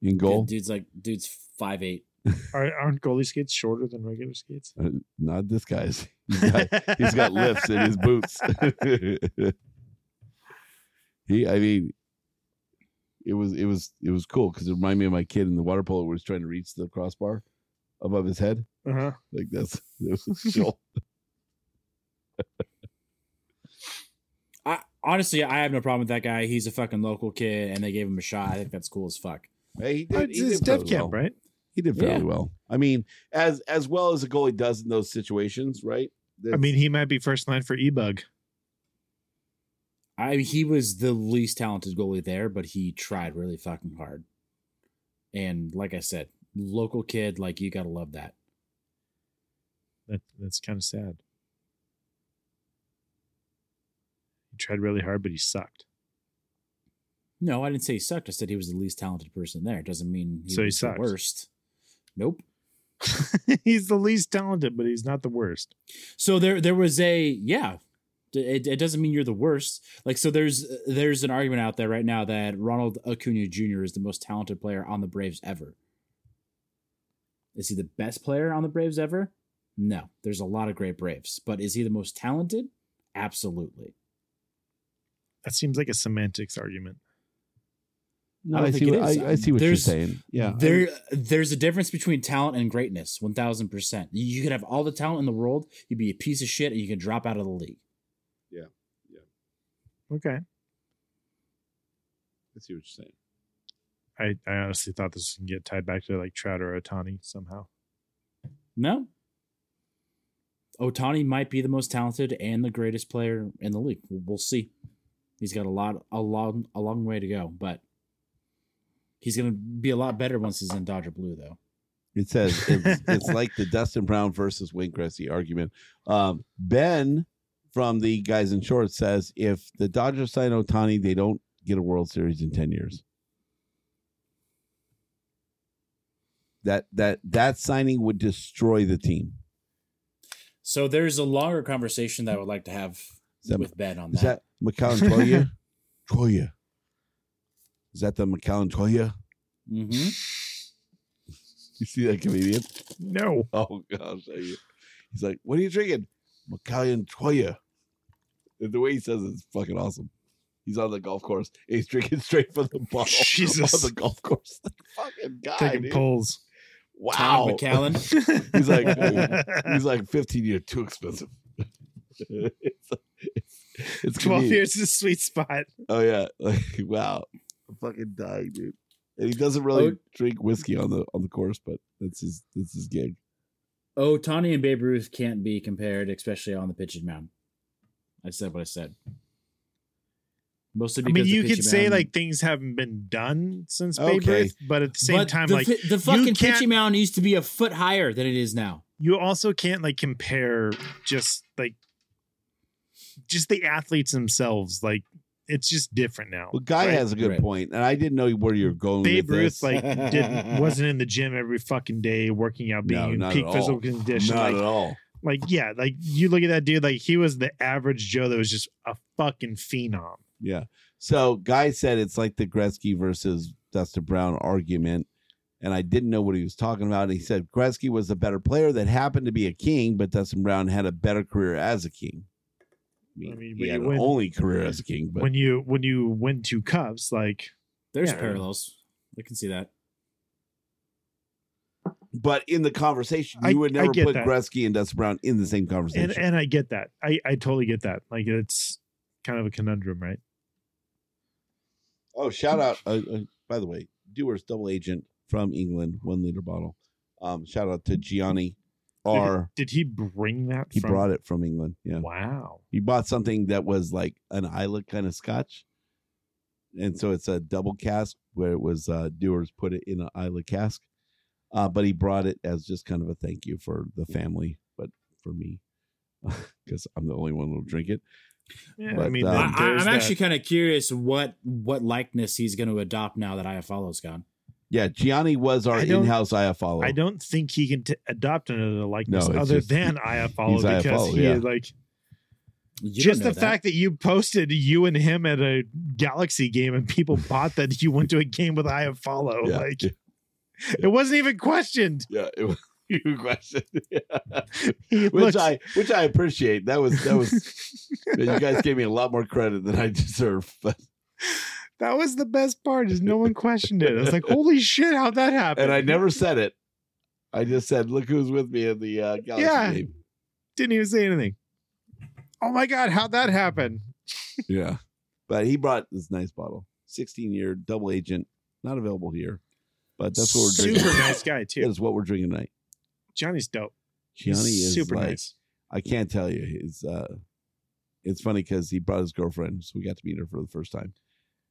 Speaker 4: in goal.
Speaker 3: Dude's like dude's five eight.
Speaker 2: Are, aren't goalie skates shorter than regular skates?
Speaker 4: Uh, Not this guy's. He's got, he's got lifts in his boots. he, I mean, it was it was it was cool because it reminded me of my kid in the water polo who was trying to reach the crossbar above his head.
Speaker 2: Uh-huh.
Speaker 4: Like that's that was chill.
Speaker 3: I honestly, I have no problem with that guy. He's a fucking local kid, and they gave him a shot. I think that's cool as fuck.
Speaker 4: Hey, he
Speaker 2: It's, it's dev
Speaker 4: fairly
Speaker 2: camp,
Speaker 4: well.
Speaker 2: right?
Speaker 4: He did fairly
Speaker 3: Yeah.
Speaker 4: well. I mean, as as well as a goalie does in those situations, right?
Speaker 2: I mean, he might be first line for e-bug.
Speaker 3: I he was the least talented goalie there, but he tried really fucking hard. And like I said, local kid, like you gotta love that.
Speaker 2: That that's kind of sad. He tried really hard, but he sucked.
Speaker 3: No, I didn't say he sucked. I said he was the least talented person there. It doesn't mean he
Speaker 2: So he
Speaker 3: was the
Speaker 2: sucks.
Speaker 3: worst. Nope.
Speaker 2: he's the least talented, but he's not the worst.
Speaker 3: So there, there was a yeah. It, it doesn't mean you're the worst. Like so, there's there's an argument out there right now that Ronald Acuna Jr. is the most talented player on the Braves ever. Is he the best player on the Braves ever? No, there's a lot of great Braves, but is he the most talented? Absolutely.
Speaker 2: That seems like a semantics argument.
Speaker 4: No,
Speaker 3: I don't
Speaker 4: I, see
Speaker 3: think
Speaker 4: what,
Speaker 3: it is.
Speaker 4: I, I see what you're
Speaker 3: There's-
Speaker 4: saying. Mm-hmm. Yeah, I-
Speaker 3: there there's a difference between talent and greatness. One thousand percent. You could have all the talent in the world, you'd be a piece of shit, and you could drop out of the league.
Speaker 2: Okay.
Speaker 4: I see what you're saying.
Speaker 2: I, I honestly thought this would get tied back to like Trout or Otani somehow.
Speaker 3: No. Otani might be the most talented and the greatest player in the league. We'll, we'll see. He's got a lot, a long, a long way to go, but he's going to be a lot better once he's in Dodger blue, though.
Speaker 4: It says it's, it's like the Dustin Brown versus Wayne Gretzky argument. Um, ben from the guys in shorts says if the Dodgers sign Otani, they don't get a World Series in ten years. That that that signing would destroy the team.
Speaker 3: So there's a longer conversation that I would like to have
Speaker 4: Is that,
Speaker 3: with Ben on
Speaker 4: is
Speaker 3: that.
Speaker 4: that McCallum Toya? Toya. Is that the McCallum Toya?
Speaker 3: hmm
Speaker 4: You see that comedian?
Speaker 2: No.
Speaker 4: Oh gosh, I- he's like, "What are you drinking?" Macallan Toya. The way he says it is fucking awesome. He's on the golf course. and he's drinking straight from the bottle
Speaker 2: Jesus.
Speaker 4: on the golf course. Like, fucking guy,
Speaker 2: Taking
Speaker 4: dude.
Speaker 2: polls.
Speaker 3: Todd
Speaker 4: wow.
Speaker 3: McCallan.
Speaker 4: He's like, "Oh." he's like, fifteen years too expensive. it's, it's,
Speaker 2: 12
Speaker 4: it's convenient.
Speaker 2: years is a sweet spot.
Speaker 4: Oh yeah, like wow, I'm fucking dying, dude. And he doesn't really
Speaker 3: Oh.
Speaker 4: drink whiskey on the on the course, but that's his that's his gig.
Speaker 3: Otani and Babe Ruth can't be compared, especially on the pitching mound. I said what I said. Mostly
Speaker 2: I
Speaker 3: because
Speaker 2: mean,
Speaker 3: the
Speaker 2: you
Speaker 3: pitching
Speaker 2: could say
Speaker 3: mound-
Speaker 2: like things haven't been done since Babe
Speaker 4: Okay.
Speaker 2: Ruth, but at the same
Speaker 3: But
Speaker 2: time,
Speaker 3: the,
Speaker 2: like
Speaker 3: fi- the fucking
Speaker 2: can't-
Speaker 3: pitching mound used to be a foot higher than it is now.
Speaker 2: you also can't like compare just like just the athletes themselves. Like it's just different now.
Speaker 4: Well, Guy
Speaker 2: right?
Speaker 4: has a good
Speaker 3: right.
Speaker 4: point, and I didn't know where you're going.
Speaker 2: Babe
Speaker 4: with
Speaker 2: Ruth
Speaker 4: this.
Speaker 2: like did wasn't in the gym every fucking day working out,
Speaker 4: No,
Speaker 2: being in
Speaker 4: not at
Speaker 2: peak
Speaker 4: all.
Speaker 2: physical condition.
Speaker 4: Not
Speaker 2: like,
Speaker 4: at all.
Speaker 2: like yeah, like you look at that dude, like he was the average Joe that was just a fucking phenom.
Speaker 4: Yeah. So Guy said it's like the Gretzky versus Dustin Brown argument. And I didn't know what he was talking about. He said Gretzky was a better player that happened to be a king, but Dustin Brown had a better career as a king. I mean,
Speaker 2: I mean,
Speaker 4: he
Speaker 2: but
Speaker 4: had
Speaker 2: you
Speaker 4: an
Speaker 2: win-
Speaker 4: only career as a king, but
Speaker 2: when you when you win two cups, like
Speaker 3: There's
Speaker 2: Yeah.
Speaker 3: parallels. I can see that.
Speaker 4: but in the conversation,
Speaker 2: I-
Speaker 4: you would
Speaker 2: I
Speaker 4: never
Speaker 2: get
Speaker 4: put
Speaker 2: that.
Speaker 4: Gretzky and Dustin Brown in the same
Speaker 2: and,
Speaker 4: conversation.
Speaker 2: and I get that. I, I totally get that. Like it's kind of a conundrum, right?
Speaker 4: Oh, shout out! Uh, uh, by the way, Doers Double Agent from England, one liter bottle. Um, shout out to Gianni are
Speaker 2: Did he bring that?
Speaker 4: he
Speaker 2: from-
Speaker 4: brought it from England. Yeah.
Speaker 2: Wow.
Speaker 4: He bought something that was like an islet kind of scotch. And so it's a double cask where it was uh doers put it in an islet cask. Uh but he brought it as just kind of a thank you for the family, but for me. Because I'm the only one who'll drink it.
Speaker 2: Yeah, I
Speaker 4: But,
Speaker 2: mean,
Speaker 4: um,
Speaker 2: there-
Speaker 4: I-
Speaker 3: I,
Speaker 2: there's
Speaker 3: am
Speaker 2: that.
Speaker 3: actually kind of curious what what likeness he's going to adopt now that Iafollo's gone.
Speaker 4: Yeah, Gianni was our
Speaker 2: I don't-
Speaker 4: in-house Iafalo.
Speaker 2: I don't think he can t- adopt another likeness
Speaker 4: No, it's
Speaker 2: other
Speaker 4: just-
Speaker 2: than Iafalo
Speaker 4: he's
Speaker 2: because
Speaker 4: Iafallo,
Speaker 2: he
Speaker 4: yeah.
Speaker 2: is like
Speaker 3: You don't
Speaker 2: just
Speaker 3: know
Speaker 2: the
Speaker 3: that.
Speaker 2: fact that you posted you and him at a Galaxy game and people bought that you went to a game with Iafalo.
Speaker 4: Yeah.
Speaker 2: Like it wasn't even questioned.
Speaker 4: Yeah, it was you question.
Speaker 2: He
Speaker 4: which
Speaker 2: looks-
Speaker 4: I which I appreciate. That was that was you guys gave me a lot more credit than I deserve. But
Speaker 2: that was the best part is no one questioned it. I was like, holy shit, how'd that happen?
Speaker 4: and I never said it. I just said, "Look who's with me in the uh, galaxy
Speaker 2: Yeah.
Speaker 4: game."
Speaker 2: didn't even say anything. Oh my god, how'd that happen?
Speaker 4: Yeah, but he brought this nice bottle, sixteen-year double agent, not available here, but that's what we're drinking.
Speaker 2: Super nice guy
Speaker 4: That
Speaker 2: too.
Speaker 4: is what we're drinking tonight.
Speaker 2: Johnny's dope.
Speaker 4: Gianni
Speaker 2: He's
Speaker 4: is
Speaker 2: super
Speaker 4: like-
Speaker 2: nice.
Speaker 4: I can't tell you. It's uh, it's funny because he brought his girlfriend, so we got to meet her for the first time,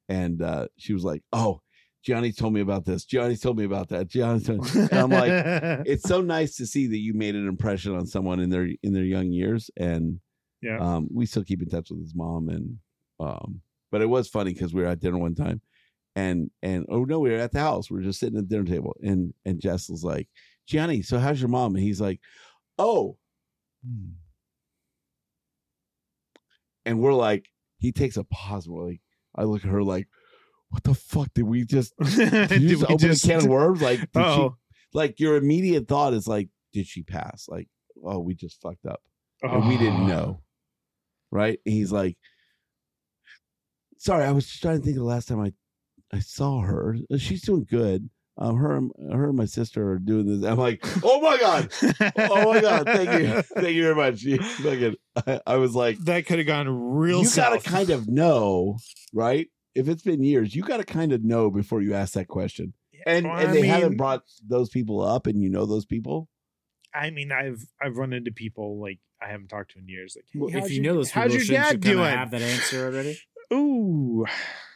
Speaker 4: and uh, she was like, "Oh, Gianni told me about this. Gianni told me about that. Gianni." Told me. And I'm like, it's so nice to see that you made an impression on someone in their in their young years and
Speaker 2: Yeah.
Speaker 4: um we still keep in touch with his mom and um but it was funny because we were at dinner one time and and oh no we were at the house we were just sitting at the dinner table and and jess was like gianni so how's your mom and he's like oh
Speaker 2: Hmm.
Speaker 4: and we're like he takes a pause and we're like i look at her like what the fuck did we just did you
Speaker 2: Did
Speaker 4: just
Speaker 2: we
Speaker 4: open
Speaker 2: just-
Speaker 4: a can of worms like did she
Speaker 2: Oh,
Speaker 4: like your immediate thought is like, did she pass? Like, oh, we just fucked up. And we didn't know. Right? And he's like, sorry, I was just trying to think of the last time I, I saw her. She's doing good. Um, her, and- her and my sister are doing this. I'm like, oh my god, oh my god, thank you, thank you very much. You fucking- I, I was like,
Speaker 2: oh. That could have gone real.
Speaker 4: you
Speaker 2: south.
Speaker 4: gotta kind of know, right? If it's been years, you gotta kind of know before you ask that question. And
Speaker 2: Well,
Speaker 4: and
Speaker 2: I
Speaker 4: they
Speaker 2: mean-
Speaker 4: haven't brought those people up, and you know those people.
Speaker 2: I mean, I've I've run into people like I haven't talked to in years. Like, hey,
Speaker 3: Well, if
Speaker 2: how's
Speaker 3: you
Speaker 2: your-
Speaker 3: know those people,
Speaker 2: how's your
Speaker 3: shouldn't
Speaker 2: dad
Speaker 3: you kinda
Speaker 2: doing?
Speaker 3: have that answer already?
Speaker 2: Ooh,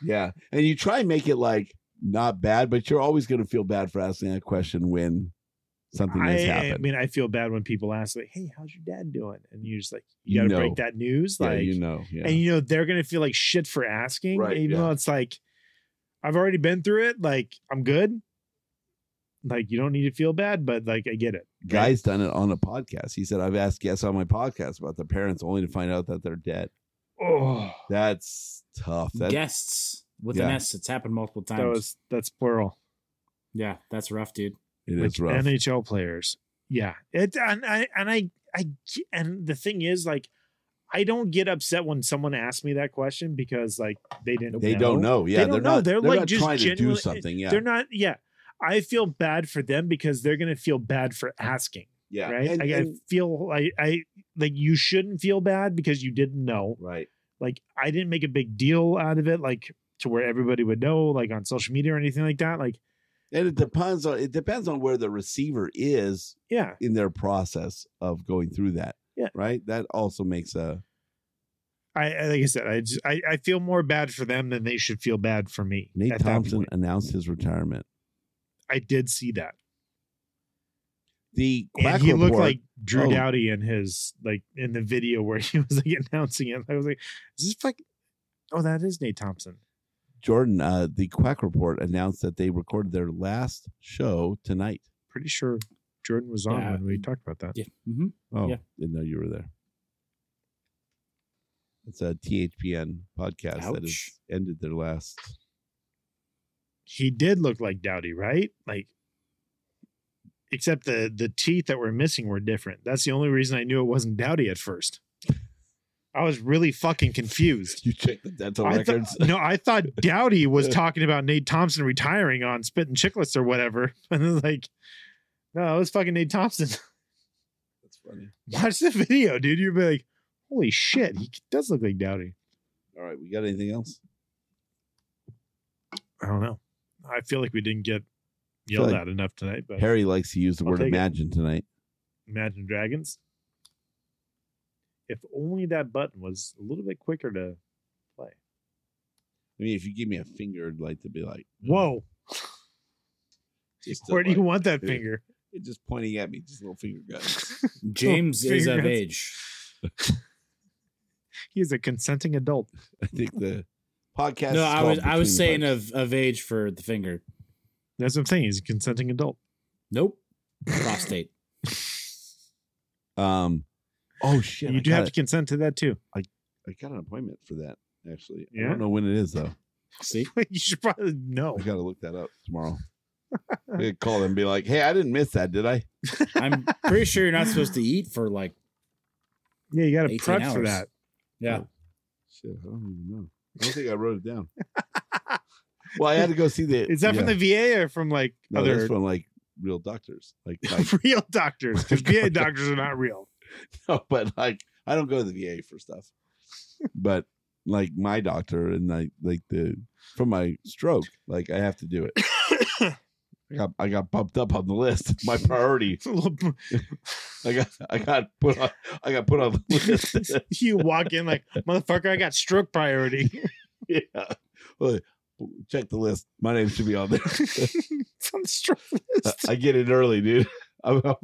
Speaker 4: Yeah. And you try and make it like not bad, but you're always going to feel bad for asking that question when something has
Speaker 2: I,
Speaker 4: happened.
Speaker 2: I mean, I feel bad when people ask like, "Hey, how's your dad doing?" And you're just like, "You
Speaker 4: You
Speaker 2: gotta break
Speaker 4: know.
Speaker 2: that news."
Speaker 4: yeah,
Speaker 2: Like,
Speaker 4: you know. Yeah.
Speaker 2: and you know they're gonna feel like shit for asking,
Speaker 4: Right,
Speaker 2: even
Speaker 4: yeah.
Speaker 2: though it's like, I've already been through it. Like, I'm good. Like, you don't need to feel bad, but like, I get it.
Speaker 4: Guy's done it on a podcast. He said, I've asked guests on my podcast about their parents only to find out that they're dead.
Speaker 2: Oh,
Speaker 4: That's tough. That,
Speaker 3: Guests with an
Speaker 4: Yeah.
Speaker 3: S. It's happened multiple times.
Speaker 2: that was that's plural.
Speaker 3: yeah, that's rough, dude.
Speaker 4: it
Speaker 2: with
Speaker 4: is rough.
Speaker 2: NHL players. Yeah, it and I and I I ge- and the thing is, like, I don't get upset when someone asks me that question because like they didn't.
Speaker 4: they don't know. Yeah.
Speaker 2: don't
Speaker 4: are
Speaker 2: know.
Speaker 4: not,
Speaker 2: They're, like,
Speaker 4: not
Speaker 2: just
Speaker 4: trying to do
Speaker 2: genuinely-
Speaker 4: something. Yeah.
Speaker 2: They're not. Yeah, I feel bad for them because they're gonna feel bad for asking.
Speaker 4: yeah.
Speaker 2: Right.
Speaker 4: And-
Speaker 2: like,
Speaker 4: and-
Speaker 2: I feel I I like you shouldn't feel bad because you didn't know.
Speaker 4: right.
Speaker 2: Like I didn't make a big deal out of it. Like to where everybody would know, like on social media or anything like that. Like
Speaker 4: And it depends on it depends on where the receiver is
Speaker 2: yeah,
Speaker 4: in their process of going through that.
Speaker 2: Yeah.
Speaker 4: Right. That also makes uh, a
Speaker 2: I, I like I said, I just I, I feel more bad for them than they should feel bad for me.
Speaker 4: Nate
Speaker 2: at that
Speaker 4: Thompson
Speaker 2: point.
Speaker 4: announced his retirement.
Speaker 2: I did see that,
Speaker 4: The
Speaker 2: and
Speaker 4: Quack
Speaker 2: he
Speaker 4: report,
Speaker 2: looked like Drew
Speaker 4: Oh.
Speaker 2: Dowdy in his like in the video where he was like announcing it. I was like, is this like, oh, that is Nate Thompson.
Speaker 4: Jordan. Uh, the Quack report announced that they recorded their last show tonight.
Speaker 2: Pretty sure Jordan was on
Speaker 3: Yeah.
Speaker 2: when we talked about that.
Speaker 3: Yeah. hmm
Speaker 4: Oh,
Speaker 3: Yeah.
Speaker 4: didn't know you were there. It's a THPN podcast that has
Speaker 3: Ouch.
Speaker 4: ended their last.
Speaker 2: He did look like Dowdy, right? Like, except the the teeth that were missing were different. That's the only reason I knew it wasn't Dowdy at first. I was really fucking confused.
Speaker 4: You check the dental
Speaker 2: I thought-
Speaker 4: records.
Speaker 2: no, I thought Dowdy was talking about Nate Thompson retiring on Spit and Chicklets or whatever. And then like, no, it was fucking Nate Thompson.
Speaker 4: That's funny.
Speaker 2: Watch the video, dude. You'd be like, holy shit, he does look like Dowdy.
Speaker 4: All right, we got anything else?
Speaker 2: I don't know. I feel like we didn't get yelled
Speaker 4: like
Speaker 2: at enough tonight, but
Speaker 4: Harry likes to use the
Speaker 2: I'll
Speaker 4: word
Speaker 2: take it.
Speaker 4: imagine tonight.
Speaker 2: Imagine Dragons. If only that button was a little bit quicker to.
Speaker 4: Mm, I mean, if you give me a finger, I'd like to be like, "Hmm,
Speaker 2: Whoa!
Speaker 4: just to
Speaker 2: Where do you
Speaker 4: like-
Speaker 2: want that
Speaker 4: Yeah.
Speaker 2: finger?
Speaker 4: It's just pointing at me, just little finger guns.
Speaker 3: James
Speaker 2: Oh,
Speaker 3: is of
Speaker 2: figure it.
Speaker 3: age.
Speaker 2: He's a consenting adult.
Speaker 4: I think the podcast. is
Speaker 3: no, I
Speaker 4: called
Speaker 3: was I was
Speaker 4: Between
Speaker 3: saying
Speaker 4: the
Speaker 3: of, of age for the finger.
Speaker 2: That's what I'm saying. He's a consenting adult.
Speaker 3: Nope. Prostate.
Speaker 4: Pipes. Um. Oh shit!
Speaker 2: you
Speaker 4: I
Speaker 2: do
Speaker 4: got
Speaker 2: have
Speaker 4: it.
Speaker 2: to consent to that too.
Speaker 4: I got an appointment for that. Actually, I
Speaker 2: Yeah?
Speaker 4: don't know when it is though.
Speaker 3: See?
Speaker 2: you should probably know.
Speaker 4: I gotta look that up tomorrow. I could call them and be like, "Hey, I didn't miss that, did I?"
Speaker 3: I'm pretty sure you're not supposed to eat for like
Speaker 2: Yeah, you got to
Speaker 3: 18
Speaker 2: prep for
Speaker 3: hours.
Speaker 2: that.
Speaker 3: yeah.
Speaker 4: Shit, I don't even know. I don't think I wrote it down. well, I had to go see the.
Speaker 2: Is that
Speaker 4: yeah.
Speaker 2: from the VA or from like
Speaker 4: No, that's
Speaker 2: other
Speaker 4: from like real doctors, like, like
Speaker 2: real doctors? Because VA doctors are not real.
Speaker 4: no, but like I don't go to the VA for stuff. But like my doctor and like like the for my stroke, like I have to do it. I got I got bumped up on the list. My priority.
Speaker 2: It's a little-
Speaker 4: I got I got put on I got put on the list.
Speaker 2: you walk in like motherfucker. I got stroke priority.
Speaker 4: yeah. Well, check the list. My name should be on there.
Speaker 2: it's on the stroke list.
Speaker 4: I get it early, dude. I'm, I'm,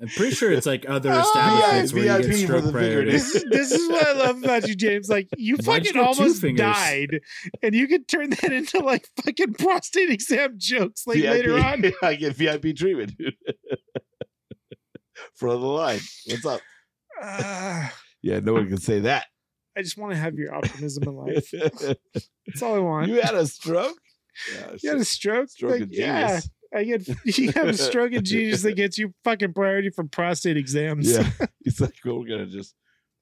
Speaker 3: I'm pretty sure it's like other
Speaker 2: Oh,
Speaker 3: establishments
Speaker 4: yeah,
Speaker 3: where you get
Speaker 4: VIP for
Speaker 3: stroke
Speaker 4: the finger,
Speaker 3: priority.
Speaker 4: dude.
Speaker 2: this is this is what I love about you, James. Like you
Speaker 3: Why'd you
Speaker 2: fucking
Speaker 3: get two
Speaker 2: almost
Speaker 3: fingers?
Speaker 2: died, and you could turn that into like fucking prostate exam jokes like
Speaker 4: VIP
Speaker 2: later on.
Speaker 4: I get VIP treatment, dude. Front of the line. What's up?
Speaker 2: Ah,
Speaker 4: Yeah, no one can say that.
Speaker 2: I just want to have your optimism in life. That's all I want.
Speaker 4: you had a stroke? Yeah,
Speaker 2: You had a stroke.
Speaker 4: stroke
Speaker 2: Like,
Speaker 4: of
Speaker 2: Yeah,
Speaker 4: genius.
Speaker 2: I get you have a stroke of genius that gets you fucking priority for prostate exams.
Speaker 4: Yeah. He's like, well, we're gonna just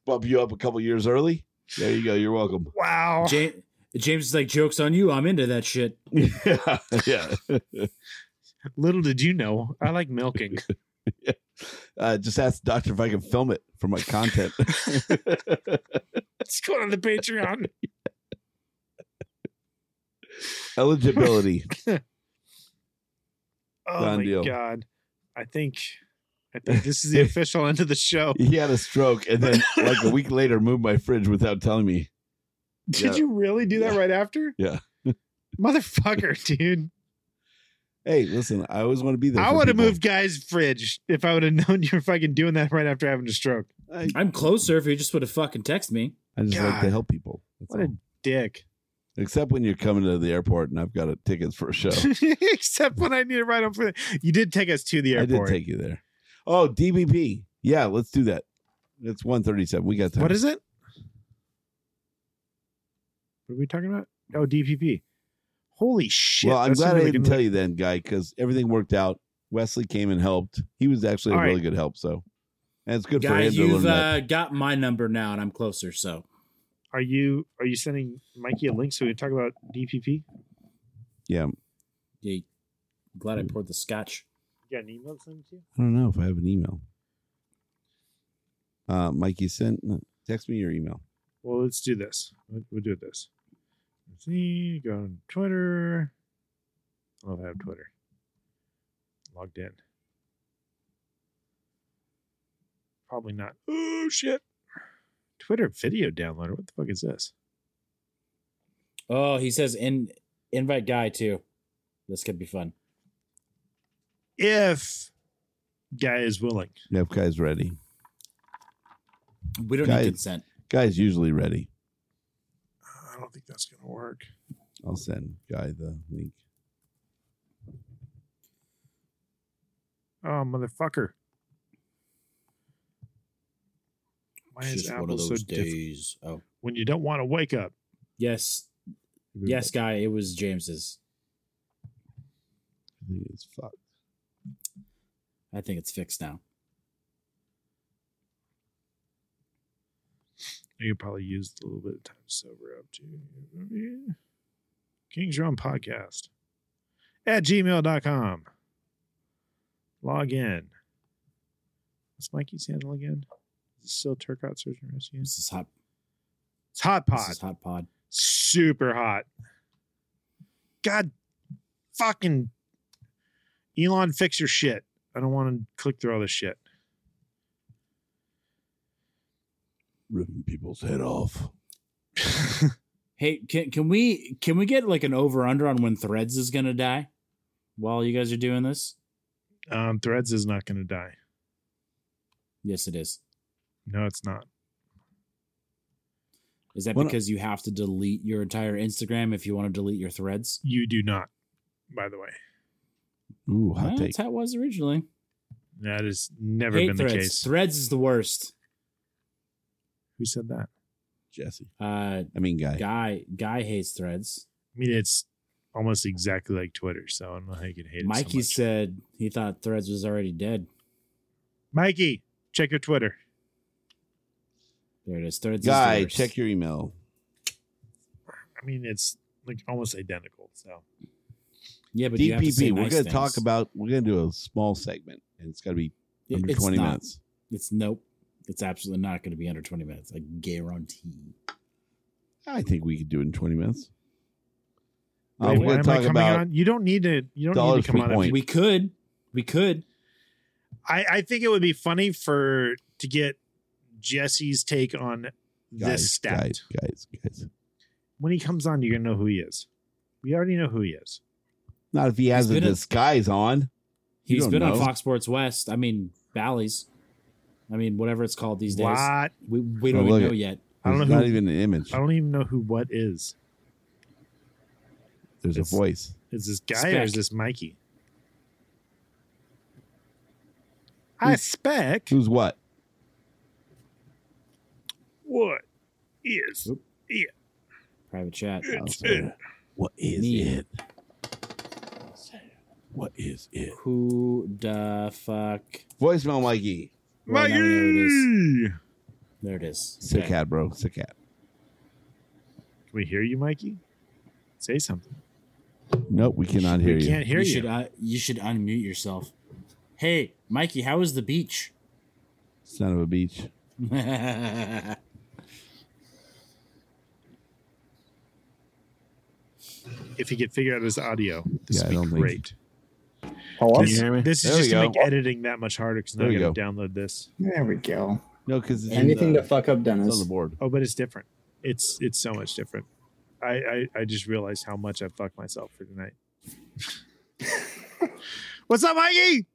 Speaker 4: bump you up a couple years early. There you go. You're welcome.
Speaker 2: Wow.
Speaker 3: Ja- James is like, joke's on you. I'm into that shit.
Speaker 4: yeah, yeah.
Speaker 2: Little did you know, I like milking.
Speaker 4: Uh, just ask the doctor if I can film it for my content.
Speaker 2: Let's go on the Patreon.
Speaker 4: Eligibility.
Speaker 2: Oh
Speaker 4: Done
Speaker 2: my
Speaker 4: deal.
Speaker 2: god. I think I think this is the official end of the show.
Speaker 4: He had a stroke, and then like a week later, moved my fridge without telling me.
Speaker 2: Did
Speaker 4: Yeah.
Speaker 2: you really do that
Speaker 4: Yeah.
Speaker 2: right after?
Speaker 4: Yeah.
Speaker 2: Motherfucker, dude.
Speaker 4: Hey, listen, I always want to be there.
Speaker 2: I
Speaker 4: for
Speaker 2: would have
Speaker 4: people.
Speaker 2: moved guys' fridge if I would have known you were fucking doing that right after having a stroke.
Speaker 4: I,
Speaker 3: I'm closer if you just would have fucking texted me.
Speaker 4: I just like
Speaker 2: God.
Speaker 4: to help people. That's
Speaker 2: What a
Speaker 4: all.
Speaker 2: dick.
Speaker 4: Except when you're coming to the airport and I've got a, tickets for a show.
Speaker 2: Except when I need to ride home for the You did take us to the
Speaker 4: I did
Speaker 2: airport.
Speaker 4: take you there. Oh, DBP. Yeah, let's do that. It's 137. We got time.
Speaker 2: What is it? What are we talking about? Oh, DPP. Holy shit.
Speaker 4: Well, I'm
Speaker 2: that's a
Speaker 4: glad I
Speaker 2: really
Speaker 4: didn't
Speaker 2: good
Speaker 4: tell you then, guy, because everything worked out. Wesley came and helped. He was actually a
Speaker 2: All right.
Speaker 4: really good help. So, and it's good for
Speaker 3: Guy,
Speaker 4: him to learn
Speaker 3: you've
Speaker 4: that.
Speaker 3: uh, got my number now and I'm closer, so
Speaker 2: Are you are you sending Mikey a link so we can talk about DPP?
Speaker 3: yeah, I'm glad I poured the scotch.
Speaker 2: You got an email to send to you?
Speaker 4: I don't know if I have an email. Uh, Mikey sent. Text me your email.
Speaker 2: Well, let's do this. We'll, we'll do this. Let's see. Go on Twitter. I don't know if I have Twitter. Logged in. Probably not. Oh shit! Twitter video downloader. What the fuck is this?
Speaker 3: Oh, he says in invite guy too. This could be fun.
Speaker 2: If guy is willing,
Speaker 4: Yep, guy's ready.
Speaker 3: We don't
Speaker 4: Guy-
Speaker 3: need consent.
Speaker 4: Guy's usually ready.
Speaker 2: I don't think that's gonna work.
Speaker 4: I'll send guy the link.
Speaker 2: Oh motherfucker! Why
Speaker 3: It's
Speaker 2: is Apple so difficult
Speaker 3: days. Oh.
Speaker 2: when you don't want to wake up?
Speaker 3: Yes. Yes, guy, it was James's.
Speaker 4: I think it's fucked.
Speaker 3: I think it's fixed now.
Speaker 2: You could probably use a little bit of time to sober up too. King's Your Own Podcast at gmail.com. Log in. What's Mikey's handle again? Is it still Turcot Surgeon Rescue?
Speaker 3: This is hot.
Speaker 2: It's Hot Pod.
Speaker 3: This is hot pod.
Speaker 2: Super hot. God fucking Elon, fix your shit. I don't want to click through all this shit.
Speaker 4: ripping people's head off.
Speaker 3: Hey, can can we can we get like an over under on when Threads is gonna die? While you guys are doing this,
Speaker 2: Um, Threads is not going to die.
Speaker 3: yes, it is.
Speaker 2: No, it's not.
Speaker 3: Is that
Speaker 1: Well,
Speaker 3: because you have to delete your entire Instagram if you want to delete your Threads?
Speaker 2: You do not. By the way,
Speaker 4: Ooh, hot
Speaker 3: Well,
Speaker 4: take.
Speaker 3: that's how it was originally.
Speaker 2: that has never
Speaker 3: Hate
Speaker 2: been
Speaker 3: threads.
Speaker 2: the case.
Speaker 3: Threads is the worst.
Speaker 2: Who said that?
Speaker 4: Jesse.
Speaker 3: Uh,
Speaker 4: I mean, guy.
Speaker 3: guy guy hates Threads.
Speaker 2: I mean, it's almost exactly like Twitter, so I don't know how you can hate it. so
Speaker 3: Mikey
Speaker 2: much.
Speaker 3: said he thought Threads was already dead.
Speaker 2: Mikey, check your Twitter.
Speaker 3: There it is. Threads is the
Speaker 4: Guy,
Speaker 3: worst.
Speaker 4: check your email.
Speaker 2: I mean, it's like almost identical. So
Speaker 3: yeah, but you have to say
Speaker 4: DPP. We're
Speaker 3: nice
Speaker 4: going to
Speaker 3: things.
Speaker 4: talk about. We're going to do a small segment, and it's going to be
Speaker 3: It-
Speaker 4: under
Speaker 3: it's
Speaker 4: twenty
Speaker 3: not.
Speaker 4: minutes.
Speaker 3: It's nope. It's absolutely not going to be under twenty minutes. I guarantee.
Speaker 4: I think we could do it in twenty minutes. Uh,
Speaker 2: Wait,
Speaker 4: we're going
Speaker 2: am
Speaker 4: to
Speaker 2: I
Speaker 4: talk
Speaker 2: coming
Speaker 4: about.
Speaker 2: on? You don't need to. You don't need
Speaker 4: dollars
Speaker 2: to come
Speaker 4: per
Speaker 2: on.
Speaker 4: point.
Speaker 2: every-
Speaker 3: We could, we could.
Speaker 2: I, I think it would be funny for to get Jesse's take on this
Speaker 4: Guys,
Speaker 2: stat.
Speaker 4: guys, guys, guys.
Speaker 2: When he comes on, you're gonna know who he is. We already know who he is.
Speaker 4: Not if he has a
Speaker 3: been a-
Speaker 4: disguise on. You
Speaker 3: He's
Speaker 4: don't
Speaker 3: been on
Speaker 4: know.
Speaker 3: Fox Sports West. I mean, Bally's. I mean, whatever it's called these days.
Speaker 2: What? I
Speaker 3: We we
Speaker 4: Oh,
Speaker 3: don't
Speaker 4: look
Speaker 3: even know
Speaker 4: at-
Speaker 3: yet.
Speaker 2: I don't
Speaker 4: There's
Speaker 2: know
Speaker 4: Not
Speaker 2: who-
Speaker 4: even an image.
Speaker 2: don't even know who what is.
Speaker 4: There's a
Speaker 2: it's-
Speaker 4: voice.
Speaker 2: Is this guy or
Speaker 3: Spec.
Speaker 2: is this Mikey?
Speaker 3: Hmm.
Speaker 2: I spec
Speaker 4: Who's what?
Speaker 2: what is
Speaker 3: Private chat.
Speaker 4: Oh, sorry. What is
Speaker 3: Me.
Speaker 4: it? What is it?
Speaker 3: Who the fuck?
Speaker 4: Voicemail, Mikey.
Speaker 3: Well, now we know who it is.
Speaker 2: Mikey.
Speaker 3: There it is.
Speaker 4: Sick
Speaker 3: Okay.
Speaker 4: cat, bro. Sick cat.
Speaker 2: Can we hear you, Mikey? Say something.
Speaker 4: Nope, we cannot hear
Speaker 2: we
Speaker 4: you.
Speaker 2: can't hear
Speaker 3: you
Speaker 2: you.
Speaker 3: should uh, you should unmute yourself. Hey, Mikey, how was the beach?
Speaker 4: Son of a beach.
Speaker 3: That's
Speaker 2: if he could figure out his audio, this
Speaker 4: Yeah, I
Speaker 2: would
Speaker 4: don't
Speaker 2: be
Speaker 4: think-
Speaker 2: great.
Speaker 8: Hello?
Speaker 2: This, this is
Speaker 4: There
Speaker 2: just
Speaker 4: we
Speaker 2: to
Speaker 4: go.
Speaker 2: make editing that much harder because now
Speaker 4: There
Speaker 2: I
Speaker 4: you
Speaker 2: got to download this.
Speaker 8: There we go.
Speaker 4: No, because it's, in
Speaker 8: Anything
Speaker 4: the-
Speaker 8: to fuck up
Speaker 4: it's on
Speaker 8: Dennis.
Speaker 4: the board.
Speaker 2: Oh, but it's different. It's it's so much different. I I, I just realized how much I fucked myself for tonight. What's up, Mikey?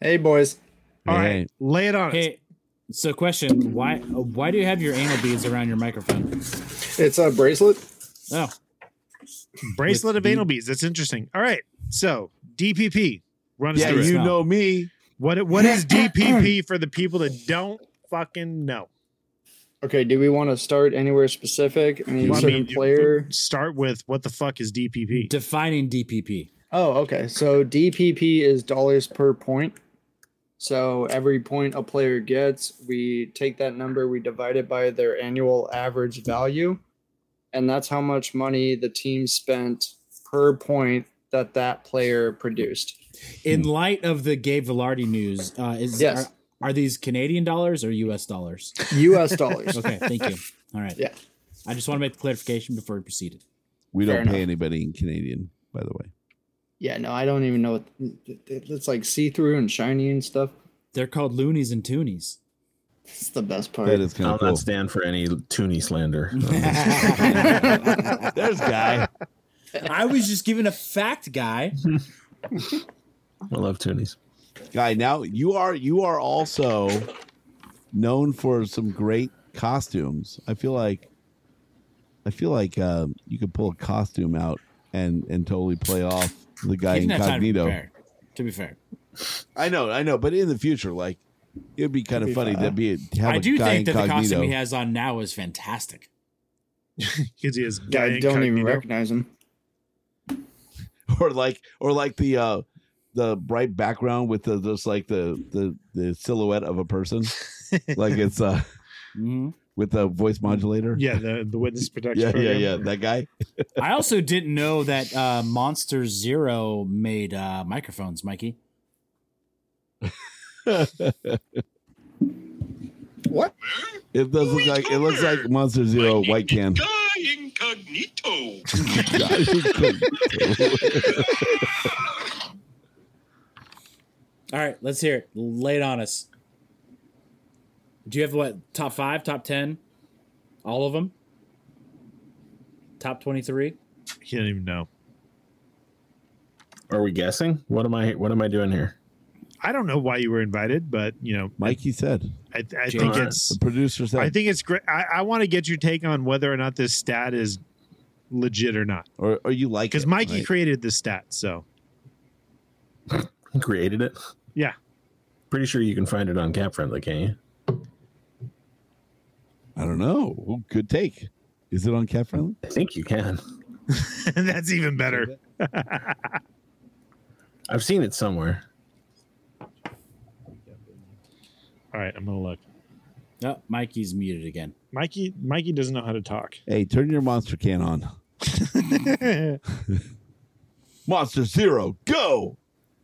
Speaker 8: Hey, boys.
Speaker 2: All right,
Speaker 4: Hey.
Speaker 2: lay it on. us.
Speaker 3: hey. So, question: Why uh, why do you have your anal beads around your microphone?
Speaker 8: It's
Speaker 2: uh,
Speaker 8: a bracelet.
Speaker 3: Oh,
Speaker 2: Bracelet
Speaker 3: with
Speaker 2: of
Speaker 3: the-
Speaker 2: anal beads. That's interesting. All right, so DPP, run us
Speaker 4: Yeah,
Speaker 2: through it.
Speaker 4: you
Speaker 3: Smell.
Speaker 4: know me.
Speaker 2: What what is DPP for the people that don't fucking know?
Speaker 8: Okay, do we want to start anywhere specific? Any
Speaker 2: Well, I
Speaker 8: certain
Speaker 2: mean,
Speaker 8: player?
Speaker 2: Start with what the fuck is DPP?
Speaker 3: defining DPP.
Speaker 8: Oh, okay. So DPP is dollars per point. So every point a player gets, we take that number, we divide it by their annual average value, and that's how much money the team spent per point that that player produced.
Speaker 3: In
Speaker 4: Hmm.
Speaker 3: light of the Gabe Velarde news, uh, is
Speaker 8: Yes.
Speaker 3: are, are these Canadian dollars or U.S. dollars?
Speaker 8: U.S. dollars.
Speaker 3: Okay, thank you. All right.
Speaker 8: Yeah.
Speaker 3: I just want to make the clarification before we proceed.
Speaker 4: We
Speaker 8: Fair
Speaker 4: don't
Speaker 8: enough.
Speaker 4: pay anybody in Canadian, by the way.
Speaker 8: Yeah, no, I don't even know. What, it's like see through and shiny and stuff.
Speaker 3: They're called loonies and toonies.
Speaker 8: It's the best part.
Speaker 4: That is kind
Speaker 10: I'll
Speaker 4: of cool.
Speaker 10: not stand for any Toonie slander.
Speaker 4: There's guy.
Speaker 3: I was just giving a fact, guy.
Speaker 10: I love Toonies.
Speaker 4: Guy, now you are you are also known for some great costumes. I feel like I feel like um, you could pull a costume out and and totally play off the guy
Speaker 3: He didn't have time to
Speaker 4: incognito.
Speaker 3: prepare, to be fair.
Speaker 4: I know, I know, but in the future, like it would be kind of funny to be to have
Speaker 3: I
Speaker 4: a
Speaker 3: do
Speaker 4: guy
Speaker 3: think that the
Speaker 4: incognito.
Speaker 3: costume he has on now is fantastic.
Speaker 2: Because he is
Speaker 8: I
Speaker 2: guy
Speaker 8: don't even
Speaker 2: incognito.
Speaker 8: recognize him.
Speaker 4: or like or like the uh the bright background with the just like the the the silhouette of a person like it's uh
Speaker 3: Mhm.
Speaker 4: with the voice modulator
Speaker 2: Mm. Yeah, the the witness protection.
Speaker 4: yeah yeah
Speaker 2: program.
Speaker 4: yeah that guy
Speaker 3: I also didn't know that uh, Monster Zero made uh, microphones, Mikey.
Speaker 8: What?
Speaker 4: it does look like it looks like monster zero white can
Speaker 11: incognito.
Speaker 3: All right, let's hear it. Lay it on us. Do you have what? Top five, top ten, all of them, top twenty-three.
Speaker 2: He didn't even know.
Speaker 10: Are we guessing? What am I? What am I doing here?
Speaker 2: I don't know why you were invited, but you know,
Speaker 4: Mikey said.
Speaker 2: I, I
Speaker 3: Jim.
Speaker 2: think it's.
Speaker 4: The producer said.
Speaker 2: I think it's great. I, I want to get your take on whether or not this stat is legit or not,
Speaker 4: or, or you like
Speaker 2: because
Speaker 4: it,
Speaker 2: Mikey
Speaker 4: right?
Speaker 2: created this stat. So
Speaker 10: He created it.
Speaker 2: yeah,
Speaker 10: Pretty sure you can find it on Cap Friendly, can't you?
Speaker 4: I don't know. Ooh, Good take. Is it on cat friendly?
Speaker 2: Oh,
Speaker 10: I think you can.
Speaker 2: that's even better.
Speaker 10: I've seen it somewhere.
Speaker 2: All right, I'm gonna look.
Speaker 3: Oh, Mikey's muted again.
Speaker 2: Mikey, Mikey doesn't know how to talk.
Speaker 4: Hey, turn your monster can on.
Speaker 2: Um,
Speaker 4: monster Zero, go.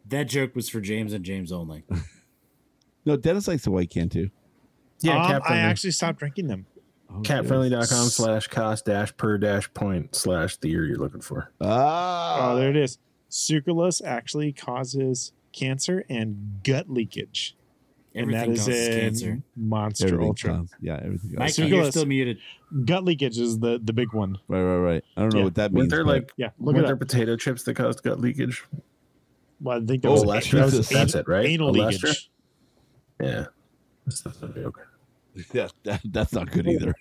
Speaker 3: That joke was for James and James only.
Speaker 4: No, Dennis likes the white can too.
Speaker 10: Yeah,
Speaker 2: Um,
Speaker 10: Cap
Speaker 2: I
Speaker 10: Friendly.
Speaker 2: actually stopped drinking them.
Speaker 4: Oh,
Speaker 10: Catfriendly.com slash cost dash per dash point slash the year you're looking for.
Speaker 4: Ah,
Speaker 2: Oh, there it is. Sucralose actually causes cancer and gut leakage. And that
Speaker 3: Everything
Speaker 2: is
Speaker 3: causes
Speaker 2: in
Speaker 3: cancer.
Speaker 2: Monster
Speaker 4: everything
Speaker 2: Ultra.
Speaker 4: counts. Yeah, everything. counts.
Speaker 3: Mikey,
Speaker 2: Sugarless.
Speaker 3: you're still muted.
Speaker 2: Gut leakage is the, the big one.
Speaker 4: Right, right, right. I don't know
Speaker 2: Yeah.
Speaker 4: what that
Speaker 10: Weren't
Speaker 4: means.
Speaker 10: there
Speaker 4: but-
Speaker 10: like
Speaker 2: Yeah, look
Speaker 10: weren't
Speaker 2: at
Speaker 10: there
Speaker 2: that.
Speaker 10: potato chips that caused gut leakage?
Speaker 2: Well, I think that
Speaker 10: Oh,
Speaker 2: was,
Speaker 10: Elastra?
Speaker 2: that was
Speaker 4: Jesus.
Speaker 10: That's it, right?
Speaker 4: Oh,
Speaker 2: Anal
Speaker 10: Elastra?
Speaker 2: leakage.
Speaker 10: Yeah. That's not a joke.
Speaker 4: yeah, that, that's not good either.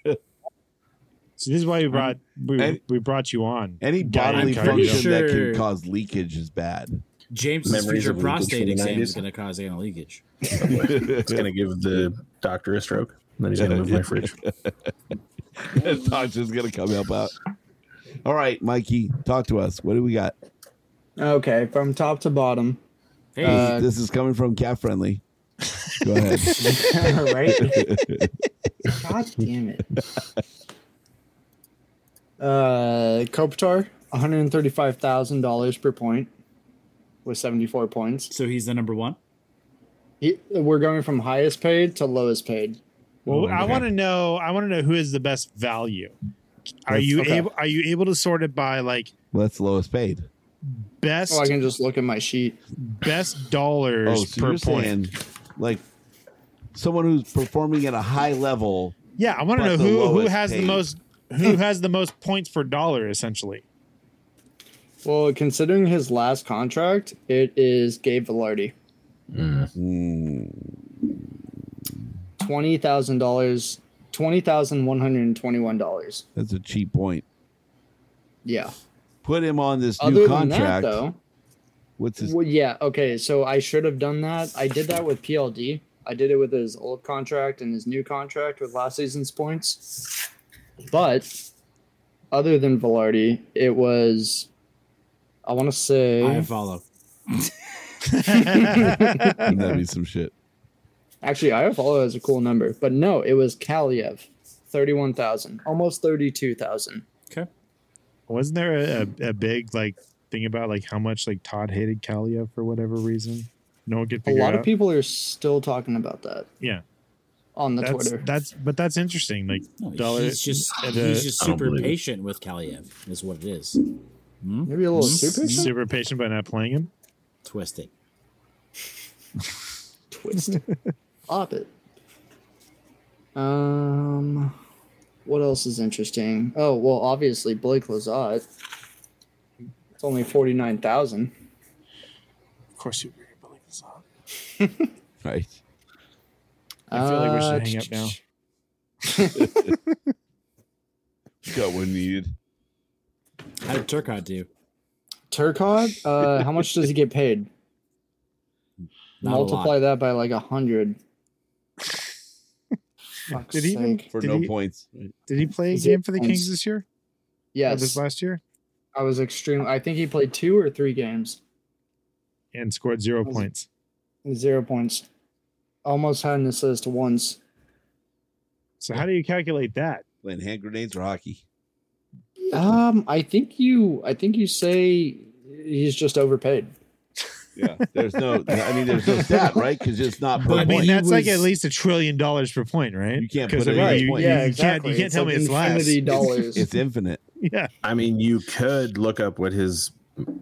Speaker 2: So this is why we brought we,
Speaker 4: And-
Speaker 2: we brought you on.
Speaker 4: Any
Speaker 2: Guy
Speaker 4: bodily
Speaker 2: I'm kinda
Speaker 4: function that
Speaker 3: sure-
Speaker 4: can cause leakage is bad.
Speaker 3: James's
Speaker 10: Memories
Speaker 3: future
Speaker 10: of leakage from
Speaker 3: prostate
Speaker 10: the
Speaker 3: exam is
Speaker 10: 90s.
Speaker 3: going to cause anal leakage.
Speaker 10: It's going to give the doctor a stroke. And then he's going to move my fridge.
Speaker 4: Tosh is gonna come help out. All right, Mikey, talk to us. What do we got?
Speaker 8: Okay, from top to bottom.
Speaker 3: Hey,
Speaker 8: Uh,
Speaker 4: this is coming from cat friendly. Go ahead.
Speaker 8: right? God damn it. Uh, Kopitar, $135,000 per point with 74 points.
Speaker 3: so he's the number one.
Speaker 8: He, we're going from highest paid to lowest paid.
Speaker 2: Well, I want to know. I want to know who is the best value. Are
Speaker 4: That's-
Speaker 2: you
Speaker 8: okay.
Speaker 2: able? Are you able to sort it by like
Speaker 4: well, that's lowest paid.
Speaker 2: best
Speaker 8: Oh, I can just look at my sheet.
Speaker 2: best dollars
Speaker 4: Oh, so
Speaker 2: per
Speaker 4: you're
Speaker 2: point?
Speaker 4: saying like someone who's performing at a high level.
Speaker 2: yeah, I want
Speaker 4: but
Speaker 2: to know
Speaker 4: the
Speaker 2: who who
Speaker 4: lowest
Speaker 2: has the
Speaker 4: paid.
Speaker 2: most who has the most points per dollar essentially.
Speaker 8: Well, considering his last contract, it is Gabe Velarde. Twenty thousand dollars, twenty thousand one hundred and twenty-one dollars.
Speaker 4: That's a cheap point.
Speaker 8: Yeah.
Speaker 4: Put him on this
Speaker 8: Other
Speaker 4: new
Speaker 8: than
Speaker 4: contract.
Speaker 8: that, though,
Speaker 4: What's his?
Speaker 8: well, yeah. Okay, so I should have done that. I did that with PLD. I did it with his old contract and his new contract with last season's points. But other than Velarde, it was. I want to say
Speaker 3: I follow.
Speaker 4: That'd be some shit.
Speaker 8: Actually, Iafallo is a cool number, but no, it was Kaliev, thirty-one thousand, almost thirty-two thousand.
Speaker 3: Okay.
Speaker 2: Wasn't there a, a, a big like thing about like how much like Todd hated Kalia for whatever reason? No one could
Speaker 8: A
Speaker 2: figure
Speaker 8: lot
Speaker 2: it
Speaker 8: of
Speaker 2: out.
Speaker 8: people are still talking about that
Speaker 2: yeah,
Speaker 8: on the
Speaker 2: that's
Speaker 8: Twitter.
Speaker 2: that's but that's interesting. Like dollar,
Speaker 3: He's just
Speaker 2: at a-
Speaker 3: he's just
Speaker 10: I don't
Speaker 3: super
Speaker 10: believe it.
Speaker 3: patient with Kaliev. Is what it is.
Speaker 8: Maybe a little
Speaker 2: Hmm?
Speaker 8: stupid.
Speaker 2: super patient by not playing him.
Speaker 3: Twist it.
Speaker 8: twist. Pop it. Um, what else is interesting? Oh well, obviously Blake Lazat. It's only forty-nine thousand.
Speaker 2: Of course, you were gonna believe this on.
Speaker 4: Right.
Speaker 2: I feel like we
Speaker 8: Uh,
Speaker 2: should hang up now.
Speaker 4: Got one needed.
Speaker 3: How did Turcotte do?
Speaker 8: Turcotte, uh, how much does he get paid?
Speaker 3: Not a lot.
Speaker 8: Multiply that by like a hundred. Fuck's
Speaker 2: Did he even-
Speaker 8: sake.
Speaker 4: For
Speaker 2: Did
Speaker 4: no
Speaker 2: he-
Speaker 4: points.
Speaker 2: Did he play a
Speaker 8: Is
Speaker 2: game
Speaker 8: it-
Speaker 2: for the Kings this year? Or
Speaker 8: Yes,
Speaker 2: this last year
Speaker 8: I was extreme. I think he played two or three games,
Speaker 2: and scored zero
Speaker 8: Was it-
Speaker 2: points.
Speaker 8: zero points. Almost had an assist once.
Speaker 2: So how do you calculate that?
Speaker 4: Playing hand grenades or hockey.
Speaker 8: Um, I think you. I think you say he's just overpaid.
Speaker 4: Yeah. There's no. I mean, there's no stat, right? Because it's not per
Speaker 2: I mean,
Speaker 4: point.
Speaker 3: he
Speaker 2: that's like
Speaker 3: was-
Speaker 2: at least a trillion dollars per point, right?
Speaker 4: You can't
Speaker 2: 'Cause I
Speaker 4: put it
Speaker 2: mean,
Speaker 4: in
Speaker 2: you-
Speaker 4: point.
Speaker 2: you- you can't- you can't tell me it's less.
Speaker 8: infinity dollars.
Speaker 4: It's infinite.
Speaker 2: Yeah,
Speaker 10: I mean, you could look up what his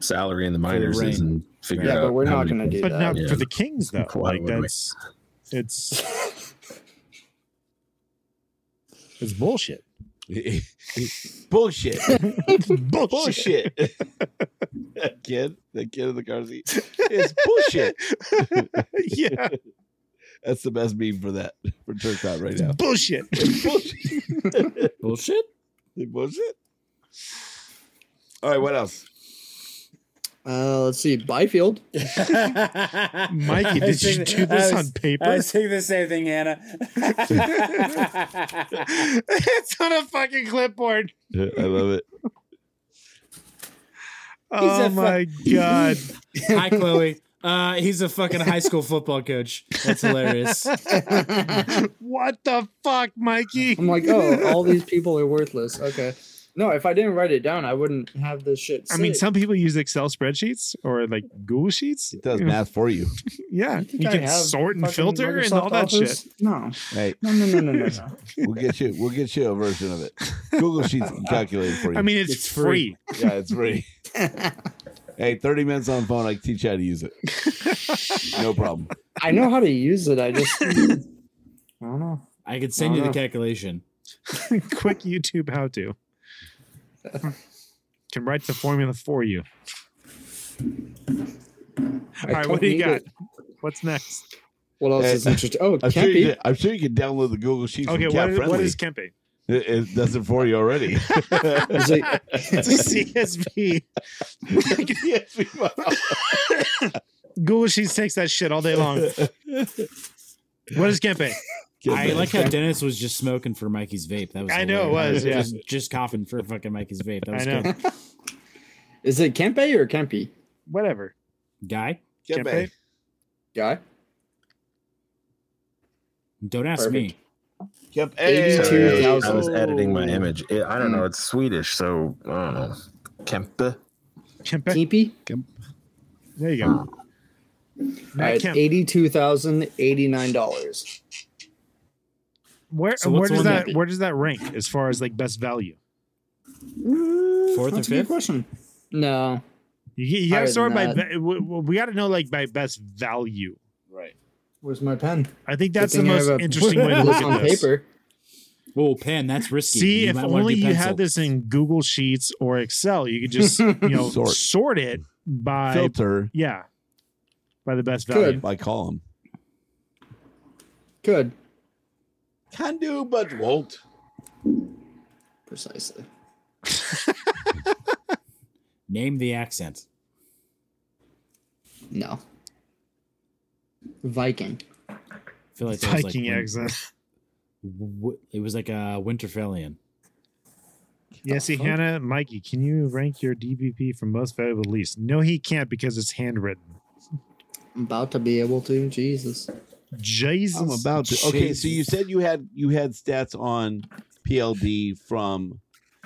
Speaker 10: salary in the minors is
Speaker 3: reign.
Speaker 10: and figure
Speaker 8: Yeah,
Speaker 10: out.
Speaker 8: but we're
Speaker 10: how
Speaker 8: not
Speaker 10: many-
Speaker 8: gonna do
Speaker 2: But now
Speaker 8: that.
Speaker 10: Yeah.
Speaker 2: for the Kings though,
Speaker 10: Why
Speaker 2: like
Speaker 10: would we?
Speaker 2: that's it's it's bullshit.
Speaker 4: Bullshit.
Speaker 2: bullshit.
Speaker 4: Bullshit. that kid, that kid in the car seat. It's bullshit.
Speaker 2: yeah,
Speaker 4: That's the best meme for that for Turk Out right now.
Speaker 2: bullshit.
Speaker 4: It's bullshit.
Speaker 3: Bullshit.
Speaker 4: It's bullshit. All right, what else?
Speaker 8: Uh, let's see. Byfield.
Speaker 2: Mikey,
Speaker 3: I
Speaker 2: did you
Speaker 3: think-
Speaker 2: do this
Speaker 3: I was-
Speaker 2: on paper?
Speaker 3: I was thinking the same thing, Hannah.
Speaker 2: it's on a fucking clipboard.
Speaker 4: I love it.
Speaker 2: oh
Speaker 3: a fu-
Speaker 2: my god.
Speaker 3: Hi, Chloe. Uh, he's a fucking high school football coach. That's hilarious.
Speaker 2: What the fuck, Mikey?
Speaker 8: I'm like, oh, all these people are worthless. Okay. No, if I didn't write it down, I wouldn't have this shit.
Speaker 2: I mean,
Speaker 8: saved.
Speaker 2: some people use Excel spreadsheets or like Google Sheets.
Speaker 4: It does
Speaker 2: You know,
Speaker 4: math for you.
Speaker 2: Yeah, you,
Speaker 8: I
Speaker 2: can
Speaker 8: have
Speaker 2: sort and
Speaker 8: fucking
Speaker 2: filter and all
Speaker 8: Microsoft
Speaker 2: that shit.
Speaker 8: Office? No,
Speaker 4: Hey,
Speaker 8: no, no, no, no, no. no.
Speaker 4: we'll get you we'll get you a version of it. Google Sheets can calculate it for you.
Speaker 2: I mean, it's,
Speaker 3: It's
Speaker 2: free.
Speaker 3: free.
Speaker 4: Yeah, it's free. hey, 30 minutes on the phone, I can teach you how to use it. No problem.
Speaker 8: I know how to use it. I just, I don't know.
Speaker 3: I could send you
Speaker 8: Oh,
Speaker 3: the
Speaker 8: no.
Speaker 3: calculation.
Speaker 2: Quick YouTube how to. Can write the formula for you.
Speaker 8: I
Speaker 2: All right,
Speaker 8: don't
Speaker 2: what do you
Speaker 8: need
Speaker 2: got?
Speaker 8: it.
Speaker 2: What What's next?
Speaker 8: What else
Speaker 4: Hey,
Speaker 8: is interesting? Oh,
Speaker 4: I'm sure, you
Speaker 8: Kempy.
Speaker 4: can, I'm sure you can download the Google Sheets.
Speaker 2: Okay,
Speaker 4: from
Speaker 2: what
Speaker 4: Cat
Speaker 2: is, what
Speaker 4: Friendly.
Speaker 2: is Kempe?
Speaker 4: it, it does it for you already.
Speaker 8: It's like,
Speaker 2: It's a CSV.
Speaker 4: Yes, we will.
Speaker 2: Google Sheets takes that shit all day long. What is Kempe?
Speaker 3: I like how Dennis was just smoking for Mikey's vape. That was
Speaker 2: I know it
Speaker 3: hilarious.
Speaker 2: was, yeah.
Speaker 3: just, just coughing for fucking Mikey's vape. That
Speaker 2: I
Speaker 3: was
Speaker 2: know.
Speaker 3: good.
Speaker 8: is it Kempe or Kempy?
Speaker 2: Whatever.
Speaker 3: Guy,
Speaker 4: Get
Speaker 2: Kempe?
Speaker 4: back.
Speaker 8: Guy.
Speaker 3: don't ask me.
Speaker 4: Kempe.
Speaker 10: Sorry, I, was-
Speaker 8: 82,000.
Speaker 10: I was editing my image. It, I don't know. It's Swedish, so I don't know. Kempe.
Speaker 2: Kempe.
Speaker 8: Kempi.
Speaker 2: There you go.
Speaker 8: All
Speaker 2: Matt
Speaker 8: right,
Speaker 2: Kemp.
Speaker 8: eighty-two thousand eighty-nine dollars.
Speaker 2: Where
Speaker 3: So
Speaker 2: where
Speaker 3: what's
Speaker 2: does
Speaker 3: one
Speaker 2: that
Speaker 3: Kempe?
Speaker 2: where does that rank as far as like best value?
Speaker 3: Fourth or
Speaker 8: That's a good
Speaker 3: fifth?
Speaker 8: question. No,
Speaker 2: You, you gotta
Speaker 8: Higher
Speaker 2: sort by
Speaker 8: than
Speaker 2: be, we, we gotta know like by best value.
Speaker 4: Right.
Speaker 8: where's my pen?
Speaker 2: I think that's the
Speaker 8: Good thing I
Speaker 2: most
Speaker 8: have a-
Speaker 2: interesting way to look
Speaker 8: on
Speaker 2: at this.
Speaker 8: paper.
Speaker 3: Oh, pen. That's risky.
Speaker 2: See,
Speaker 3: You
Speaker 2: if
Speaker 3: might wanna
Speaker 2: only
Speaker 3: do
Speaker 2: you
Speaker 3: pencil.
Speaker 2: had this in Google Sheets or Excel, you could just you know sort,
Speaker 4: Sort.
Speaker 2: it by
Speaker 4: Filter
Speaker 2: yeah by the best value.
Speaker 8: Good.
Speaker 4: by column.
Speaker 8: Good,
Speaker 4: Can do, but won't.
Speaker 8: precisely.
Speaker 3: Name the accent.
Speaker 8: No. Viking.
Speaker 3: I feel like that was like
Speaker 2: Viking
Speaker 3: win-
Speaker 2: accent.
Speaker 3: w- it was like a Winterfellian.
Speaker 2: Yeah, see, Hannah, Mikey, can you rank your DPP from most valuable to least? No, he can't because it's handwritten.
Speaker 8: I'm about to be able to. Jesus.
Speaker 2: Jesus,
Speaker 4: I'm about to. Okay, so you said you had you had stats on PLD from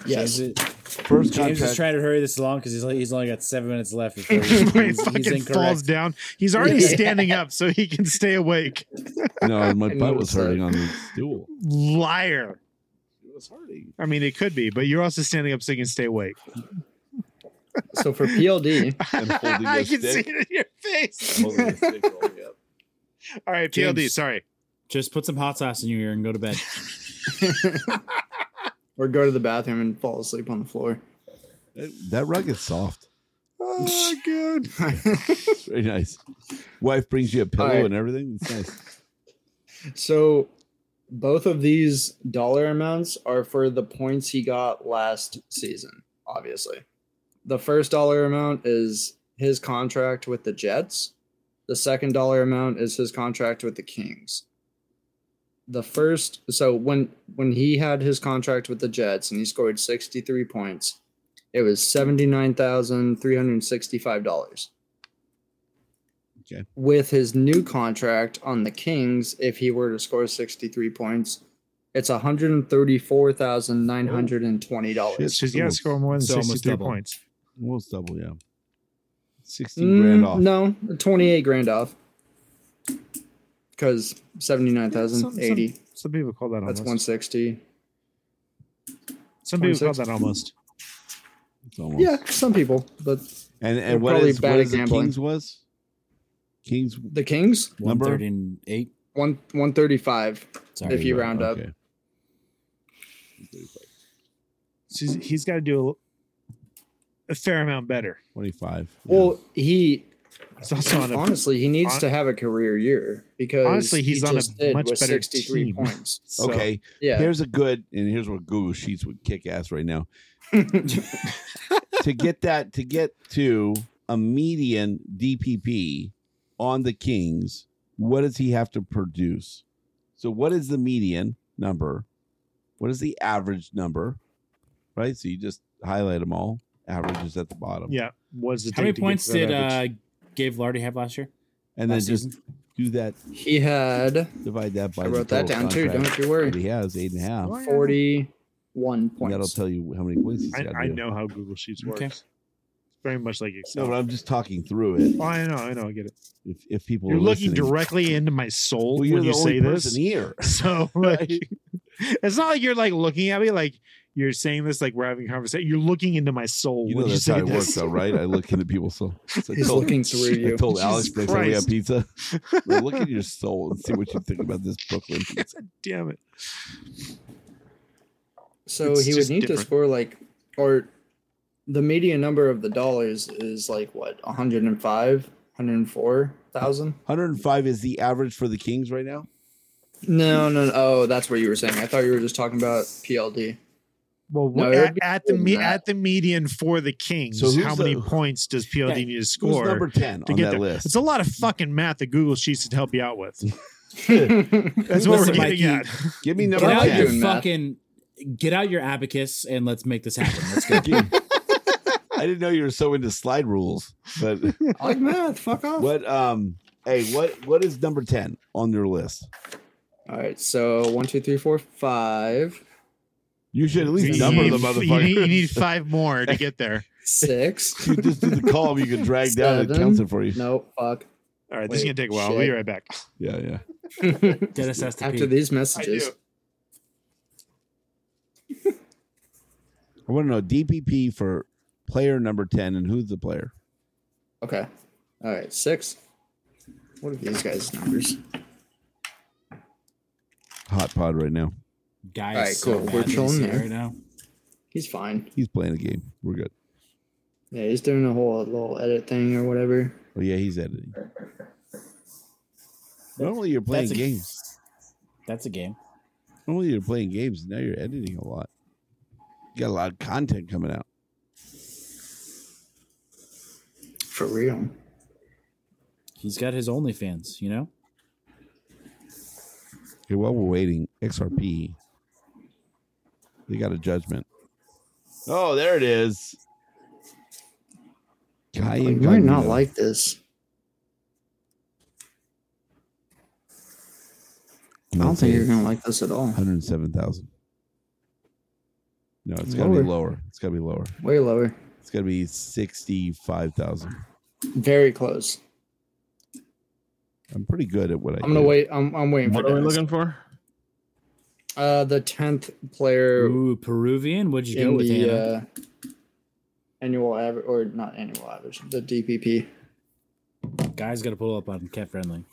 Speaker 8: Yes.
Speaker 4: first
Speaker 3: James is
Speaker 4: contract.
Speaker 3: trying to hurry this along because he's only, he's only got seven minutes left. Before he's,
Speaker 2: he
Speaker 3: he's,
Speaker 2: fucking
Speaker 3: he's
Speaker 2: falls
Speaker 3: incorrect.
Speaker 2: down. He's already
Speaker 8: Yeah.
Speaker 2: standing up so he can stay awake.
Speaker 4: no, my
Speaker 8: I
Speaker 4: butt was
Speaker 8: noticed
Speaker 4: hurting
Speaker 8: that.
Speaker 4: on the stool.
Speaker 2: Liar.
Speaker 4: It was hurting.
Speaker 2: I mean, it could be, but you're also standing up so you can stay awake.
Speaker 8: So for PLD,
Speaker 4: I'm holding
Speaker 2: I
Speaker 4: a
Speaker 2: can see
Speaker 4: stick.
Speaker 2: it in your face.
Speaker 4: I'm holding a stick all the way up.
Speaker 2: All right, PLD,
Speaker 3: James.
Speaker 2: sorry.
Speaker 3: Just put some hot sauce in your ear and go to bed.
Speaker 8: or go to the bathroom and fall asleep on the floor.
Speaker 4: That- That rug is soft. Ah.
Speaker 2: Oh, good.
Speaker 4: It's very nice. Wife brings you a pillow
Speaker 8: right.
Speaker 4: and everything. It's nice.
Speaker 8: So both of these dollar amounts are for the points he got last season, obviously. The first dollar amount is his contract with the Jets. The second dollar amount is his contract with the Kings. The first so when when he had his contract with the Jets and he scored 63 points, it was $79,365 with his new contract on the Kings, if he were to score 63 points, it's $134,920.
Speaker 2: She's got to score more than
Speaker 3: So almost
Speaker 2: 63
Speaker 3: double.
Speaker 2: points.
Speaker 4: Almost double, yeah. Sixteen grand off.
Speaker 8: Mm, no, 28 grand off. Because
Speaker 2: Some-
Speaker 8: 79,080.
Speaker 4: Oh,
Speaker 2: Some, some people call that
Speaker 8: That's
Speaker 2: almost.
Speaker 8: 160.
Speaker 2: some people call
Speaker 8: 26.
Speaker 2: that almost.
Speaker 4: It's almost.
Speaker 8: Yeah, some people, but
Speaker 4: And
Speaker 8: They're
Speaker 4: and what
Speaker 8: probably
Speaker 4: is,
Speaker 8: bad
Speaker 4: what is the
Speaker 8: at gambling.
Speaker 4: Kings was? Kings
Speaker 8: The Kings
Speaker 4: number
Speaker 3: 138.
Speaker 8: one one thirty five.
Speaker 3: Sorry.
Speaker 8: if you round up,
Speaker 4: Okay.
Speaker 2: So he's, he's got to do a, a fair amount better.
Speaker 4: twenty five.
Speaker 8: well, he
Speaker 2: He's also on a,
Speaker 8: honestly he needs
Speaker 2: hon-
Speaker 8: to have a career year because
Speaker 2: Honestly, he's
Speaker 8: he
Speaker 2: on a
Speaker 8: just did
Speaker 2: much
Speaker 8: with
Speaker 2: better
Speaker 8: 63
Speaker 2: team.
Speaker 8: points.
Speaker 2: so-
Speaker 4: okay.
Speaker 8: Yeah,
Speaker 4: Here's a good, and here's where Google Sheets would kick ass right now. to get that, to get to a median DPP on the Kings, what does he have to produce? So, what is the median number? What is the average number? Right. So you just highlight them all. Average is at the bottom.
Speaker 2: Yeah. Was it
Speaker 3: How many points did uh,
Speaker 2: average?
Speaker 3: Gabe Lardy have last year?
Speaker 4: and then
Speaker 3: last
Speaker 4: just
Speaker 3: season?
Speaker 4: do that.
Speaker 8: he had
Speaker 4: Divide that by.
Speaker 8: I
Speaker 4: the
Speaker 8: wrote that
Speaker 4: total
Speaker 8: down too.
Speaker 4: contract
Speaker 8: Don't you
Speaker 4: that
Speaker 8: worry.
Speaker 4: He has eight and a half.
Speaker 2: uh,
Speaker 8: Forty one
Speaker 4: And That'll
Speaker 8: points.
Speaker 4: tell you how many points he's got.
Speaker 2: I, I know how Google Sheets works.
Speaker 3: Okay.
Speaker 2: It's very much like
Speaker 4: No,
Speaker 2: Excel.
Speaker 4: but I'm just talking through it.
Speaker 2: oh, I know. I know. I get it.
Speaker 4: If, if people
Speaker 2: You're
Speaker 4: are
Speaker 2: looking
Speaker 4: listening.
Speaker 2: directly into my soul
Speaker 4: Well,
Speaker 2: when you
Speaker 4: the
Speaker 2: say
Speaker 4: only
Speaker 2: this.
Speaker 4: person here.
Speaker 2: So like, it's not like you're like looking at me like you're saying this like we're having a conversation. You're looking into my soul
Speaker 4: You know
Speaker 2: when you
Speaker 4: that's
Speaker 2: say
Speaker 4: how it
Speaker 2: this.
Speaker 4: works, though, right? I look into people's soul. So I
Speaker 8: He's
Speaker 4: told,
Speaker 8: looking through
Speaker 4: I
Speaker 8: you.
Speaker 4: told Alex
Speaker 2: Jesus
Speaker 4: next time we have
Speaker 2: Christ.
Speaker 4: pizza. "Now look into your soul and see what you think about this Brooklyn pizza.
Speaker 2: Damn it!
Speaker 8: So
Speaker 2: It's
Speaker 8: he would
Speaker 2: just
Speaker 8: need
Speaker 2: different.
Speaker 8: to score like, or the median number of the dollars is like what 105, 104,000?
Speaker 4: 105 is the average for the Kings right now.
Speaker 8: No, no, no. Oh, that's what you were saying. I thought you were just talking about PLD.
Speaker 2: Well,
Speaker 8: No, it would
Speaker 2: at,
Speaker 8: be
Speaker 2: at the
Speaker 8: more than
Speaker 2: me-
Speaker 8: that.
Speaker 2: at the median for the Kings,
Speaker 4: So who's
Speaker 2: how many
Speaker 4: the-
Speaker 2: points does PLD need
Speaker 8: Yeah,
Speaker 2: to
Speaker 4: Who's
Speaker 2: score
Speaker 4: number 10
Speaker 2: to
Speaker 4: on
Speaker 2: get
Speaker 4: that
Speaker 2: there?
Speaker 4: list?
Speaker 2: It's a lot of fucking math that Google Sheets can help you out with. That's
Speaker 8: That's
Speaker 2: what we're
Speaker 3: Listen,
Speaker 2: getting
Speaker 3: Mikey,
Speaker 2: at.
Speaker 4: Give me
Speaker 3: Get
Speaker 4: number
Speaker 3: out
Speaker 8: I'm
Speaker 3: your
Speaker 8: doing
Speaker 4: 10.
Speaker 8: math.
Speaker 3: fucking get out your abacus and let's make this happen. Let's go.
Speaker 4: I didn't know you were so into slide rules, but
Speaker 8: I like math. Fuck off.
Speaker 4: what? Um, hey, what? What is number 10 on your list?
Speaker 8: All right. So one, two, three, four, five,
Speaker 4: You should at
Speaker 2: You
Speaker 4: least
Speaker 2: need,
Speaker 4: number the
Speaker 2: you need- you
Speaker 4: motherfucker.
Speaker 2: need five more to get there.
Speaker 8: six.
Speaker 4: You just do the column you can drag down and it
Speaker 8: Seven.
Speaker 4: counts it for you.
Speaker 8: no, fuck.
Speaker 2: All right, this is gonna
Speaker 8: Wait,
Speaker 2: take a while. We'll be
Speaker 8: shit.
Speaker 2: right back.
Speaker 4: Yeah, yeah.
Speaker 3: Dennis has to
Speaker 8: After
Speaker 3: pee.
Speaker 8: these messages,
Speaker 4: I want to know DPP for player number 10 and who's the player?
Speaker 8: okay. All right, six. What are these guys' numbers?
Speaker 4: Hot pod right now.
Speaker 3: Guys,
Speaker 8: All right, cool.
Speaker 3: so
Speaker 8: We're
Speaker 3: bad
Speaker 8: chilling
Speaker 3: this year
Speaker 8: there.
Speaker 3: right now.
Speaker 8: He's fine.
Speaker 4: He's playing a game. We're good.
Speaker 8: Yeah, he's doing a whole little edit thing or whatever.
Speaker 4: Oh, yeah, he's editing. Normally you're playing
Speaker 3: That's a-
Speaker 4: games.
Speaker 3: That's a game.
Speaker 4: Normally you're playing games. Now you're editing a lot. You got a lot of content coming out.
Speaker 8: For real.
Speaker 3: He's got his OnlyFans, you know.
Speaker 4: Okay, while we're waiting, XRP. They got a judgment. Oh, there it is. Guy
Speaker 8: Like, you might not
Speaker 4: Incognito.
Speaker 8: like this. I don't think you're gonna like this at all.
Speaker 4: 107,000. No, it's got to be
Speaker 8: Lower.
Speaker 4: lower. It's got to be lower.
Speaker 8: Way lower.
Speaker 4: It's got to be 65,000.
Speaker 8: Very close.
Speaker 4: I'm pretty good at what I
Speaker 8: I'm gonna
Speaker 4: do.
Speaker 8: wait. I'm, I'm waiting for
Speaker 10: What are we
Speaker 8: Dennis.
Speaker 10: looking for?
Speaker 8: Uh, the tenth player
Speaker 3: Ooh, Peruvian. What'd you go
Speaker 8: in
Speaker 3: with,
Speaker 8: the
Speaker 3: Hannah?
Speaker 8: uh, annual average, or not annual average, the DPP.
Speaker 3: Guys, got to pull up on cat friendly.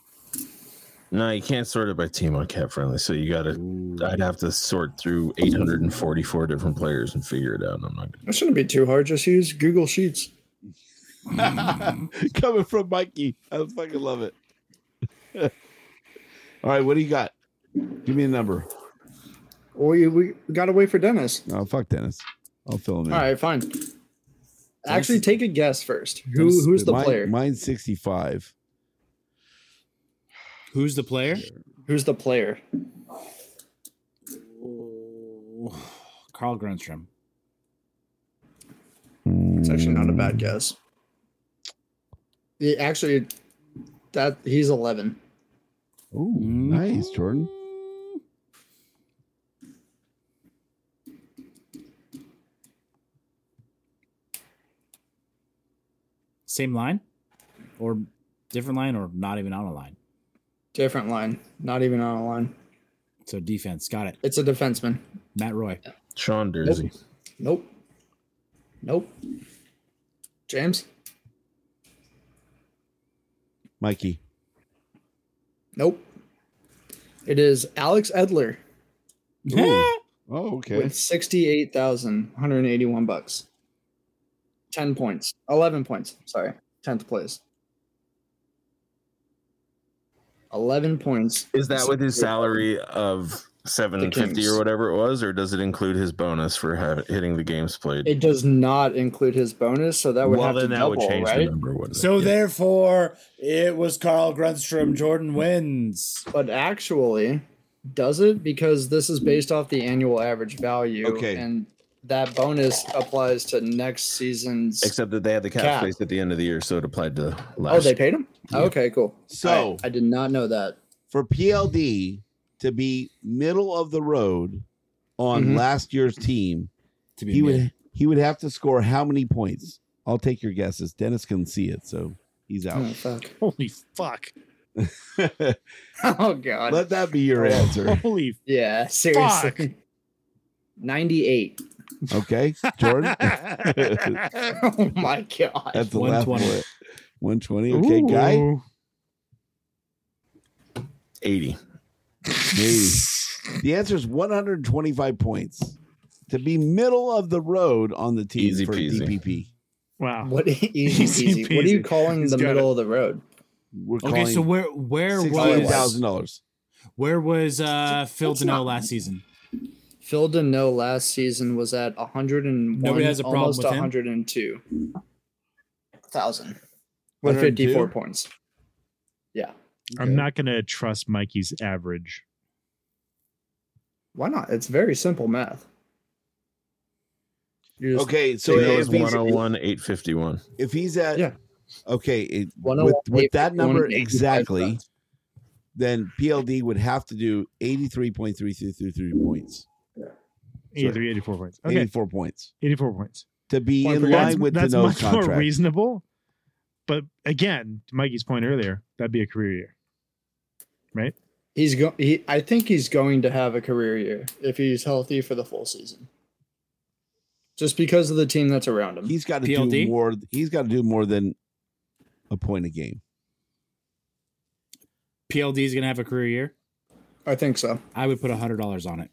Speaker 10: No, you can't sort it by team on cat friendly. So you got to. I'd have to sort through 844 different players and figure it out. and I'm not.
Speaker 8: That shouldn't be too hard. Just use Google Sheets.
Speaker 4: Coming from Mikey. I fucking love it. All right, what do you got? Give me a number.
Speaker 8: We we gotta wait for Dennis.
Speaker 4: Oh, fuck Dennis. I'll fill him in.
Speaker 8: All right, fine. Actually, take a guess first. Who
Speaker 3: Dennis-
Speaker 8: who's the
Speaker 4: Mine-
Speaker 8: player?
Speaker 4: Mine's 65.
Speaker 3: Who's the player?
Speaker 8: Who's the player?
Speaker 3: Carl Grunstrom.
Speaker 8: It's actually not a bad guess. Yeah, actually, that he's eleven.
Speaker 4: Oh,
Speaker 8: Mm.
Speaker 4: nice, Jordan.
Speaker 3: Same line, or different line, or not even on a line.
Speaker 8: Different line, not even on a line.
Speaker 3: So defense, got it.
Speaker 8: It's a defenseman.
Speaker 3: Matt Roy.
Speaker 10: Sean Dersey.
Speaker 8: Nope. Nope. James.
Speaker 4: Mikey.
Speaker 8: Nope. It is Alex Edler
Speaker 4: Ooh. oh, okay.
Speaker 8: with 68,181 bucks. 10 points. 11 points. Sorry. 10th place. 11 points.
Speaker 10: Is that with his salary of seven fifty or whatever it was, or does it include his bonus for ha- hitting the games played?
Speaker 8: It does not include his bonus, so that would
Speaker 10: Well,
Speaker 8: have
Speaker 10: then
Speaker 8: to
Speaker 10: that
Speaker 8: double,
Speaker 10: would change the
Speaker 8: right?
Speaker 10: number, wouldn't
Speaker 3: So therefore, it was Carl Grunstrom. Jordan wins.
Speaker 8: But actually, does it? Because this is based off the annual average value.
Speaker 4: Okay.
Speaker 8: And that bonus applies to next season's.
Speaker 10: Except that they had the cap,
Speaker 8: Cap.
Speaker 10: space at the end of the year, so it applied to last.
Speaker 8: oh, they paid him? Okay, cool.
Speaker 4: So-
Speaker 8: I, I did not know that.
Speaker 4: For PLD to be middle of the road on
Speaker 3: Mm-hmm.
Speaker 8: Mhm.
Speaker 4: last year's team,
Speaker 3: To
Speaker 4: he would he would have to score how many points? I'll take your guesses. Dennis can see it, so he's out.
Speaker 8: Oh, fuck.
Speaker 2: Holy fuck.
Speaker 3: Mm.
Speaker 8: Oh, God.
Speaker 4: Let that be your answer.
Speaker 2: Holy
Speaker 8: yeah, seriously. 98.
Speaker 4: Okay, Jordan.
Speaker 8: Oh, my God.
Speaker 4: That's the last
Speaker 3: 120.
Speaker 4: one. One twenty. Okay, guy.
Speaker 10: eighty.
Speaker 4: Hey. The answer is 125 points to be middle of the road on the team
Speaker 10: Easy
Speaker 4: for
Speaker 10: peasy.
Speaker 4: DPP.
Speaker 2: wow.
Speaker 8: What e-, easy,
Speaker 2: Easy
Speaker 8: peasy. What are you
Speaker 2: peasy.
Speaker 8: calling
Speaker 2: He's
Speaker 8: the
Speaker 2: got
Speaker 8: middle of the road?
Speaker 4: We're
Speaker 3: Okay, so
Speaker 4: calling
Speaker 3: where where was
Speaker 4: $16,000. dollars
Speaker 3: where was uh, Phil Deneau last season?
Speaker 8: Phil Deneau last season was at 101,
Speaker 3: Nobody has a problem
Speaker 8: almost
Speaker 3: with him?
Speaker 8: 102 thousand with 54 points. Yeah,
Speaker 2: I'm not going to trust Mikey's average.
Speaker 8: why not? It's very simple math. You just-
Speaker 4: Okay, so
Speaker 10: So it
Speaker 4: if
Speaker 10: was
Speaker 4: he's,
Speaker 10: one hundred one, eight fifty one.
Speaker 4: if he's at
Speaker 8: oh Yeah.
Speaker 4: okay it, with
Speaker 8: 101,
Speaker 4: with that number
Speaker 8: 851,
Speaker 4: exactly, then PLD would have to do 83.333 points,
Speaker 2: 83, 84 points. Okay.
Speaker 4: 84 points
Speaker 2: 84 points.
Speaker 4: to be in
Speaker 2: That's,
Speaker 4: line with the
Speaker 2: that's
Speaker 4: no
Speaker 2: much more
Speaker 4: contract.
Speaker 2: reasonable. But again, to Mikey's point earlier, that'd be a career year.
Speaker 8: He's go. He, I think he's going to have a career year if he's healthy for the full season. Just because of the team that's around him.
Speaker 4: He's got to
Speaker 3: PLD?
Speaker 4: do more. He's got to do more than a point a game.
Speaker 3: PLD is gonna have a career year.
Speaker 8: I think so.
Speaker 3: I would put hundred dollars on it.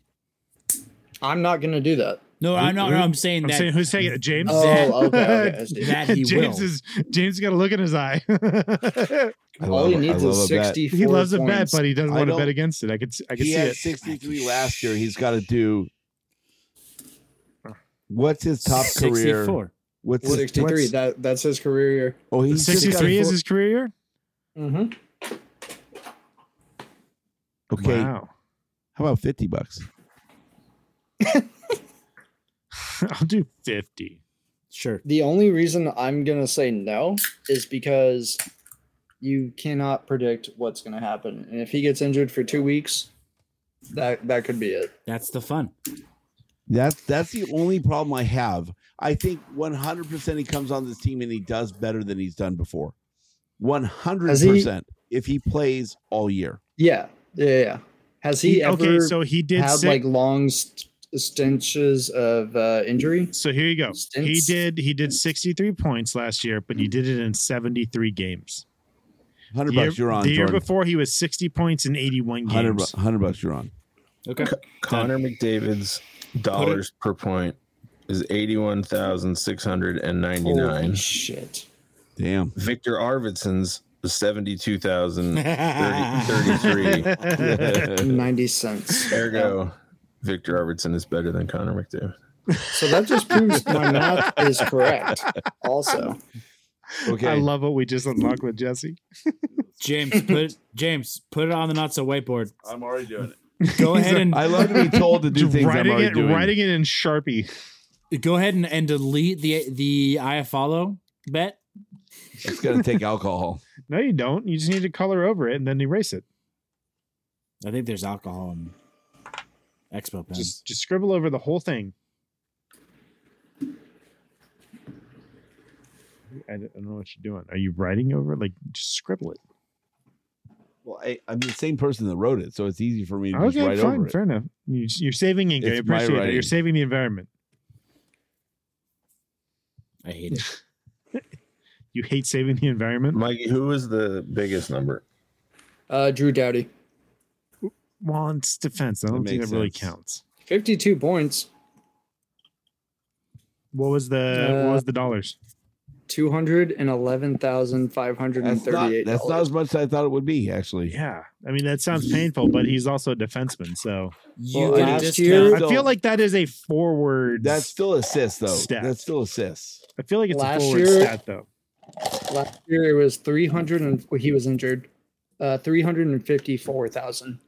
Speaker 8: I'm not going to do that.
Speaker 3: No, I'm not. No, I'm saying
Speaker 2: I'm
Speaker 3: that
Speaker 2: saying who's taking it? James?
Speaker 8: Oh,
Speaker 3: That-
Speaker 8: okay, okay. I see.
Speaker 3: that he
Speaker 2: James
Speaker 3: will.
Speaker 2: is James has got a look in his eye.
Speaker 4: I
Speaker 8: All
Speaker 4: love-
Speaker 8: he
Speaker 4: I
Speaker 8: needs
Speaker 4: love
Speaker 8: is
Speaker 4: a bet.
Speaker 8: 64
Speaker 2: he loves a bet,
Speaker 8: points.
Speaker 2: but he doesn't
Speaker 4: I
Speaker 2: want to
Speaker 4: don't-
Speaker 2: bet against it. I could s- I could
Speaker 4: he
Speaker 2: see
Speaker 4: had
Speaker 2: it.
Speaker 4: 63 last year. He's got to do. What's his top career?
Speaker 3: 64.
Speaker 4: What's his-
Speaker 8: 63.
Speaker 4: what's-
Speaker 8: that that's his career year.
Speaker 4: oh, he's
Speaker 2: 63 is
Speaker 4: 64.
Speaker 2: his career year?
Speaker 8: Mm-hmm.
Speaker 4: okay.
Speaker 2: Wow.
Speaker 4: How about 50 bucks?
Speaker 2: I'll do 50.
Speaker 3: Sure.
Speaker 8: The only reason I'm gonna say no is because you cannot predict what's gonna happen, and if he gets injured for two weeks, that that could be it.
Speaker 3: That's the fun.
Speaker 4: That's that's the only problem I have. I think 100% he comes on this team and he does better than he's done before. 100% if he plays all year.
Speaker 8: Yeah, yeah, yeah. Has he,
Speaker 2: He-
Speaker 8: ever
Speaker 2: okay, so he did
Speaker 8: had
Speaker 2: six.
Speaker 8: like long st- stenches of uh, injury?
Speaker 2: so here you go. He
Speaker 8: stints?
Speaker 2: did he did 63 points last year, but he did it in 73 games.
Speaker 4: 100
Speaker 2: The year-
Speaker 4: bucks you're on,
Speaker 2: The year
Speaker 4: Jordan.
Speaker 2: before he was 60 points in 81
Speaker 4: 100, bu-
Speaker 2: games.
Speaker 4: 100 bucks you're on.
Speaker 3: Okay.
Speaker 10: Connor McDavid's dollars per point is eighty one thousand six hundred and ninety nine.
Speaker 8: Holy shit!
Speaker 4: Damn.
Speaker 10: Victor Arvidsson's seventy two thousand thirty three.
Speaker 8: Ninety cents.
Speaker 10: Ergo, Victor Arvidsson is better than Connor McDavid.
Speaker 8: So that just proves my math is correct. Also,
Speaker 2: I
Speaker 4: Okay.
Speaker 2: love what we just unlocked with Jesse.
Speaker 3: James, put it, James, put it on the not so whiteboard.
Speaker 4: I'm already doing it.
Speaker 3: Go ahead and
Speaker 4: I love to be told to do
Speaker 2: Just
Speaker 4: things I'm
Speaker 2: writing
Speaker 4: already
Speaker 2: it,
Speaker 4: doing.
Speaker 2: writing it in Sharpie.
Speaker 3: go ahead and, and delete the the I follow bet.
Speaker 4: It's going to take alcohol.
Speaker 2: No, you don't. You just need to color over it and then erase it.
Speaker 3: I think there's alcohol in Expo pens.
Speaker 2: Just just scribble over the whole thing. I don't I don't know what you're doing. Are you writing over it? Like just scribble it.
Speaker 4: Well, I, I'm the same person that wrote it, so it's easy for me to just
Speaker 2: Okay,
Speaker 4: write
Speaker 2: fine,
Speaker 4: over it.
Speaker 2: fair enough. You, you're saving ink. I
Speaker 4: It's my
Speaker 2: appreciate it. You're
Speaker 4: writing.
Speaker 2: saving the environment.
Speaker 3: I hate it.
Speaker 2: You You hate saving the environment.
Speaker 10: Mikey, who is the biggest number?
Speaker 8: Uh, Drew Doughty,
Speaker 2: Well, it's defense. I don't
Speaker 10: That
Speaker 2: think
Speaker 10: makes
Speaker 2: that really
Speaker 10: sense.
Speaker 2: counts.
Speaker 8: fifty-two points,
Speaker 2: What was the what
Speaker 8: Uh,
Speaker 2: was the dollars?
Speaker 8: two hundred and eleven thousand five hundred and
Speaker 4: That's not,
Speaker 8: thirty-eight.
Speaker 4: that's not as much as I thought it would be, actually.
Speaker 2: Yeah, I mean that sounds painful, but he's also a defenseman, so
Speaker 4: Well,
Speaker 3: You get a
Speaker 4: last
Speaker 3: discount.
Speaker 4: year-
Speaker 2: I feel like that is a forward.
Speaker 4: That's still assists, though.
Speaker 2: Stat.
Speaker 4: That's still assists.
Speaker 2: I feel like it's a
Speaker 8: Last
Speaker 2: forward
Speaker 8: year-
Speaker 2: stat though.
Speaker 8: Last year it was three hundred and well, he was injured, uh, three hundred and fifty-four thousand,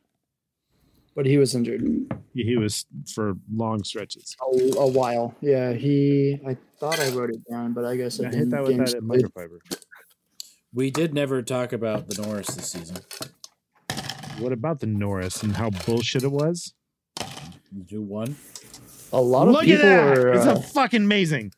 Speaker 8: but he was injured
Speaker 2: He was for long stretches.
Speaker 8: a, a while. Yeah, he. I thought I wrote it down, but I guess I
Speaker 2: Yeah,
Speaker 8: didn't.
Speaker 2: hit that with
Speaker 8: Games
Speaker 2: that
Speaker 8: played.
Speaker 2: microfiber.
Speaker 3: We did never talk about the Norris this season.
Speaker 2: What about the Norris and how bullshit it was?
Speaker 3: Do one.
Speaker 8: A lot of
Speaker 2: Look at
Speaker 8: people
Speaker 2: that!
Speaker 8: are.
Speaker 2: it's
Speaker 8: uh,
Speaker 2: a fucking amazing.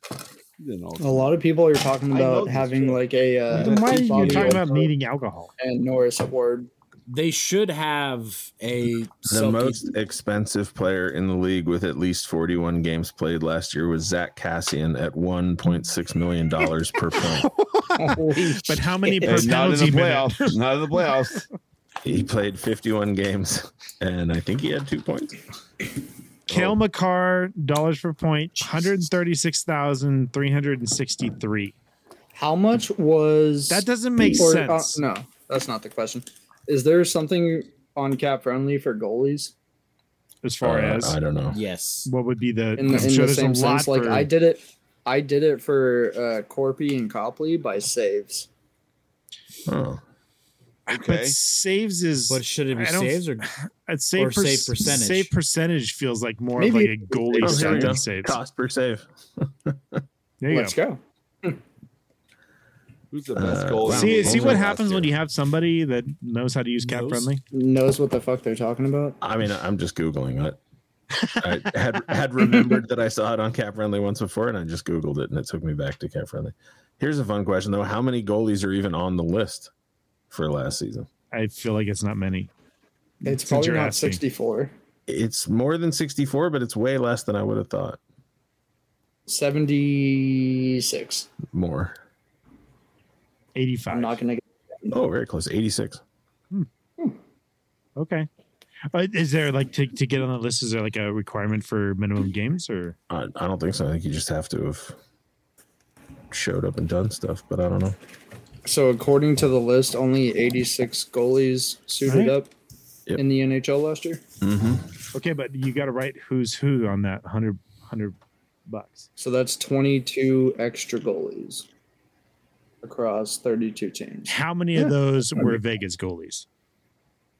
Speaker 4: You know.
Speaker 8: A lot of people are talking
Speaker 4: I know
Speaker 8: about
Speaker 4: this
Speaker 8: having like a uh,
Speaker 2: Then why are you
Speaker 8: Bobby
Speaker 2: talking about
Speaker 8: Orr
Speaker 2: needing alcohol?
Speaker 8: and Norris award.
Speaker 3: They should have a
Speaker 10: The
Speaker 3: Selke-
Speaker 10: most expensive player in the league with at least 41 games played last year was Zach Cassian at 1.6 million dollars per point.
Speaker 2: But how many per
Speaker 4: And not in
Speaker 2: penalty
Speaker 4: the
Speaker 2: minute?
Speaker 4: playoffs. not in the playoffs.
Speaker 10: He played 51 games, and I think he had two points. Oh.
Speaker 2: Kale McCarr dollars per point, hundred thirty-six thousand three hundred and sixty-three.
Speaker 8: How much was
Speaker 2: That doesn't make
Speaker 8: or- uh,
Speaker 2: sense.
Speaker 8: no, that's not the question. Is there something on cap friendly for goalies
Speaker 2: As far
Speaker 10: Uh,
Speaker 2: as
Speaker 10: I don't know.
Speaker 3: Yes.
Speaker 2: what would be the?
Speaker 8: in the,
Speaker 2: I'm sure
Speaker 8: in the
Speaker 2: there's a
Speaker 8: same
Speaker 2: lot
Speaker 8: sense? Like
Speaker 2: for-
Speaker 8: I did it, I did it for uh, Corpy and Copley by saves.
Speaker 10: Oh.
Speaker 4: Okay.
Speaker 2: But saves is
Speaker 3: But should it be
Speaker 2: I don't-
Speaker 3: saves or
Speaker 2: I'd say
Speaker 3: or
Speaker 2: per-
Speaker 3: save percentage?
Speaker 2: Save percentage feels like more of like
Speaker 8: Maybe-
Speaker 2: a goalie
Speaker 10: Oh, here we
Speaker 2: stat
Speaker 10: go.
Speaker 2: than saves.
Speaker 10: Cost per save.
Speaker 2: There you go.
Speaker 8: Let's go.
Speaker 4: Who's the best
Speaker 10: Uh,
Speaker 4: goalie?
Speaker 10: wow.
Speaker 2: See,
Speaker 10: Those
Speaker 2: see
Speaker 10: are
Speaker 2: what
Speaker 10: last
Speaker 2: happens when
Speaker 10: year.
Speaker 2: you have somebody that knows how to use cap
Speaker 3: Knows?
Speaker 2: friendly.
Speaker 8: Knows what the fuck they're talking about.
Speaker 10: I mean, I'm just googling it. I had had remembered that I saw it on Cap Friendly once before, and I just googled it, and it took me back to Cap Friendly. Here's a fun question though: How many goalies are even on the list for last season?
Speaker 2: I feel like it's not many.
Speaker 8: It's
Speaker 2: Since
Speaker 8: probably
Speaker 2: you're
Speaker 8: not
Speaker 2: asking.
Speaker 8: sixty-four.
Speaker 10: It's more than 64, but it's way less than I would have thought.
Speaker 8: 76.
Speaker 10: More.
Speaker 2: Eighty-five.
Speaker 8: I'm not going to get
Speaker 10: Oh, very close. 86.
Speaker 2: okay. Uh, Is there like to, to get on the list? Is there like a requirement for minimum games or?
Speaker 10: I, I don't think so. I think you just have to have showed up and done stuff, but I don't know.
Speaker 8: So according to the list, only 86 goalies suited
Speaker 2: Right.
Speaker 8: up
Speaker 10: Yep.
Speaker 8: in the NHL last year.
Speaker 2: Okay, but you got to write who's who on that 100, 100 bucks.
Speaker 8: So that's 22 extra goalies across 32 teams.
Speaker 2: How many of those were Vegas goalies?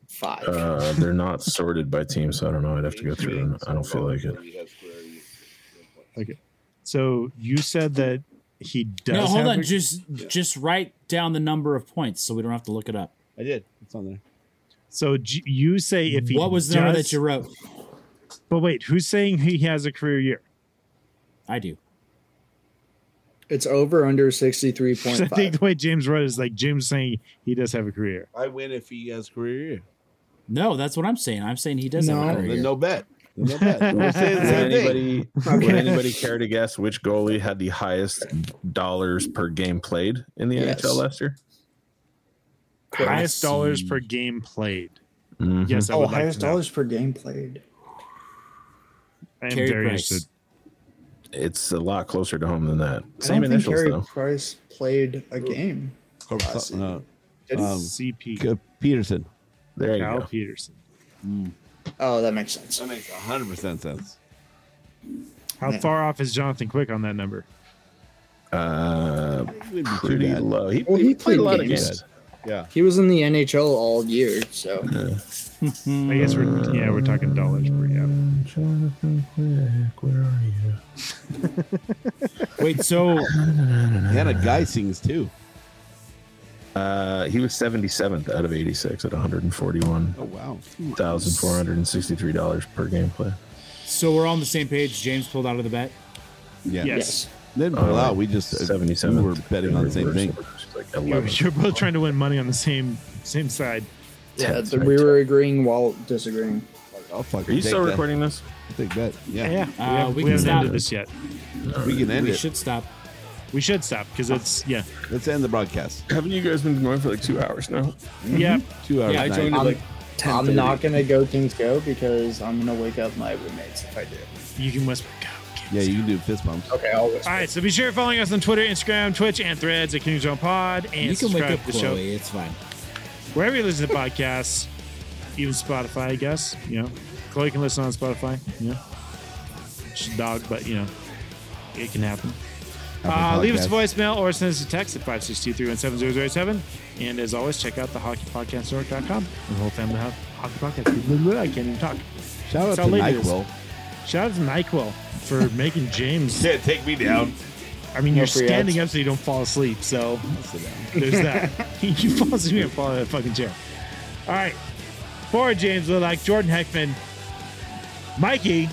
Speaker 8: Five.
Speaker 10: Uh, they're not sorted by team, so I don't know. I'd have to go through them. I don't feel like it.
Speaker 2: So you said that he does.
Speaker 3: No, hold
Speaker 2: have
Speaker 3: on.
Speaker 2: a-
Speaker 3: Just just write down the number of points so we don't have to look it up.
Speaker 4: I did. It's on there.
Speaker 2: so G- you say if he
Speaker 3: What was the number
Speaker 2: does-
Speaker 3: that you wrote?
Speaker 2: But wait, who's saying he has a career year?
Speaker 3: I do.
Speaker 8: It's over under
Speaker 2: I think
Speaker 8: 63.5.
Speaker 2: the way James wrote it is like James saying he does have a career.
Speaker 4: I win if he has career year.
Speaker 3: No, that's what I'm saying. I'm saying he doesn't.
Speaker 8: No.
Speaker 3: have a
Speaker 4: Then
Speaker 3: career.
Speaker 4: no bet. Then no bet. We're saying the
Speaker 10: Would
Speaker 4: same thing.
Speaker 10: anybody, would anybody care to guess which goalie had the highest dollars per game played in the
Speaker 8: Yes.
Speaker 10: NHL last year?
Speaker 2: Highest
Speaker 3: I
Speaker 2: dollars
Speaker 3: see. Mm-hmm.
Speaker 2: per game played.
Speaker 10: Mhm.
Speaker 2: Yes, I
Speaker 8: Oh,
Speaker 2: would like
Speaker 8: highest
Speaker 2: to know.
Speaker 8: dollars per game played.
Speaker 2: I am
Speaker 3: Carey
Speaker 2: very
Speaker 3: Price.
Speaker 2: interested.
Speaker 10: It's a lot closer to home than that.
Speaker 8: I
Speaker 10: Same
Speaker 8: don't think
Speaker 10: initials,
Speaker 8: Carey
Speaker 10: though.
Speaker 8: Price played a game.
Speaker 4: Uh,
Speaker 8: Did he?
Speaker 4: Um,
Speaker 2: CP
Speaker 4: K- Peterson.
Speaker 10: There you
Speaker 2: Kyle
Speaker 10: go.
Speaker 2: Peterson.
Speaker 8: oh, that makes sense.
Speaker 4: That makes 100% sense.
Speaker 2: How
Speaker 8: Yeah.
Speaker 2: far off is Jonathan Quick on that number?
Speaker 10: Uh,
Speaker 4: Wouldn't be too
Speaker 10: pretty
Speaker 4: bad.
Speaker 10: low. He,
Speaker 8: Well, he
Speaker 10: he played
Speaker 8: played
Speaker 10: a lot
Speaker 8: games.
Speaker 10: of games.
Speaker 8: He was in the NHL all year, so
Speaker 2: I guess we're yeah we're talking dollars per yeah.
Speaker 10: Jonathan Quick, where are you?
Speaker 3: Wait, so
Speaker 4: And a guy sings too.
Speaker 10: Uh, he was 77th out of 86 at 141.
Speaker 4: Oh, wow.
Speaker 10: Thousand four hundred and sixty-three dollars per game play.
Speaker 3: so we're on the same page. James pulled out of the bet.
Speaker 4: Yeah.
Speaker 2: Yes,
Speaker 4: They didn't pull out. We just uh,
Speaker 10: Seventy-seven.
Speaker 4: We were betting on the same thing.
Speaker 10: Like
Speaker 2: You're-
Speaker 10: 11.
Speaker 2: you're both trying to win money on the same same side.
Speaker 8: yeah,
Speaker 10: Tenth,
Speaker 8: we
Speaker 10: right?
Speaker 8: were agreeing while disagreeing.
Speaker 4: I'll fucking
Speaker 10: Are you
Speaker 4: take
Speaker 10: still
Speaker 4: that.
Speaker 10: recording this?
Speaker 4: Take that. Yeah.
Speaker 2: Yeah,
Speaker 3: Uh,
Speaker 2: we,
Speaker 3: we can
Speaker 2: haven't
Speaker 3: stop.
Speaker 2: ended this yet.
Speaker 4: We can end
Speaker 3: We
Speaker 4: it.
Speaker 3: should stop.
Speaker 2: We should stop because it's yeah.
Speaker 4: Let's end the broadcast.
Speaker 10: Haven't you guys been going for like two hours now?
Speaker 3: Mm-hmm.
Speaker 2: Yep.
Speaker 4: Two hours.
Speaker 10: Yeah, I
Speaker 4: nice.
Speaker 10: joined it
Speaker 8: I'm,
Speaker 10: like
Speaker 8: I'm not gonna go Kings Go because I'm gonna wake up my roommates if I do.
Speaker 2: You can whisper. Go, Kings.
Speaker 4: Yeah, you can do fist bumps.
Speaker 2: Uh,
Speaker 8: Okay, I'll whisper.
Speaker 2: All right, so be sure following us on Twitter, Instagram, Twitch, and Threads at Kings Realm Pod, and
Speaker 3: you can wake
Speaker 2: subscribe
Speaker 3: up,
Speaker 2: to the show
Speaker 3: Chloe. It's fine.
Speaker 2: wherever you listen to podcasts, even Spotify, I guess. You know, Chloe can listen on Spotify. You know, she's a dog, but you know, it can happen. Uh,
Speaker 4: Apple
Speaker 2: leave us a
Speaker 4: Podcasts.
Speaker 2: voicemail or send us a text at 562-317-0007. And as always, check out the hockeypodcastnetwork.com. The whole family have hockey podcast. Blah, blah, blah, I can't even talk.
Speaker 4: Shout out
Speaker 2: That's
Speaker 4: to
Speaker 2: how late it is.
Speaker 4: NyQuil.
Speaker 2: Shout out to NyQuil for making James.
Speaker 4: Yeah, take me down.
Speaker 2: I mean,
Speaker 8: No
Speaker 2: you're
Speaker 8: free ads.
Speaker 2: standing up so you don't fall asleep. So there's that. you fall asleep, you're gonna fall out of the fucking chair. All right. For James Lilac, Jordan Heckman, Mikey,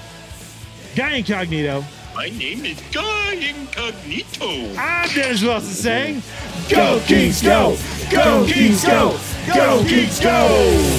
Speaker 2: Guy Incognito,
Speaker 11: My name is Guy Incognito.
Speaker 2: I'm Dennis Wilson saying, Go Kings, go! Go Kings, go!
Speaker 11: Go Geeks, go!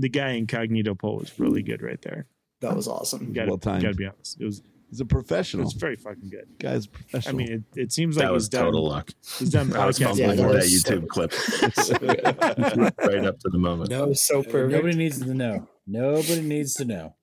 Speaker 2: The Guy Incognito poll was really good right there.
Speaker 8: That was awesome.
Speaker 2: Gotta,
Speaker 4: Well timed.
Speaker 2: gotta be honest. It was,
Speaker 4: He's a
Speaker 2: it
Speaker 4: professional.
Speaker 2: was very fucking good.
Speaker 4: Guy's a
Speaker 2: I
Speaker 4: professional.
Speaker 2: mean, it, it seems like
Speaker 10: That was
Speaker 2: he's done,
Speaker 10: total luck.
Speaker 2: he's done
Speaker 10: I was
Speaker 2: podcasts
Speaker 10: fumbling
Speaker 8: yeah,
Speaker 10: for
Speaker 8: that
Speaker 10: that
Speaker 8: was-
Speaker 10: YouTube clip right up to the moment.
Speaker 8: That was so perfect.
Speaker 3: Nobody needs to know. Nobody needs to know.